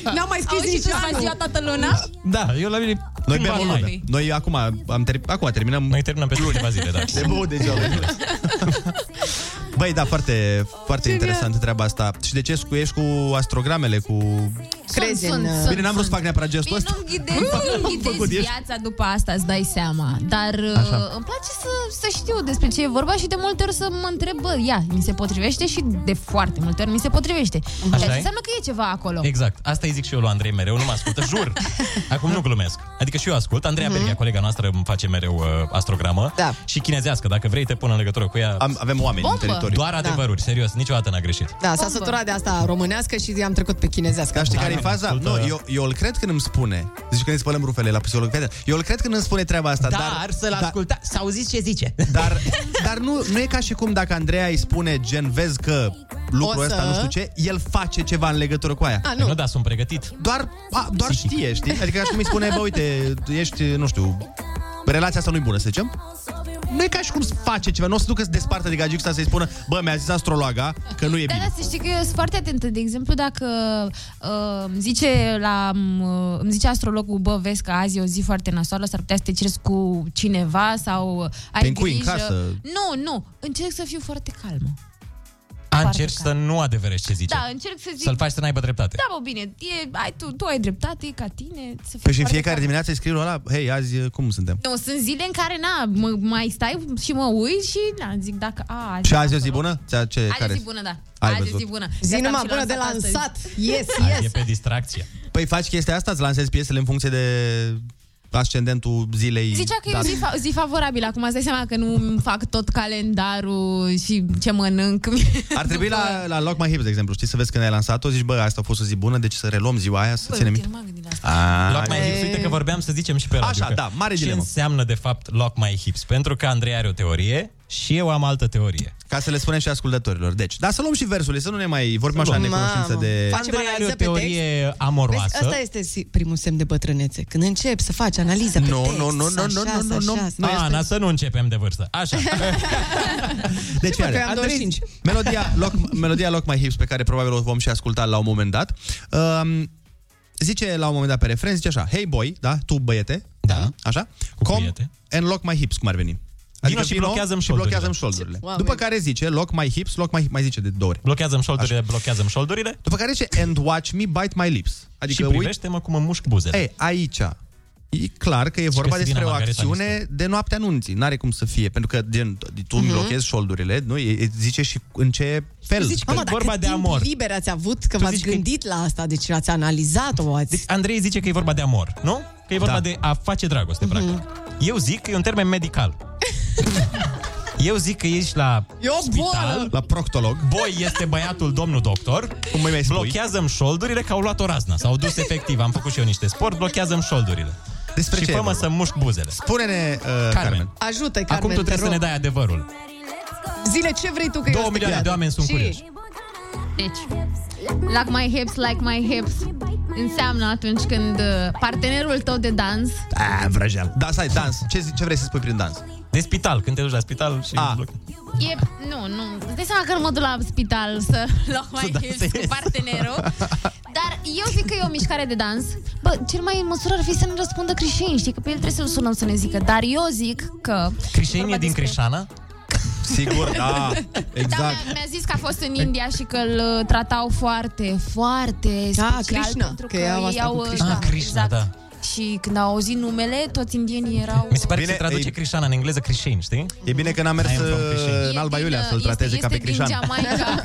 Speaker 6: N-am mai scris
Speaker 2: Auzi,
Speaker 6: nici
Speaker 2: tu la
Speaker 6: anul.
Speaker 2: ziua toată luna?
Speaker 5: (laughs) Da, eu la mine...
Speaker 4: Noi
Speaker 5: Când
Speaker 4: bem o
Speaker 5: mai?
Speaker 4: lună. Noi acum, am ter- acum terminăm... Noi
Speaker 5: terminăm peste câteva zile, da.
Speaker 4: Se băut deja. bineînțeles. Băi, da, foarte, foarte
Speaker 6: Genial.
Speaker 4: interesantă treaba asta. Și de ce scu- ești cu astrogramele, cu...
Speaker 6: Crezi în... uh,
Speaker 4: Bine, n-am vrut să fac neapărat gestul ăsta.
Speaker 2: Nu-mi ghidezi, nu-mi
Speaker 4: făcut,
Speaker 2: ghidezi
Speaker 4: ești-
Speaker 2: viața după asta, îți dai seama. Dar uh,
Speaker 4: Așa.
Speaker 2: îmi place să, să știu despre ce e vorba și de multe ori să mă întreb, bă, ia, mi se potrivește și de foarte multe ori mi se potrivește. Ceea ce
Speaker 5: e?
Speaker 2: înseamnă că e ceva acolo.
Speaker 5: Exact. Asta îi zic și eu lui Andrei mereu, nu mă ascultă,
Speaker 6: (laughs)
Speaker 5: jur. Acum nu glumesc. Adică și eu ascult. Andreea
Speaker 2: Mhm.
Speaker 5: Berghia, colega noastră, îmi face mereu uh, astrogramă. Da. Și chinezească, dacă vrei te pun în legătură cu ea.
Speaker 4: Am, avem oameni
Speaker 6: în Bombă! teritoriu.
Speaker 5: Doar
Speaker 6: Da.
Speaker 5: adevăruri, serios, niciodată n-a greșit.
Speaker 6: Da, s-a săturat de asta românească și i-am trecut pe chinezească.
Speaker 4: Dar știi care e
Speaker 5: Da,
Speaker 4: faza?
Speaker 5: ascultă-
Speaker 4: Nu, eu, eu îl cred când îmi spune. Zici că ne spălăm rufele la psiholog. Fii atent. Eu îl cred când îmi spune treaba
Speaker 5: Da,
Speaker 4: asta. Dar, da.
Speaker 5: să-l asculta, să auziți ce zice.
Speaker 4: Dar, dar nu, nu e ca și cum dacă Andreea îi spune gen, vezi că lucrul
Speaker 5: O să-
Speaker 4: ăsta, nu știu ce, el face ceva în legătură cu aia.
Speaker 5: A, Păi nu. nu, dar sunt pregătit.
Speaker 4: Doar, a, doar știe, știi? Adică ca și cum îi spune, bă, uite, ești, nu știu, relația asta nu-i bună, să zicem. Nu e ca și cum să face ceva, nu o să ducă să despartă de gagic să-i spună, bă, mi-a zis astrologa că nu e
Speaker 2: Da,
Speaker 4: bine.
Speaker 2: dar să știi că eu sunt foarte atentă. De exemplu, dacă uh, îmi zice, la, uh, îmi zice astrologul, bă, vezi că azi e o zi foarte nasoală, s-ar putea să te ceri cu cineva sau ai
Speaker 4: Te încui în
Speaker 2: grijă.
Speaker 4: casă.
Speaker 2: Nu, nu, încerc să fiu foarte calmă.
Speaker 5: A, Dar
Speaker 2: parte
Speaker 5: încerci să nu adeverești ce zice.
Speaker 2: Da, încerc să zic...
Speaker 5: Să-l faci să n-aibă dreptate.
Speaker 2: Da, bă, bine, e, ai, tu, tu ai dreptate, e ca tine. Să
Speaker 4: Păi și în
Speaker 2: faci
Speaker 4: fiecare dimineață îi scriu la hei, azi uh, cum suntem?
Speaker 2: Nu, sunt zile în care, na, mă, mai stai și mă uit și, na, zic dacă... A,
Speaker 4: Și azi e o zi bună? Ți-a ce,
Speaker 2: Azi
Speaker 4: care?
Speaker 2: e zi bună, da.
Speaker 4: Ai
Speaker 2: Azi e
Speaker 4: văzut.
Speaker 2: zi bună.
Speaker 6: Zi
Speaker 2: asta am
Speaker 6: numai
Speaker 2: și
Speaker 6: bună de
Speaker 2: astăzi.
Speaker 6: lansat. Yes,
Speaker 5: Azi e
Speaker 6: yes.
Speaker 5: pe distracție.
Speaker 4: Păi faci chestia asta? Îți lansezi piesele în funcție de ascendentul zilei? Da.
Speaker 2: Zicea că e o
Speaker 4: date?
Speaker 2: zi, fa- zi favorabilă. Acum îți dai seama că nu fac tot calendarul și ce mănânc.
Speaker 4: Ar trebui la, la Lock My Hips, de exemplu, știi, să vezi când ai lansat-o, zici, bă, asta a fost o zi bună, deci să reluăm ziua aia, să
Speaker 2: Bă,
Speaker 4: ținem
Speaker 2: uite,
Speaker 4: minte.
Speaker 2: nu m-am gândit la asta.
Speaker 4: Ah,
Speaker 5: Lock My
Speaker 4: e-
Speaker 5: Hips, uite că vorbeam să zicem și pe radio.
Speaker 4: Așa,
Speaker 5: că
Speaker 4: da, mare
Speaker 5: Ce
Speaker 4: dilemă.
Speaker 5: înseamnă, de fapt, Lock My Hips? Pentru că Andrei are o teorie și eu am altă teorie.
Speaker 4: Ca să le spunem și ascultătorilor. Deci, dar să luăm și versurile, să nu ne mai vorbim așa în
Speaker 6: luăm.
Speaker 4: necunoștință
Speaker 6: Mamă.
Speaker 4: de...
Speaker 6: Facem Andrei
Speaker 5: Are o
Speaker 6: analiză pe
Speaker 5: teorie amoroasă.
Speaker 6: Vezi, asta este si- primul semn de bătrânețe. Când începi să faci analiza pe
Speaker 5: Nu,
Speaker 6: text,
Speaker 5: nu, nu,
Speaker 6: să
Speaker 5: nu, nu,
Speaker 6: așa,
Speaker 5: nu,
Speaker 6: să
Speaker 5: nu, nu.
Speaker 6: așa, să nu este-
Speaker 5: Ana, să nu începem de vârstă.
Speaker 6: (laughs)
Speaker 5: Așa.
Speaker 4: Deci,
Speaker 6: Mă, că
Speaker 4: iară,
Speaker 6: eu am 25.
Speaker 4: melodia, Lock, melodia Lock My Hips, pe care probabil o vom și asculta la un moment dat, um, zice la un moment dat pe refren, zice așa, Hey boy, da, tu băiete, da, așa, cu com and lock my hips, cum ar veni.
Speaker 5: Vino Adică și blochează-mi
Speaker 4: și
Speaker 5: șoldurile.
Speaker 4: blochează-mi șoldurile.
Speaker 5: Oameni.
Speaker 4: După care zice, lock my hips, lock my hips, mai zice de două ori.
Speaker 5: Blochează-mi șoldurile, blochează-mi șoldurile.
Speaker 4: După care zice, and watch me bite my lips. Adică
Speaker 5: și privește-mă cum îmi mușc buzele.
Speaker 4: Ei, aici e clar că e vorba
Speaker 5: că se vină
Speaker 4: despre o
Speaker 5: Margareta
Speaker 4: acțiune de noaptea anunții. N-are cum să fie, pentru că gen, tu îmi
Speaker 6: Mhm.
Speaker 4: blochezi șoldurile, nu? E, e- zice și în ce fel.
Speaker 6: Zici, mamă, dar cât timp liber ați avut, că
Speaker 5: Tu
Speaker 6: v-ați
Speaker 5: zici că-
Speaker 6: gândit la asta, deci ați analizat-o, ați...
Speaker 5: Deci Andrei zice că e vorba de amor, nu? Că e vorba
Speaker 6: Da.
Speaker 5: de a face dragoste,
Speaker 4: Mhm.
Speaker 5: practic. Eu zic că e un termen
Speaker 4: (laughs)
Speaker 5: medical. Eu zic că ești la
Speaker 6: E o
Speaker 5: spital,
Speaker 6: boală.
Speaker 4: la proctolog.
Speaker 5: Boi este băiatul domnul doctor.
Speaker 4: Cum mai spui?
Speaker 5: Blochează-mi șoldurile că au luat o razna. S-au dus efectiv, am făcut și eu niște sport, blochează-mi șoldurile.
Speaker 4: Despre
Speaker 5: și
Speaker 4: ce e
Speaker 5: fă-mă
Speaker 4: vorba?
Speaker 5: să mușc buzele.
Speaker 4: Spune-ne, uh, Carmen.
Speaker 6: Ajută, Carmen,
Speaker 5: Acum tu
Speaker 6: te
Speaker 5: trebuie să
Speaker 6: rog.
Speaker 5: ne dai adevărul.
Speaker 6: (laughs) Zile ce vrei tu că
Speaker 5: Două
Speaker 6: eu sunt
Speaker 5: milioane
Speaker 6: gata.
Speaker 5: de oameni sunt
Speaker 6: Și-
Speaker 5: curioși.
Speaker 2: Deci, like my hips, like my hips înseamnă atunci când uh, partenerul tău de dans
Speaker 4: A, vrăjeam. Da, stai, dans. Ce, zi- ce vrei să spui prin dans?
Speaker 5: De spital, când te duci la spital și...
Speaker 4: A,
Speaker 2: e... Nu, nu. Îți dai seama că nu mă duc la spital să (laughs) luau
Speaker 6: Da,
Speaker 2: my hips cu (laughs) partenerul. Dar eu zic că e o mișcare de dans. Bă, cel mai în măsură ar fi să ne răspundă creștinii, știi? Că pe el trebuie să-l sunăm să ne zică. Dar eu zic că...
Speaker 5: Crișenie din Crișana?
Speaker 4: Sigur, da.
Speaker 2: Da,
Speaker 6: Exact.
Speaker 2: mi-a, mi-a zis că a fost în India și că îl uh, tratau foarte, foarte
Speaker 6: Ah,
Speaker 2: special
Speaker 6: Krishna,
Speaker 2: pentru
Speaker 6: că
Speaker 2: că,
Speaker 6: iau asta
Speaker 2: iau
Speaker 6: cu
Speaker 2: uh,
Speaker 6: Krishna.
Speaker 2: da,
Speaker 5: Ah, Krishna, da.
Speaker 2: Și când au auzit numele, toți indienii erau...
Speaker 5: Mi se pare
Speaker 4: Bine,
Speaker 5: că se traduce
Speaker 4: ei-
Speaker 5: Crișana în engleză creștini, știi?
Speaker 4: E bine că n-a mers
Speaker 5: I am from Crișin.
Speaker 4: uh, în Alba Iulia să-l trateze
Speaker 2: este
Speaker 4: ca pe
Speaker 2: din
Speaker 4: Crișan.
Speaker 2: Jamaica.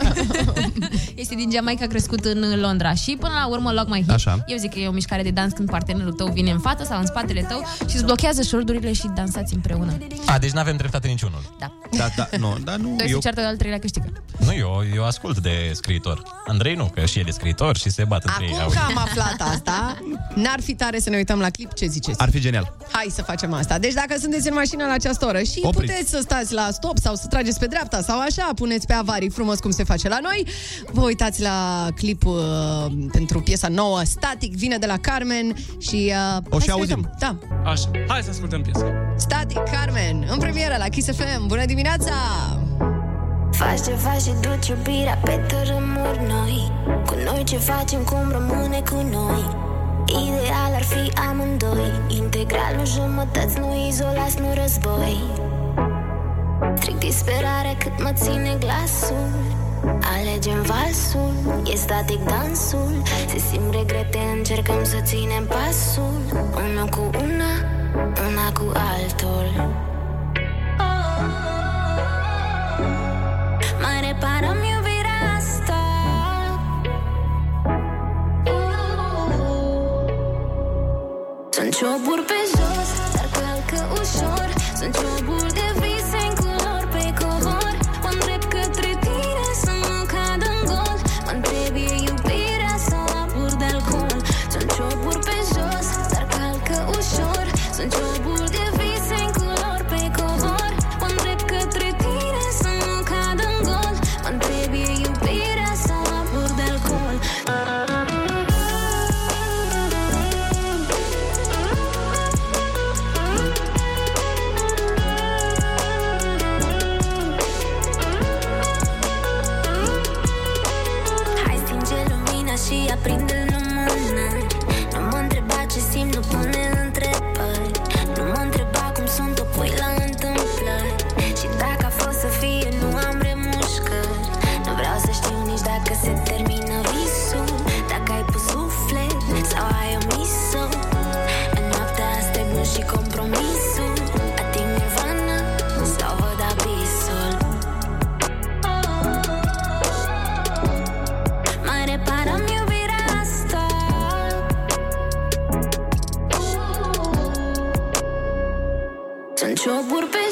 Speaker 2: (laughs) este din Jamaica, crescut în Londra. Și până la urmă, loc mai hip.
Speaker 4: Așa.
Speaker 2: Eu zic că e o mișcare de dans când partenerul tău vine în față sau în spatele tău și îți blochează șordurile și dansați împreună.
Speaker 5: A, deci n-avem dreptate niciunul.
Speaker 2: Da.
Speaker 4: Da, da, nu, da, nu.
Speaker 2: Doi eu... se ceartă, al treilea câștigă.
Speaker 5: Nu, eu, eu ascult de scriitor. Andrei nu, că și el e scriitor și se bat între ei.
Speaker 6: Cum
Speaker 5: auzi.
Speaker 6: că am aflat asta, n-ar fi tare să ne uităm la clip, ce ziceți?
Speaker 4: Ar fi genial.
Speaker 6: Hai să facem asta. Deci dacă sunteți în mașină la această oră și
Speaker 4: Opriți.
Speaker 6: puteți să stați la stop sau să trageți pe dreapta sau așa, puneți pe avarii frumos cum se face la noi, vă uitați la clip uh, pentru piesa nouă, Static, vine de la Carmen și... Uh, o
Speaker 7: și auzim.
Speaker 6: Da.
Speaker 7: Așa, hai să ascultăm piesa.
Speaker 6: Static, Carmen, în premieră la Kiss FM. Bună dimineața!
Speaker 12: Faci ce faci și duci iubirea pe tărâmuri noi Cu noi ce facem, cum rămâne cu noi Ideal ar fi amândoi Integralul jumătăți, nu izolați, nu război Stric disperarea cât mă ține glasul Alegem valsul, e static dansul Se simt regrete, încercăm să ținem pasul Unul cu una, una cu altul Oh. Mai reparăm iubirea asta Sunt cioburi pe jos, dar calcă ușor Sunt cioburi de vise în culori pe covor Mă îndrept către tine să nu cad în gol Mă întreb e iubirea sau abur de alcool Sunt cioburi pe jos, dar calcă ușor Sunt cioburi de vise în culori pe covor Mă îndrept către tine să nu cad în gol Mă întreb e iubirea sau abur de alcool Oh.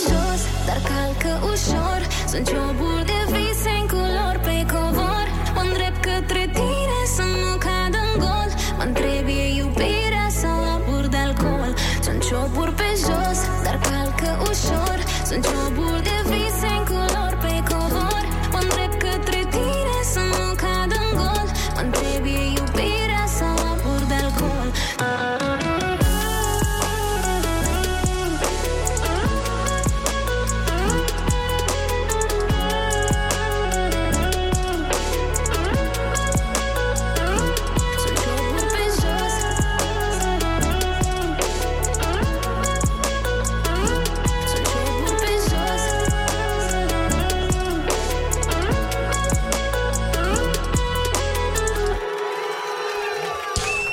Speaker 12: jos, dar calcă ușor Sunt cioburi de vise în culori pe covor Mă îndrept către tine să nu cad în gol Mă întreb e iubirea sau abur de alcool Sunt cioburi pe jos, dar calcă ușor Sunt cioburi de vise în culori pe covor Mă îndrept către tine să nu cad în gol Mă întreb e iubirea sau abur de alcool Sunt cioburi pe jos Sunt cioburi pe jos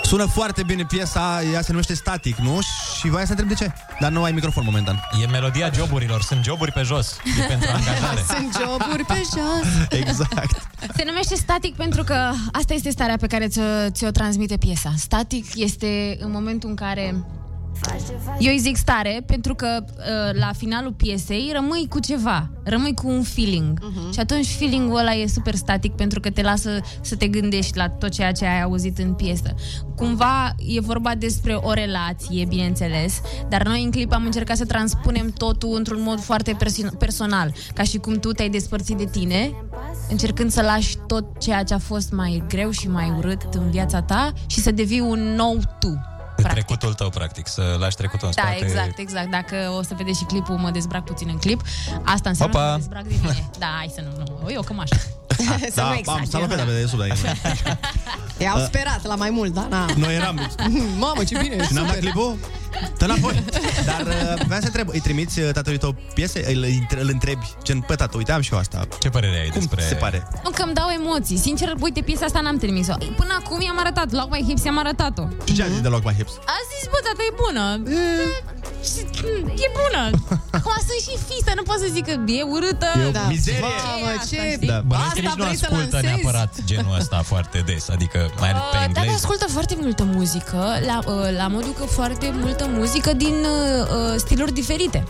Speaker 4: Sună foarte bine piesa, ea se numește Static, nu? Și voiam să întreb de ce. Dar nu ai microfon momentan.
Speaker 5: E melodia joburilor, sunt joburi pe jos. E pentru angajare.
Speaker 2: (laughs) Sunt (laughs) joburi pe jos.
Speaker 4: Exact.
Speaker 2: Se numește static pentru că asta este starea pe care ți-o, ți-o transmite piesa. Static este în momentul în care... Eu îi zic stare pentru că uh, la finalul piesei rămâi cu ceva, rămâi cu un feeling. Și atunci feeling-ul ăla e super static pentru că te lasă să te gândești la tot ceea ce ai auzit în piesă. Cumva e vorba despre o relație, bineînțeles, dar noi în clip am încercat să transpunem totul într-un mod foarte perso- personal, ca și cum tu te-ai despărțit de tine, încercând să lași tot ceea ce a fost mai greu și mai urât în viața ta și să devii un nou tu.
Speaker 5: Pe trecutul tău, practic, să lași trecutul în
Speaker 2: Da,
Speaker 5: spate.
Speaker 2: exact, exact. Dacă o să vedeți și clipul, mă dezbrac puțin în clip. Asta înseamnă
Speaker 5: Opa!
Speaker 2: că mă dezbrac de mine. Da, hai să nu, nu. Eu
Speaker 5: (laughs)
Speaker 2: cămașă.
Speaker 4: da, am salvat pe de sub de aici.
Speaker 6: Te-au
Speaker 4: Uh.
Speaker 6: sperat la mai mult, da? Na.
Speaker 4: Noi eram.
Speaker 6: (laughs) Mamă, ce bine!
Speaker 4: Și n-am dat
Speaker 6: super.
Speaker 4: clipul? Dă înapoi. Dar uh, vreau să întreb, îi trimiți uh, tatălui tău piese? Îl, îl întrebi, gen, pă, tată, uite, am și eu asta.
Speaker 5: Ce părere ai
Speaker 4: Cum
Speaker 5: despre-
Speaker 4: se pare?
Speaker 2: Nu, că îmi dau emoții. Sincer, uite, piesa asta n-am trimis-o. Până acum i-am arătat. Lock my hips i-am arătat-o.
Speaker 4: Și ce a zis de Lock My Hips?
Speaker 2: A zis, bă, tata, e bună. Și- E bună. Acum sunt și fistă, nu pot să zic că e urâtă.
Speaker 5: E o mizerie.
Speaker 6: Da. Mamă,
Speaker 2: asta,
Speaker 6: ce-
Speaker 2: știi?
Speaker 5: Da, bănuiesc că
Speaker 2: Asta
Speaker 5: nici nu
Speaker 2: vrei să
Speaker 5: ascultă
Speaker 2: lansezi?
Speaker 5: neapărat genul ăsta foarte des, adică mai ales pe
Speaker 2: Uh, Tata
Speaker 5: engleză.
Speaker 2: ascultă foarte multă muzică, la, uh, la modul că foarte multă muzică din uh, uh, stiluri diferite.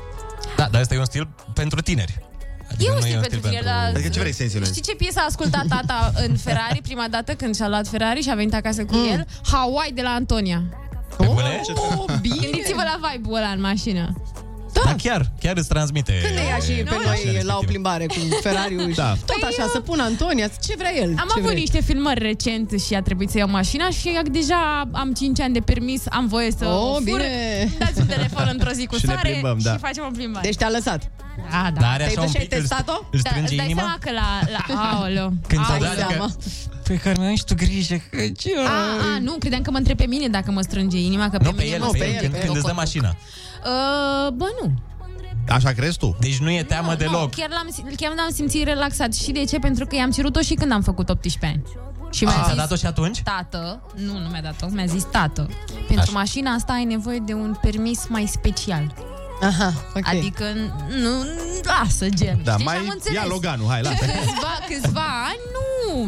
Speaker 5: Da, dar ăsta e un stil pentru tineri.
Speaker 2: E
Speaker 5: Adică nu
Speaker 2: un stil pentru tineri, dar...
Speaker 6: Adică
Speaker 4: Adică
Speaker 2: Știi ce piesă a ascultat tata în Ferrari prima dată când și-a luat Ferrari și a venit acasă cu
Speaker 6: Mm.
Speaker 2: el? Hawaii de la Antonia.
Speaker 5: Pe bune?
Speaker 2: Gândiți-vă la vibe-ul ăla în mașină.
Speaker 5: Da. chiar, chiar îți transmite.
Speaker 6: Când ne ia și pe noi la o plimbare cu Ferrariul
Speaker 5: Da.
Speaker 6: da. și tot așa, să pună Antonia, ce vrea el?
Speaker 2: Păi Am
Speaker 6: ce
Speaker 2: avut
Speaker 6: vrea.
Speaker 2: niște filmări recent și a trebuit să iau mașina și deja am 5 ani de permis, am voie să
Speaker 6: Oh,
Speaker 2: o fur.
Speaker 6: bine.
Speaker 2: Dați un telefon într-o zi cu
Speaker 5: Și ne
Speaker 2: sare
Speaker 5: plimbăm, da.
Speaker 2: și facem o plimbare.
Speaker 6: Deci te-a lăsat.
Speaker 2: Da, da.
Speaker 5: Dar are așa un pic, îl- îl
Speaker 2: Da,
Speaker 5: strânge
Speaker 2: îți dai
Speaker 5: inima?
Speaker 2: seama că la...
Speaker 5: (laughs)
Speaker 2: la aoleo.
Speaker 5: Când ți-a
Speaker 2: Ai
Speaker 5: dat,
Speaker 2: seama.
Speaker 5: adică, Păi, Carmen, ai și tu grijă. Că ce...
Speaker 2: A, a, nu, credeam că mă întreb pe mine dacă mă strânge inima, că pe
Speaker 5: Nu,
Speaker 2: mine
Speaker 5: pe el,
Speaker 2: mă
Speaker 5: pe
Speaker 2: strânge.
Speaker 5: el, când, când îți dă mașina.
Speaker 2: Uh, bă, nu.
Speaker 4: Așa crezi tu?
Speaker 5: Deci nu e teamă
Speaker 2: Nu,
Speaker 5: deloc.
Speaker 2: Da, chiar l-am, sim- chiar l-am simțit relaxat. Și de ce? Pentru că i-am cerut-o și când am făcut 18 ani. Și mi-a
Speaker 5: Ah.
Speaker 2: zis,
Speaker 5: Ți-a dat-o și atunci?
Speaker 2: Tată, nu, nu mi-a dat-o, mi-a zis tată. Pentru
Speaker 5: Așa.
Speaker 2: mașina asta ai nevoie de un permis mai special.
Speaker 6: Aha, ok.
Speaker 2: Adică, nu, lasă gen.
Speaker 4: Da,
Speaker 2: Știi?
Speaker 4: mai
Speaker 2: Și am înțeles.
Speaker 4: ia Loganul, hai, lasă.
Speaker 2: Câțiva, câțiva ani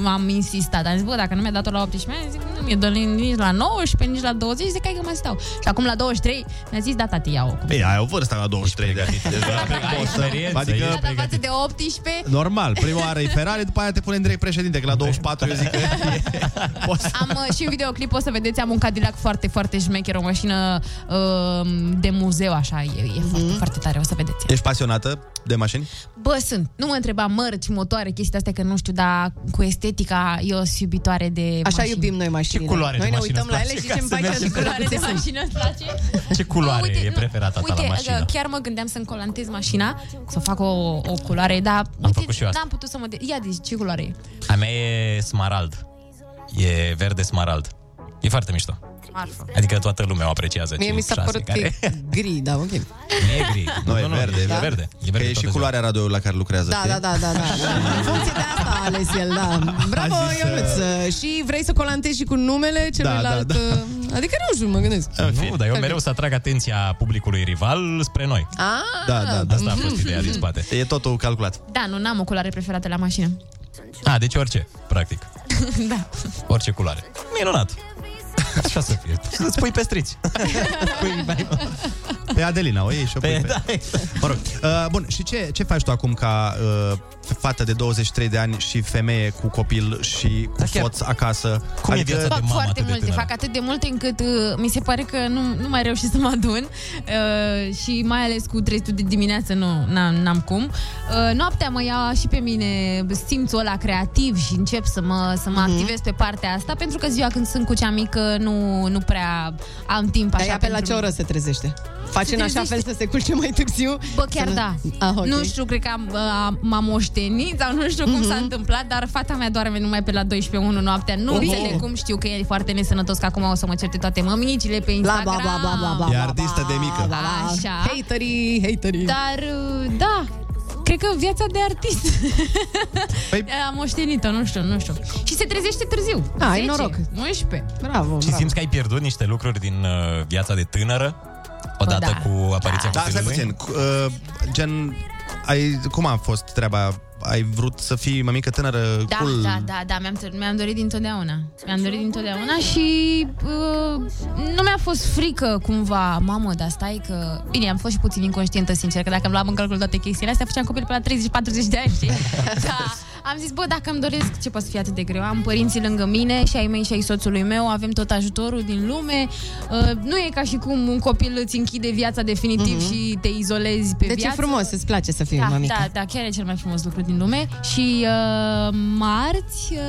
Speaker 2: nu am insistat. Am zis, bă, dacă nu mi-a dat-o la 18 ani, zic, nu mi-e dă nici la 19, nici la 20, zic, hai că mai stau. Și acum la 23 mi-a zis, da, tati, iau.
Speaker 4: Ei, ai o vârstă la 23 de ani.
Speaker 5: Ai
Speaker 4: Poți să-
Speaker 5: experiență,
Speaker 4: Adică,
Speaker 5: ești
Speaker 2: La față de 18,
Speaker 4: normal, prima oară e Ferrari, după aia te pune în direct președinte, că la 24 eu zic (laughs) că
Speaker 2: Am uh, și în videoclip, o să vedeți, am un Cadillac foarte, foarte șmecher, o mașină uh, de muzeu, așa, e, e mm-hmm. foarte, foarte tare, o să vedeți.
Speaker 4: Ești pasionată de mașini?
Speaker 2: Bă, sunt. Nu mă întreba mărci, motoare, chestii astea, că nu știu, dar cu estetica eu sunt iubitoare de Așa mașini.
Speaker 6: iubim noi mașinile.
Speaker 5: culoare
Speaker 6: noi
Speaker 5: de
Speaker 6: ne
Speaker 5: mașină
Speaker 6: uităm la
Speaker 5: îți
Speaker 6: ele
Speaker 5: place?
Speaker 6: și zicem,
Speaker 5: Ca să
Speaker 6: "Vai,
Speaker 5: mergem
Speaker 6: ce
Speaker 5: (laughs)
Speaker 2: culoare de
Speaker 6: drăguțe sunt."
Speaker 2: mașină îți place?
Speaker 5: Ce culoare
Speaker 2: Uite,
Speaker 5: e
Speaker 2: nu,
Speaker 5: preferata ta la
Speaker 2: Uite, adică-
Speaker 5: mașină?
Speaker 2: că chiar mă gândeam să-mi colantez mașina, să fac o, o culoare, dar
Speaker 5: făcut și eu
Speaker 2: uite,
Speaker 5: asta.
Speaker 2: n-am putut să mă... De- Ia, deci, ce culoare e?
Speaker 5: A mea e smarald. E verde smarald. E foarte mișto.
Speaker 2: Marfă.
Speaker 5: Adică toată lumea o apreciază.
Speaker 6: Mie mi s-a
Speaker 5: 5-6
Speaker 6: părut că
Speaker 5: care...
Speaker 6: e gri, da, ok.
Speaker 5: Nu e gri.
Speaker 4: Nu, e verde,
Speaker 5: E
Speaker 4: e verde.
Speaker 5: verde. E
Speaker 4: Că e
Speaker 5: verde
Speaker 4: și
Speaker 5: toată
Speaker 4: culoarea radioului la care lucrează.
Speaker 6: Da,
Speaker 4: știi?
Speaker 6: da, da, da,
Speaker 5: (laughs)
Speaker 6: da. În funcție de asta a ales el, da. Bravo,
Speaker 4: A zis,
Speaker 6: Ionuț. Și vrei să colantezi și cu numele celuilalt?
Speaker 5: da, da.
Speaker 6: uh, Adică nu știu, mă gândesc.
Speaker 5: ziua. Nu, dar eu mereu să atrag atenția publicului rival spre noi.
Speaker 6: Ah,
Speaker 4: Da, da, da.
Speaker 5: Asta a fost ideea din spate.
Speaker 4: E totul calculat.
Speaker 2: Da, nu, n-am o culoare preferată la mașină. (laughs)
Speaker 5: A, deci orice, practic.
Speaker 2: da.
Speaker 5: Orice culoare. Minunat. (laughs)
Speaker 4: Așa să fie.
Speaker 5: Să-ți pui pestriți.
Speaker 4: Pe Adelina, o iei și o pui pe...
Speaker 5: da,
Speaker 4: Mă rog. Uh, bun, și ce, ce faci tu acum ca uh, fată de 23 de ani și femeie cu copil și
Speaker 5: Da,
Speaker 4: cu soț acasă? Adică-
Speaker 5: Cum e viața
Speaker 2: Adică fac foarte multe, fac atât de multe încât uh, mi se pare că nu, nu mai reușesc să mă adun uh, și mai ales cu trezitul de dimineață nu n-am, n-am cum. Uh, noaptea mă ia și pe mine simțul ăla creativ și încep să mă, să mă
Speaker 6: Mhm.
Speaker 2: activez pe partea asta pentru că ziua când sunt cu cea mică nu, nu prea am timp așa
Speaker 6: Dar ea pe la
Speaker 2: pentru
Speaker 6: ce oră
Speaker 2: mine.
Speaker 6: se trezește? Faci
Speaker 2: Se
Speaker 6: în așa fel
Speaker 2: trezește-
Speaker 6: să se culce mai târziu?
Speaker 2: Bă, chiar
Speaker 6: Să-
Speaker 2: da.
Speaker 6: Ah, ok.
Speaker 2: Nu știu, cred că am, uh, m-am moștenit sau nu știu cum s-a
Speaker 6: Mhm.
Speaker 2: întâmplat, dar fata mea doarme numai pe la 12 noaptea. Nu
Speaker 6: Oh.
Speaker 2: înțeleg cum știu că e foarte nesănătos, că acum o să mă certe toate mămicile pe
Speaker 6: Bla,
Speaker 2: Instagram.
Speaker 6: bla, bla, bla, bla, bla,
Speaker 4: E artistă de mică.
Speaker 2: Așa.
Speaker 6: Haterii, haterii.
Speaker 2: Dar, uh, da, cred că viața de artist. (laughs)
Speaker 4: Păi...
Speaker 2: Am moștenit-o, nu știu, nu știu. Și se trezește târziu.
Speaker 6: Ah, ai
Speaker 2: 10,
Speaker 6: noroc.
Speaker 2: 11.
Speaker 6: Bravo.
Speaker 5: Și simți că ai pierdut niște lucruri din uh, viața de tânără odată
Speaker 2: da.
Speaker 5: cu apariția
Speaker 4: Da, stai puțin.
Speaker 5: copilului?
Speaker 4: Cu- Uh, gen, ai, cum a fost treaba? Ai vrut să fii mămică tânără,
Speaker 2: Da,
Speaker 4: cool?
Speaker 2: da, da, da, mi-am, mi-am dorit dintotdeauna. Mi-am dorit dintotdeauna și uh, nu mi-a fost frică cumva, mamă, dar stai că... Bine, am fost și puțin inconștientă, sincer, că dacă îmi luam în calcul toate chestiile astea, făceam copil pe la 30-40 de ani,
Speaker 6: (laughs)
Speaker 2: știi? da. Am zis, bă, dacă îmi doresc, ce poate să fie atât de greu? Am părinții lângă mine și ai mei și ai soțului meu, avem tot ajutorul din lume. Uh, nu e ca și cum un copil îți închide viața definitiv
Speaker 6: Mhm.
Speaker 2: și te izolezi pe
Speaker 6: Deci
Speaker 2: viață.
Speaker 6: e frumos, îți place să fii
Speaker 2: da,
Speaker 6: mămică.
Speaker 2: Da, da, chiar e cel mai frumos lucru din lume. Și uh, marți, uh,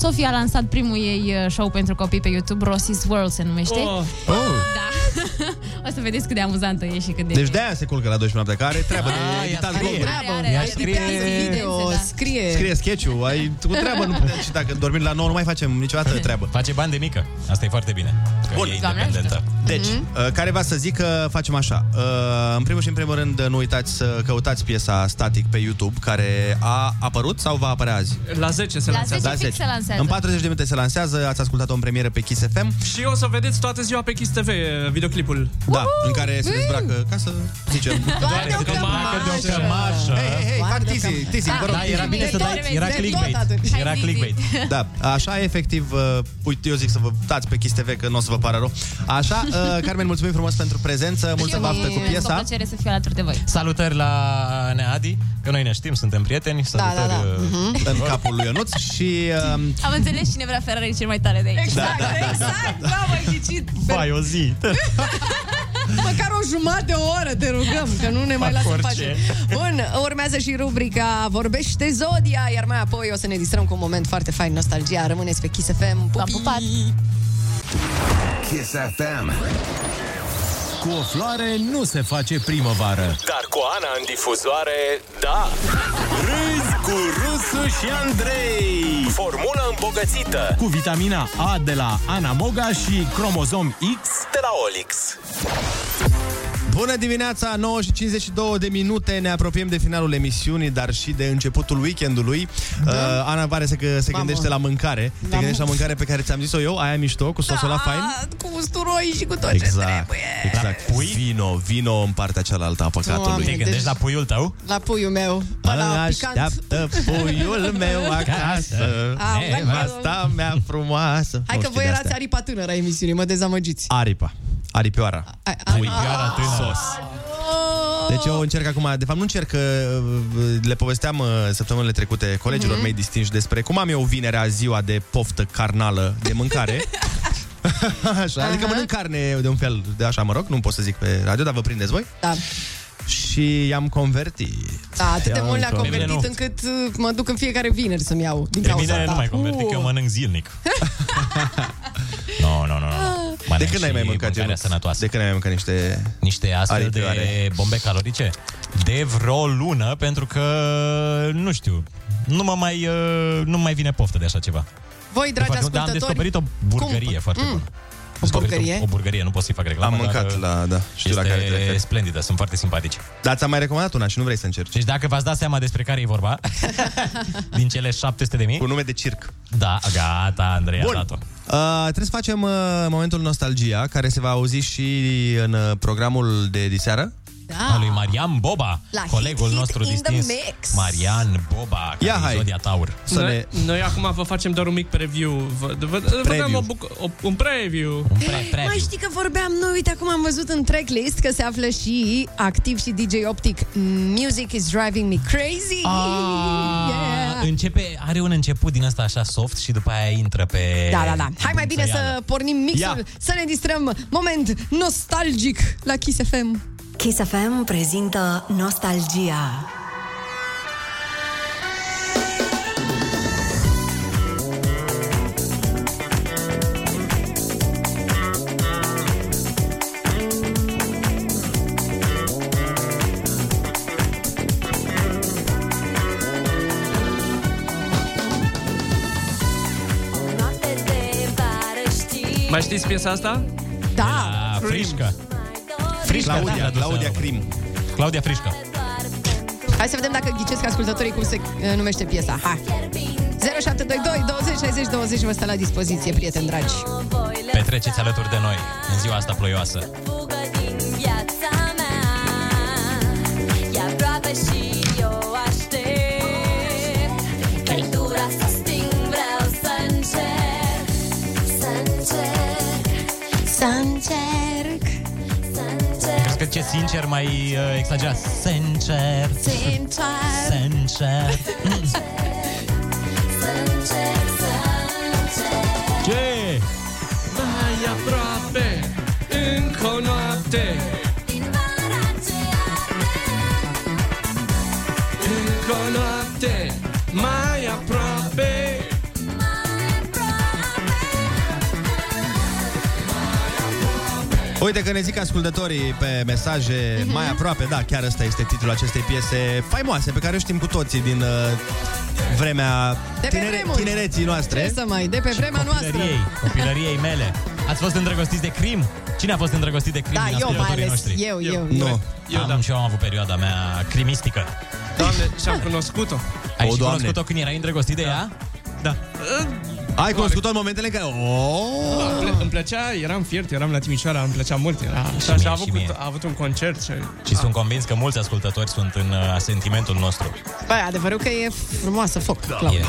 Speaker 2: Sofia a lansat primul ei uh, show pentru copii pe YouTube, Rossi's World se numește.
Speaker 4: Oh.
Speaker 2: Da. (laughs) o să vedeți cât de amuzantă e și cât de...
Speaker 4: Deci de-aia se culcă la 12 noaptea, că are treabă de editat
Speaker 2: Da, scrie.
Speaker 4: vloguri.
Speaker 2: Are, are, Ea are, scrie- editează video, da.
Speaker 6: scrie...
Speaker 4: Scrie sketch-ul, ai o treabă, nu putem, și dacă dormim la 9 nu mai facem niciodată treabă.
Speaker 5: Face bani de mică. Asta e foarte bine. Că
Speaker 4: Bun.
Speaker 5: e
Speaker 4: Doamne
Speaker 5: independentă.
Speaker 4: Deci,
Speaker 6: Mhm.
Speaker 4: uh, care va să zic că facem așa. Uh, În primul și în primul rând, nu uitați să căutați piesa Static pe YouTube, care a apărut sau va apărea azi?
Speaker 7: La 10 se La lansează. 10 fix se lansează.
Speaker 4: În 40 de minute se lansează, ați ascultat-o în premieră pe Kiss FM.
Speaker 7: Și o să vedeți toată ziua pe Kiss TV eh, videoclipul.
Speaker 4: Da, în care
Speaker 6: Mm.
Speaker 4: se dezbracă ca să zicem.
Speaker 7: Doar de o
Speaker 5: cămașă. De o cămașă.
Speaker 4: Hei, hei, hei,
Speaker 5: Doar
Speaker 4: ca
Speaker 5: de o
Speaker 4: Tizi,
Speaker 5: cămașă.
Speaker 4: Tizi, vă rog.
Speaker 5: Da, era bine să dai, era clickbait. Era clickbait.
Speaker 4: Da, așa efectiv, uh, uite, eu zic să vă dați pe Kiss TV că nu o să vă pară rău. Așa, uh, Carmen, mulțumim frumos pentru prezență, multă baftă cu
Speaker 2: O
Speaker 4: piesa.
Speaker 2: plăcere să fiu alături de voi.
Speaker 5: Salutări la Neadi, că noi ne știm, suntem prieteni. Salutări
Speaker 2: da, da.
Speaker 6: Mhm.
Speaker 5: uh,
Speaker 4: în capul lui Ionuț și... Uh,
Speaker 2: Am înțeles cine vrea Ferrari cel mai tare de aici.
Speaker 4: Exact, Da, da, da, da,
Speaker 2: exact. Bravo, ai ghicit.
Speaker 5: Vai, o zi.
Speaker 6: Măcar o jumătate de oră te rugăm, că nu ne mai
Speaker 5: Fac
Speaker 6: lasă în
Speaker 5: orice.
Speaker 6: pace. Bun, urmează și rubrica Vorbește Zodia, iar mai apoi o să ne distrăm cu un moment foarte fain, nostalgia. Rămâneți pe Kiss FM. Pupi! pupat!
Speaker 3: Kiss FM Cu o floare nu se face primăvară Dar cu Ana în difuzoare, da Râzi cu Rusu și Andrei Formulă îmbogățită Cu vitamina A de la Ana Moga și cromozom X de la Olix
Speaker 4: Bună dimineața, 9 și 52 de minute, ne apropiem de finalul emisiunii, dar și de începutul weekendului. Da. Uh, Ana pare să că se
Speaker 6: Mamă.
Speaker 4: gândește la mâncare. Te
Speaker 6: La
Speaker 4: gândești la
Speaker 6: mult.
Speaker 4: mâncare pe care ți-am zis-o eu, aia mișto, cu sosul ăla fain.
Speaker 6: Cu usturoi și cu tot Da. ce
Speaker 4: Exact,
Speaker 6: trebuie.
Speaker 4: exact. Pui? Vino, vino în partea cealaltă a păcatului.
Speaker 6: Doamne, Te gândești deci- la
Speaker 5: puiul tău?
Speaker 6: La puiul meu, pe la picant.
Speaker 4: Așteaptă
Speaker 6: deci-
Speaker 4: puiul
Speaker 6: (laughs)
Speaker 4: meu acasă
Speaker 6: Ah, hai că-
Speaker 4: Nevasta mea frumoasă
Speaker 6: Hai
Speaker 4: Nu
Speaker 6: că
Speaker 4: știi de
Speaker 6: voi erați
Speaker 4: astea.
Speaker 6: aripa tânără a emisiunii, mă dezamăgiți.
Speaker 4: Aripa Aripioara
Speaker 5: Puioara tânără.
Speaker 4: Deci eu încerc acum, de fapt nu încerc, că uh, le povesteam uh, săptămânile trecute colegilor
Speaker 6: Mhm.
Speaker 4: mei distinși despre cum am eu vinerea ziua de poftă carnală de
Speaker 6: (laughs)
Speaker 4: mâncare. așa, adică mănânc carne de un fel de așa, mă rog, nu pot să zic pe radio, dar vă prindeți voi.
Speaker 6: Da.
Speaker 4: Și i-am convertit.
Speaker 6: Da, atât de
Speaker 4: I-am
Speaker 6: mult le-a
Speaker 4: convertit.
Speaker 6: convertit încât uh, mă duc în fiecare vineri să-mi iau din
Speaker 5: Pe
Speaker 6: cauza
Speaker 5: mine
Speaker 6: ta.
Speaker 5: nu mai converti, că eu mănânc zilnic. Nu, nu, nu,
Speaker 6: Ah.
Speaker 5: nu.
Speaker 4: De când ai mai mâncat eu? De când ai mai mâncat niște...
Speaker 5: Niște astfel de
Speaker 4: Aripioare.
Speaker 5: bombe calorice? De vreo lună, pentru că, nu știu, nu mă mai, uh, nu mai vine poftă de așa ceva.
Speaker 6: Voi,
Speaker 5: De
Speaker 6: dragi
Speaker 5: fapt, nu, dar am
Speaker 6: ascultători,
Speaker 5: descoperit o burgărie
Speaker 6: cum- Mm.
Speaker 5: foarte bună.
Speaker 6: O
Speaker 5: descoperit
Speaker 6: burgărie?
Speaker 5: O, o burgărie, nu pot să-i fac reclamă.
Speaker 4: Am mâncat la- da,
Speaker 5: știu este la care splendidă, sunt foarte simpatici.
Speaker 4: Dar ți-am mai recomandat una și nu vrei să încerci.
Speaker 5: Deci dacă v-ați dat seama despre care e
Speaker 4: (laughs)
Speaker 5: vorba, din cele 700 de mii... Cu
Speaker 4: nume de circ.
Speaker 5: Da, gata, Andrei, a
Speaker 4: Bun.
Speaker 5: dat-o.
Speaker 4: Uh, trebuie să facem uh, momentul Nostalgia, care se va auzi și în uh, programul de diseară.
Speaker 5: da. al lui Marian Boba,
Speaker 6: La hit,
Speaker 5: colegul
Speaker 6: hit
Speaker 5: nostru
Speaker 6: in the
Speaker 5: distins.
Speaker 6: mix.
Speaker 5: Marian Boba, care e Zodia Taur.
Speaker 7: noi, noi acum vă facem doar un mic preview. Vă, vă, vă dăm o buc- o, un preview. Un
Speaker 6: Mai știi că vorbeam, nu, uite, acum am văzut în tracklist că se află și activ și DJ Optic. Music is driving me crazy.
Speaker 5: Ah,
Speaker 6: Yeah.
Speaker 5: Începe, are un început din asta așa soft și după aia intră pe...
Speaker 6: Da, da, da. Hai mai bine să pornim mixul,
Speaker 5: Ia.
Speaker 6: să ne distrăm. Moment nostalgic la Kiss FM.
Speaker 1: Kiss FM prezintă Nostalgia.
Speaker 7: Mai știți piesa asta?
Speaker 6: Da.
Speaker 5: A, frișcă. Frișcă,
Speaker 7: Claudia,
Speaker 5: da, da,
Speaker 7: Claudia
Speaker 5: Crim. Claudia Frișcă.
Speaker 6: Hai să vedem dacă ghicesc ascultătorii cum se uh, numește piesa. Hai. 0722 20 60 20 vă stă la dispoziție, prieteni dragi.
Speaker 5: Petreceți alături de noi în ziua asta ploioasă.
Speaker 6: Să încerc
Speaker 5: Crezi că ce sincer mai uh, exagerat? Sincer.
Speaker 6: Sincer.
Speaker 5: Sincer. Ce?
Speaker 7: Mai aproape, încă o noapte. Încă o noapte, mai aproape.
Speaker 4: Uite că ne zic ascultătorii pe mesaje
Speaker 6: Mhm.
Speaker 4: mai aproape, da, chiar ăsta este titlul acestei piese faimoase pe care o știm cu toții din uh, vremea
Speaker 6: De pe vremuri.
Speaker 4: tinereții noastre.
Speaker 6: Ce să mai, de pe vremea noastră.
Speaker 5: Copilăriei, copilăriei mele. Ați fost îndrăgostiți de crim? Cine a fost îndrăgostit de crim?
Speaker 6: Da,
Speaker 5: din
Speaker 6: eu mai
Speaker 5: ascultătorii
Speaker 6: ales.
Speaker 5: Noștri?
Speaker 6: Eu, eu, eu.
Speaker 5: Nu.
Speaker 6: Nu.
Speaker 5: Eu, am, și eu am avut perioada mea crimistică.
Speaker 7: Doamne, și-am cunoscut-o.
Speaker 5: Ai
Speaker 7: O,
Speaker 5: o, și
Speaker 7: Doamne.
Speaker 5: cunoscut-o când erai îndrăgostit de ea? Da.
Speaker 4: Ai cunoscut-o în momentele în care... Oh!
Speaker 7: Da, ple- îmi plăcea, eram fiert, eram la Timișoara, îmi plăcea mult. Era, și așa, a avut, a avut un concert. Și,
Speaker 5: Și sunt convins că mulți ascultători sunt în uh, sentimentul nostru.
Speaker 6: Păi, adevărul că e frumoasă foc, Claudia.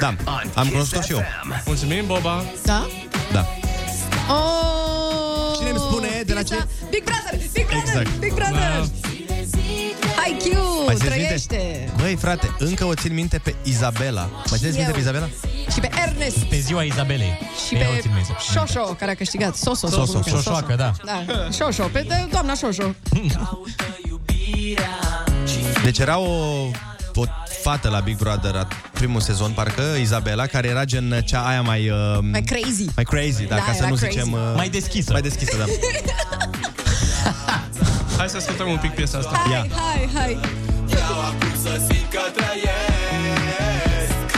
Speaker 4: Da, am cunoscut-o și eu.
Speaker 7: Mulțumim, Boba!
Speaker 6: Da?
Speaker 4: Da.
Speaker 6: Oh!
Speaker 4: Cine îmi spune de la ce-
Speaker 6: Big Brother! Big Brother!
Speaker 4: Exact.
Speaker 6: Big Brother! Hai, Q,
Speaker 4: Mai țineți minte?
Speaker 6: trăiește!
Speaker 4: Băi, frate, încă o țin minte pe Izabela. Mai țineți minte
Speaker 6: Eu.
Speaker 4: pe Izabela?
Speaker 6: Și pe Ernest!
Speaker 5: Pe ziua Izabelei.
Speaker 6: Și pe Șoșo, care a câștigat. Soso.
Speaker 5: Soso,
Speaker 6: Soso, Soso.
Speaker 5: Șoșoacă, da.
Speaker 6: Da, Șoșo, pe de- doamna
Speaker 4: (laughs)
Speaker 6: Șoșo.
Speaker 4: Deci era o, o fată la Big Brother a primul sezon, parcă, Izabela, care era gen cea aia mai... Uh,
Speaker 6: Mai crazy.
Speaker 4: Mai crazy, da,
Speaker 6: Da,
Speaker 4: ca să
Speaker 6: era
Speaker 4: nu
Speaker 6: crazy.
Speaker 4: zicem...
Speaker 5: Mai deschisă.
Speaker 4: Mai deschisă, da.
Speaker 7: Hai să ascultăm un pic piesa asta.
Speaker 4: Ia.
Speaker 6: Hai, hai!
Speaker 7: Vreau acum să simt că trăiesc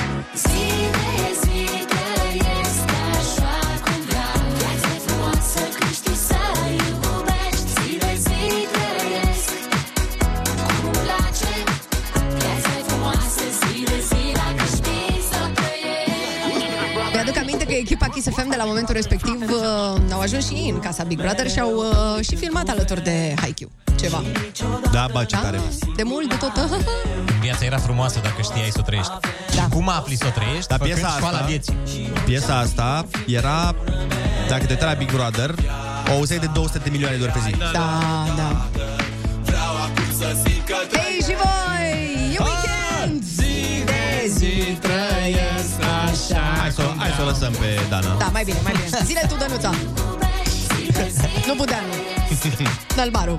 Speaker 6: Mi-aduc aminte că echipa Kiss FM de la momentul respectiv uh, au ajuns și ei în casa Big Brother și au uh, și filmat alături de Haikyuu ceva.
Speaker 4: Da, bă, ce tare.
Speaker 6: De mult, de tot. (laughs)
Speaker 5: Viața era frumoasă dacă știai să o trăiești. Da. Și cum afli să o trăiești?
Speaker 4: Dar
Speaker 5: Făcând
Speaker 4: piesa
Speaker 5: școala
Speaker 4: asta,
Speaker 5: vieții.
Speaker 4: piesa asta era, dacă te uitai la Big Brother, o auzeai de 200 de milioane de ori pe zi.
Speaker 6: Da, da. Ei și voi! E weekend! Ah, Zi de zi trăiesc așa
Speaker 4: Hai să, hai să o lăsăm pe Dana.
Speaker 6: Da, mai bine, mai bine. Zile tu, Dănuța. Nu Budeanu, Dalbaru.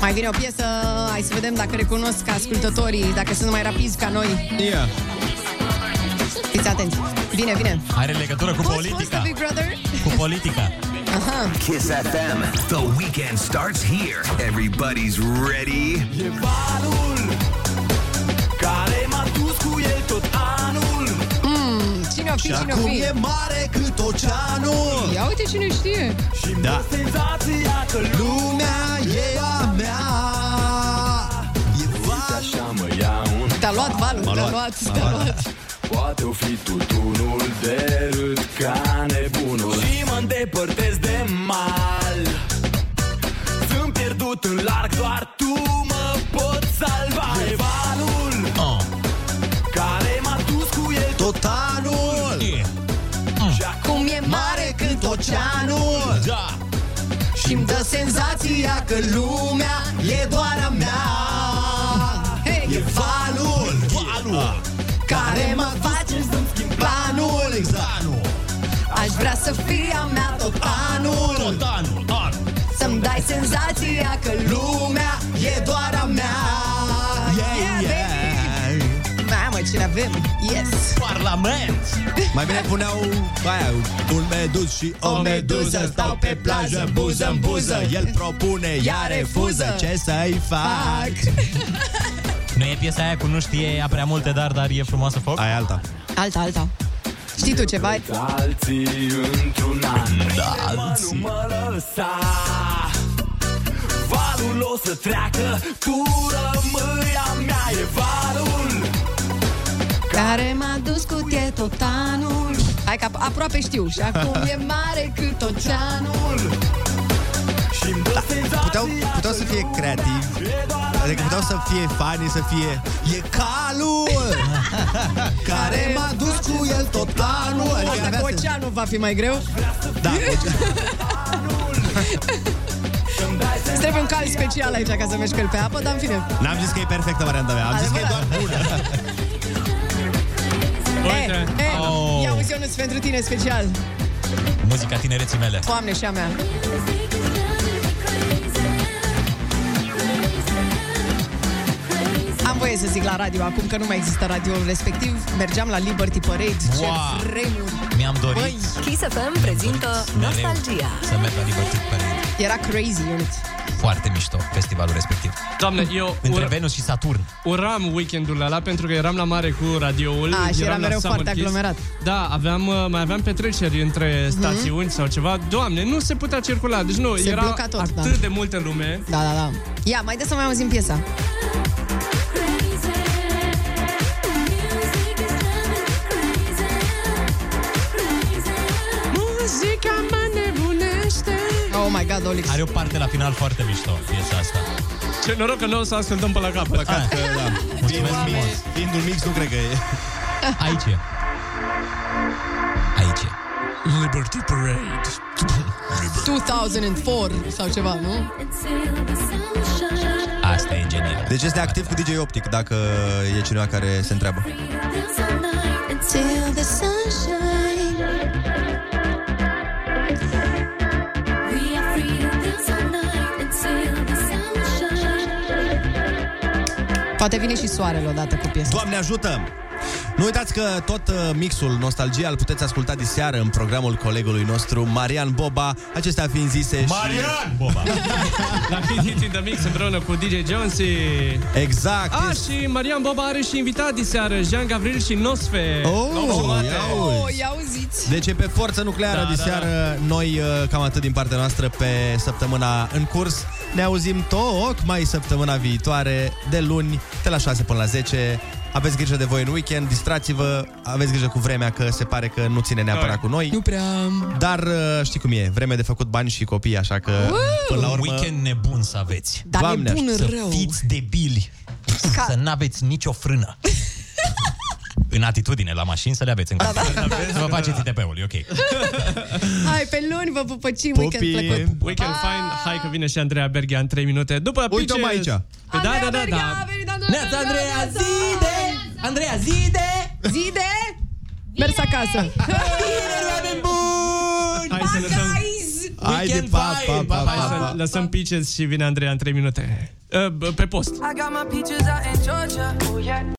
Speaker 6: Mai vine o piesă, hai să vedem dacă recunosc ascultătorii, dacă sunt mai rapizi ca noi.
Speaker 4: Yeah.
Speaker 6: Fiți atenți. Vine, vine.
Speaker 5: Are legătură cu politica.
Speaker 6: Big Brother?
Speaker 5: Cu politica.
Speaker 6: Aha.
Speaker 22: Kiss FM. The weekend starts here. Everybody's ready.
Speaker 6: Mm, cine o fi? știi cine o
Speaker 4: acum
Speaker 6: fi.
Speaker 4: e mare cât oceanul.
Speaker 6: Ia uite cine știe.
Speaker 4: Da. Lumea e a mea.
Speaker 19: Așa mă iau
Speaker 6: Te-a luat valul,
Speaker 19: M-a
Speaker 6: te-a
Speaker 19: luat,
Speaker 6: luat,
Speaker 19: m-a
Speaker 6: te-a
Speaker 19: luat.
Speaker 6: luat.
Speaker 19: Poate o fi tutunul de râd ca nebunul Și mă îndepărtez de mal Sunt pierdut în larg, doar tu mă poți salva E valul care m-a dus cu el tot anul Și acum
Speaker 6: Cum e mare cât
Speaker 4: oceanul.
Speaker 19: Da.
Speaker 4: Și-mi dă senzația că lumea e doar a mea.
Speaker 6: Hey.
Speaker 4: E valul, valul
Speaker 6: Care mă face să-mi schimb planul
Speaker 4: Planul.
Speaker 6: Aș vrea să fie a mea tot anul
Speaker 4: Tot anul, anul.
Speaker 6: Să-mi dai senzația că lumea e doar a mea
Speaker 4: Yeah, (laughs) yeah.
Speaker 6: Mamă, cine avem? Yes!
Speaker 4: Parlament! Mai bine puneau aia, un meduz și o meduză Stau pe plajă, buză în buză El propune, ea refuză Ce să-i fac?
Speaker 5: Nu e piesa aia cu nu știe ea prea multe, dar, dar e frumoasă foc? Ai
Speaker 4: alta.
Speaker 6: Alta, alta Știi tu ceva?
Speaker 19: Alții într-un an
Speaker 5: Da,
Speaker 19: alții nu mă lăsa Valul o să treacă Tu rămâi a mea E valul
Speaker 6: Care m-a dus cu tine tot anul Hai că aproape știu Și acum e mare cât oceanul
Speaker 4: Da. Puteau, puteau să fie creativi Adică puteau să fie fani, să fie E calul (laughs) Care m-a dus cu el tot anul Adică
Speaker 6: Asta
Speaker 4: avea
Speaker 6: cu
Speaker 4: sens.
Speaker 6: oceanul va fi mai greu
Speaker 4: Da,
Speaker 6: Îți (laughs) trebuie un cal special aici ca să mergi cu el pe apă Dar în fine
Speaker 4: N-am zis că e perfectă varianta mea, am zis că e doar bună.
Speaker 5: Uite.
Speaker 6: E,
Speaker 5: Oh.
Speaker 6: eh. Ia uzi, Ionuț, pentru tine special
Speaker 5: Muzica tinereții mele.
Speaker 6: Doamne și a mea Am voie să zic la radio acum că nu mai există radioul respectiv. Mergeam la Liberty Parade.
Speaker 5: Wow.
Speaker 6: Ce vremuri!
Speaker 5: Mi-am dorit.
Speaker 23: Băi, Kiss FM prezintă
Speaker 5: mereu
Speaker 23: Nostalgia.
Speaker 5: Să merg la Liberty Parade.
Speaker 6: Era crazy, Ionuț.
Speaker 5: Foarte mișto festivalul respectiv.
Speaker 7: Doamne, eu
Speaker 5: Între Venus și Saturn.
Speaker 7: uram weekendul ăla pentru că eram la mare cu radioul.
Speaker 6: A, și era
Speaker 7: eram la
Speaker 6: mereu
Speaker 7: Summer
Speaker 6: foarte
Speaker 7: Kiss.
Speaker 6: aglomerat. Mhm.
Speaker 7: Da, aveam, uh, mai aveam petreceri între stațiuni sau ceva. Doamne, nu se putea circula. Deci nu,
Speaker 6: Se
Speaker 7: era
Speaker 6: bloca tot,
Speaker 7: atât
Speaker 6: da.
Speaker 7: de multă lume.
Speaker 6: Da, da, da. Ia, mai des să mai auzim piesa. Muzica mă nebunește Oh my god, Olix.
Speaker 5: Are o parte la final foarte mișto piesa asta.
Speaker 7: Ce noroc că noi o să ascultăm până la capăt.
Speaker 5: Păcat că, da.
Speaker 4: Fiind un mix- Fiind un mix, nu cred că e.
Speaker 5: Aici e. Aici e.
Speaker 7: Liberty Parade.
Speaker 6: 2004 sau ceva, nu?
Speaker 5: Asta e genial.
Speaker 4: Deci este activ cu DJ Optic, dacă e cineva care se întreabă.
Speaker 24: Until the sunshine. We are free until sunlight, until the sunshine.
Speaker 6: Poate vine și soarele odată cu piesa.
Speaker 4: Doamne ajută! Nu uitați că tot uh, mixul Nostalgia îl puteți asculta diseară în programul colegului nostru, Marian Boba, acestea fiind zise și...
Speaker 5: Marian Boba!
Speaker 7: La Hit Hit in the Mix împreună cu DJ Jonesy.
Speaker 4: Exact!
Speaker 7: A, și Marian Boba are și invitat diseară Jean Gavril și Nosfe.
Speaker 4: Oh, ia
Speaker 6: Oh,
Speaker 4: uzi.
Speaker 6: ia auziți.
Speaker 4: Deci e pe forță nucleară
Speaker 7: Da,
Speaker 4: da,
Speaker 7: da,
Speaker 4: diseară da. Noi uh, cam atât din partea noastră pe săptămâna în curs Ne auzim tocmai săptămâna viitoare De luni de la 6 până la 10 Aveți grijă de voi în weekend Distrați-vă, aveți grijă cu vremea Că se pare că nu ține neapărat cu noi
Speaker 6: Nu prea...
Speaker 4: Dar uh, știi cum e, vreme de făcut bani și copii Așa că
Speaker 6: Wow!
Speaker 4: până la urmă
Speaker 5: Weekend nebun să aveți.
Speaker 6: Deci, Dar
Speaker 4: Doamne,
Speaker 6: nebun
Speaker 4: aș- să
Speaker 6: rău.
Speaker 5: Fiți debili.
Speaker 6: Ca-
Speaker 5: Să n-aveți nicio
Speaker 6: (laughs)
Speaker 5: frână. în atitudine la mașini să le aveți
Speaker 6: Da,
Speaker 5: în continuare. Să vă faceți ITP-ul, e ok.
Speaker 6: Hai, pe luni vă pupăcim. Weekend plăcut.
Speaker 7: Weekend fine. Hai că vine și Andreea Berghia în 3 minute. După
Speaker 4: Uite-o mai
Speaker 7: Peaches.
Speaker 4: aici.
Speaker 7: Da, da, da,
Speaker 6: Andreea
Speaker 7: da.
Speaker 6: Berghia a venit la
Speaker 5: Neața, Andreea, zide! Andreea, zide!
Speaker 6: Zide! Mers acasă.
Speaker 7: Hai să lăsăm...
Speaker 4: Haide, pa, pa, pa,
Speaker 7: Hai
Speaker 4: pa,
Speaker 7: să
Speaker 4: pa.
Speaker 7: lăsăm Peaches și vine Andreea în 3 minute. Uh, Pe post.
Speaker 25: I got my peaches out in Georgia. Ooh, yeah.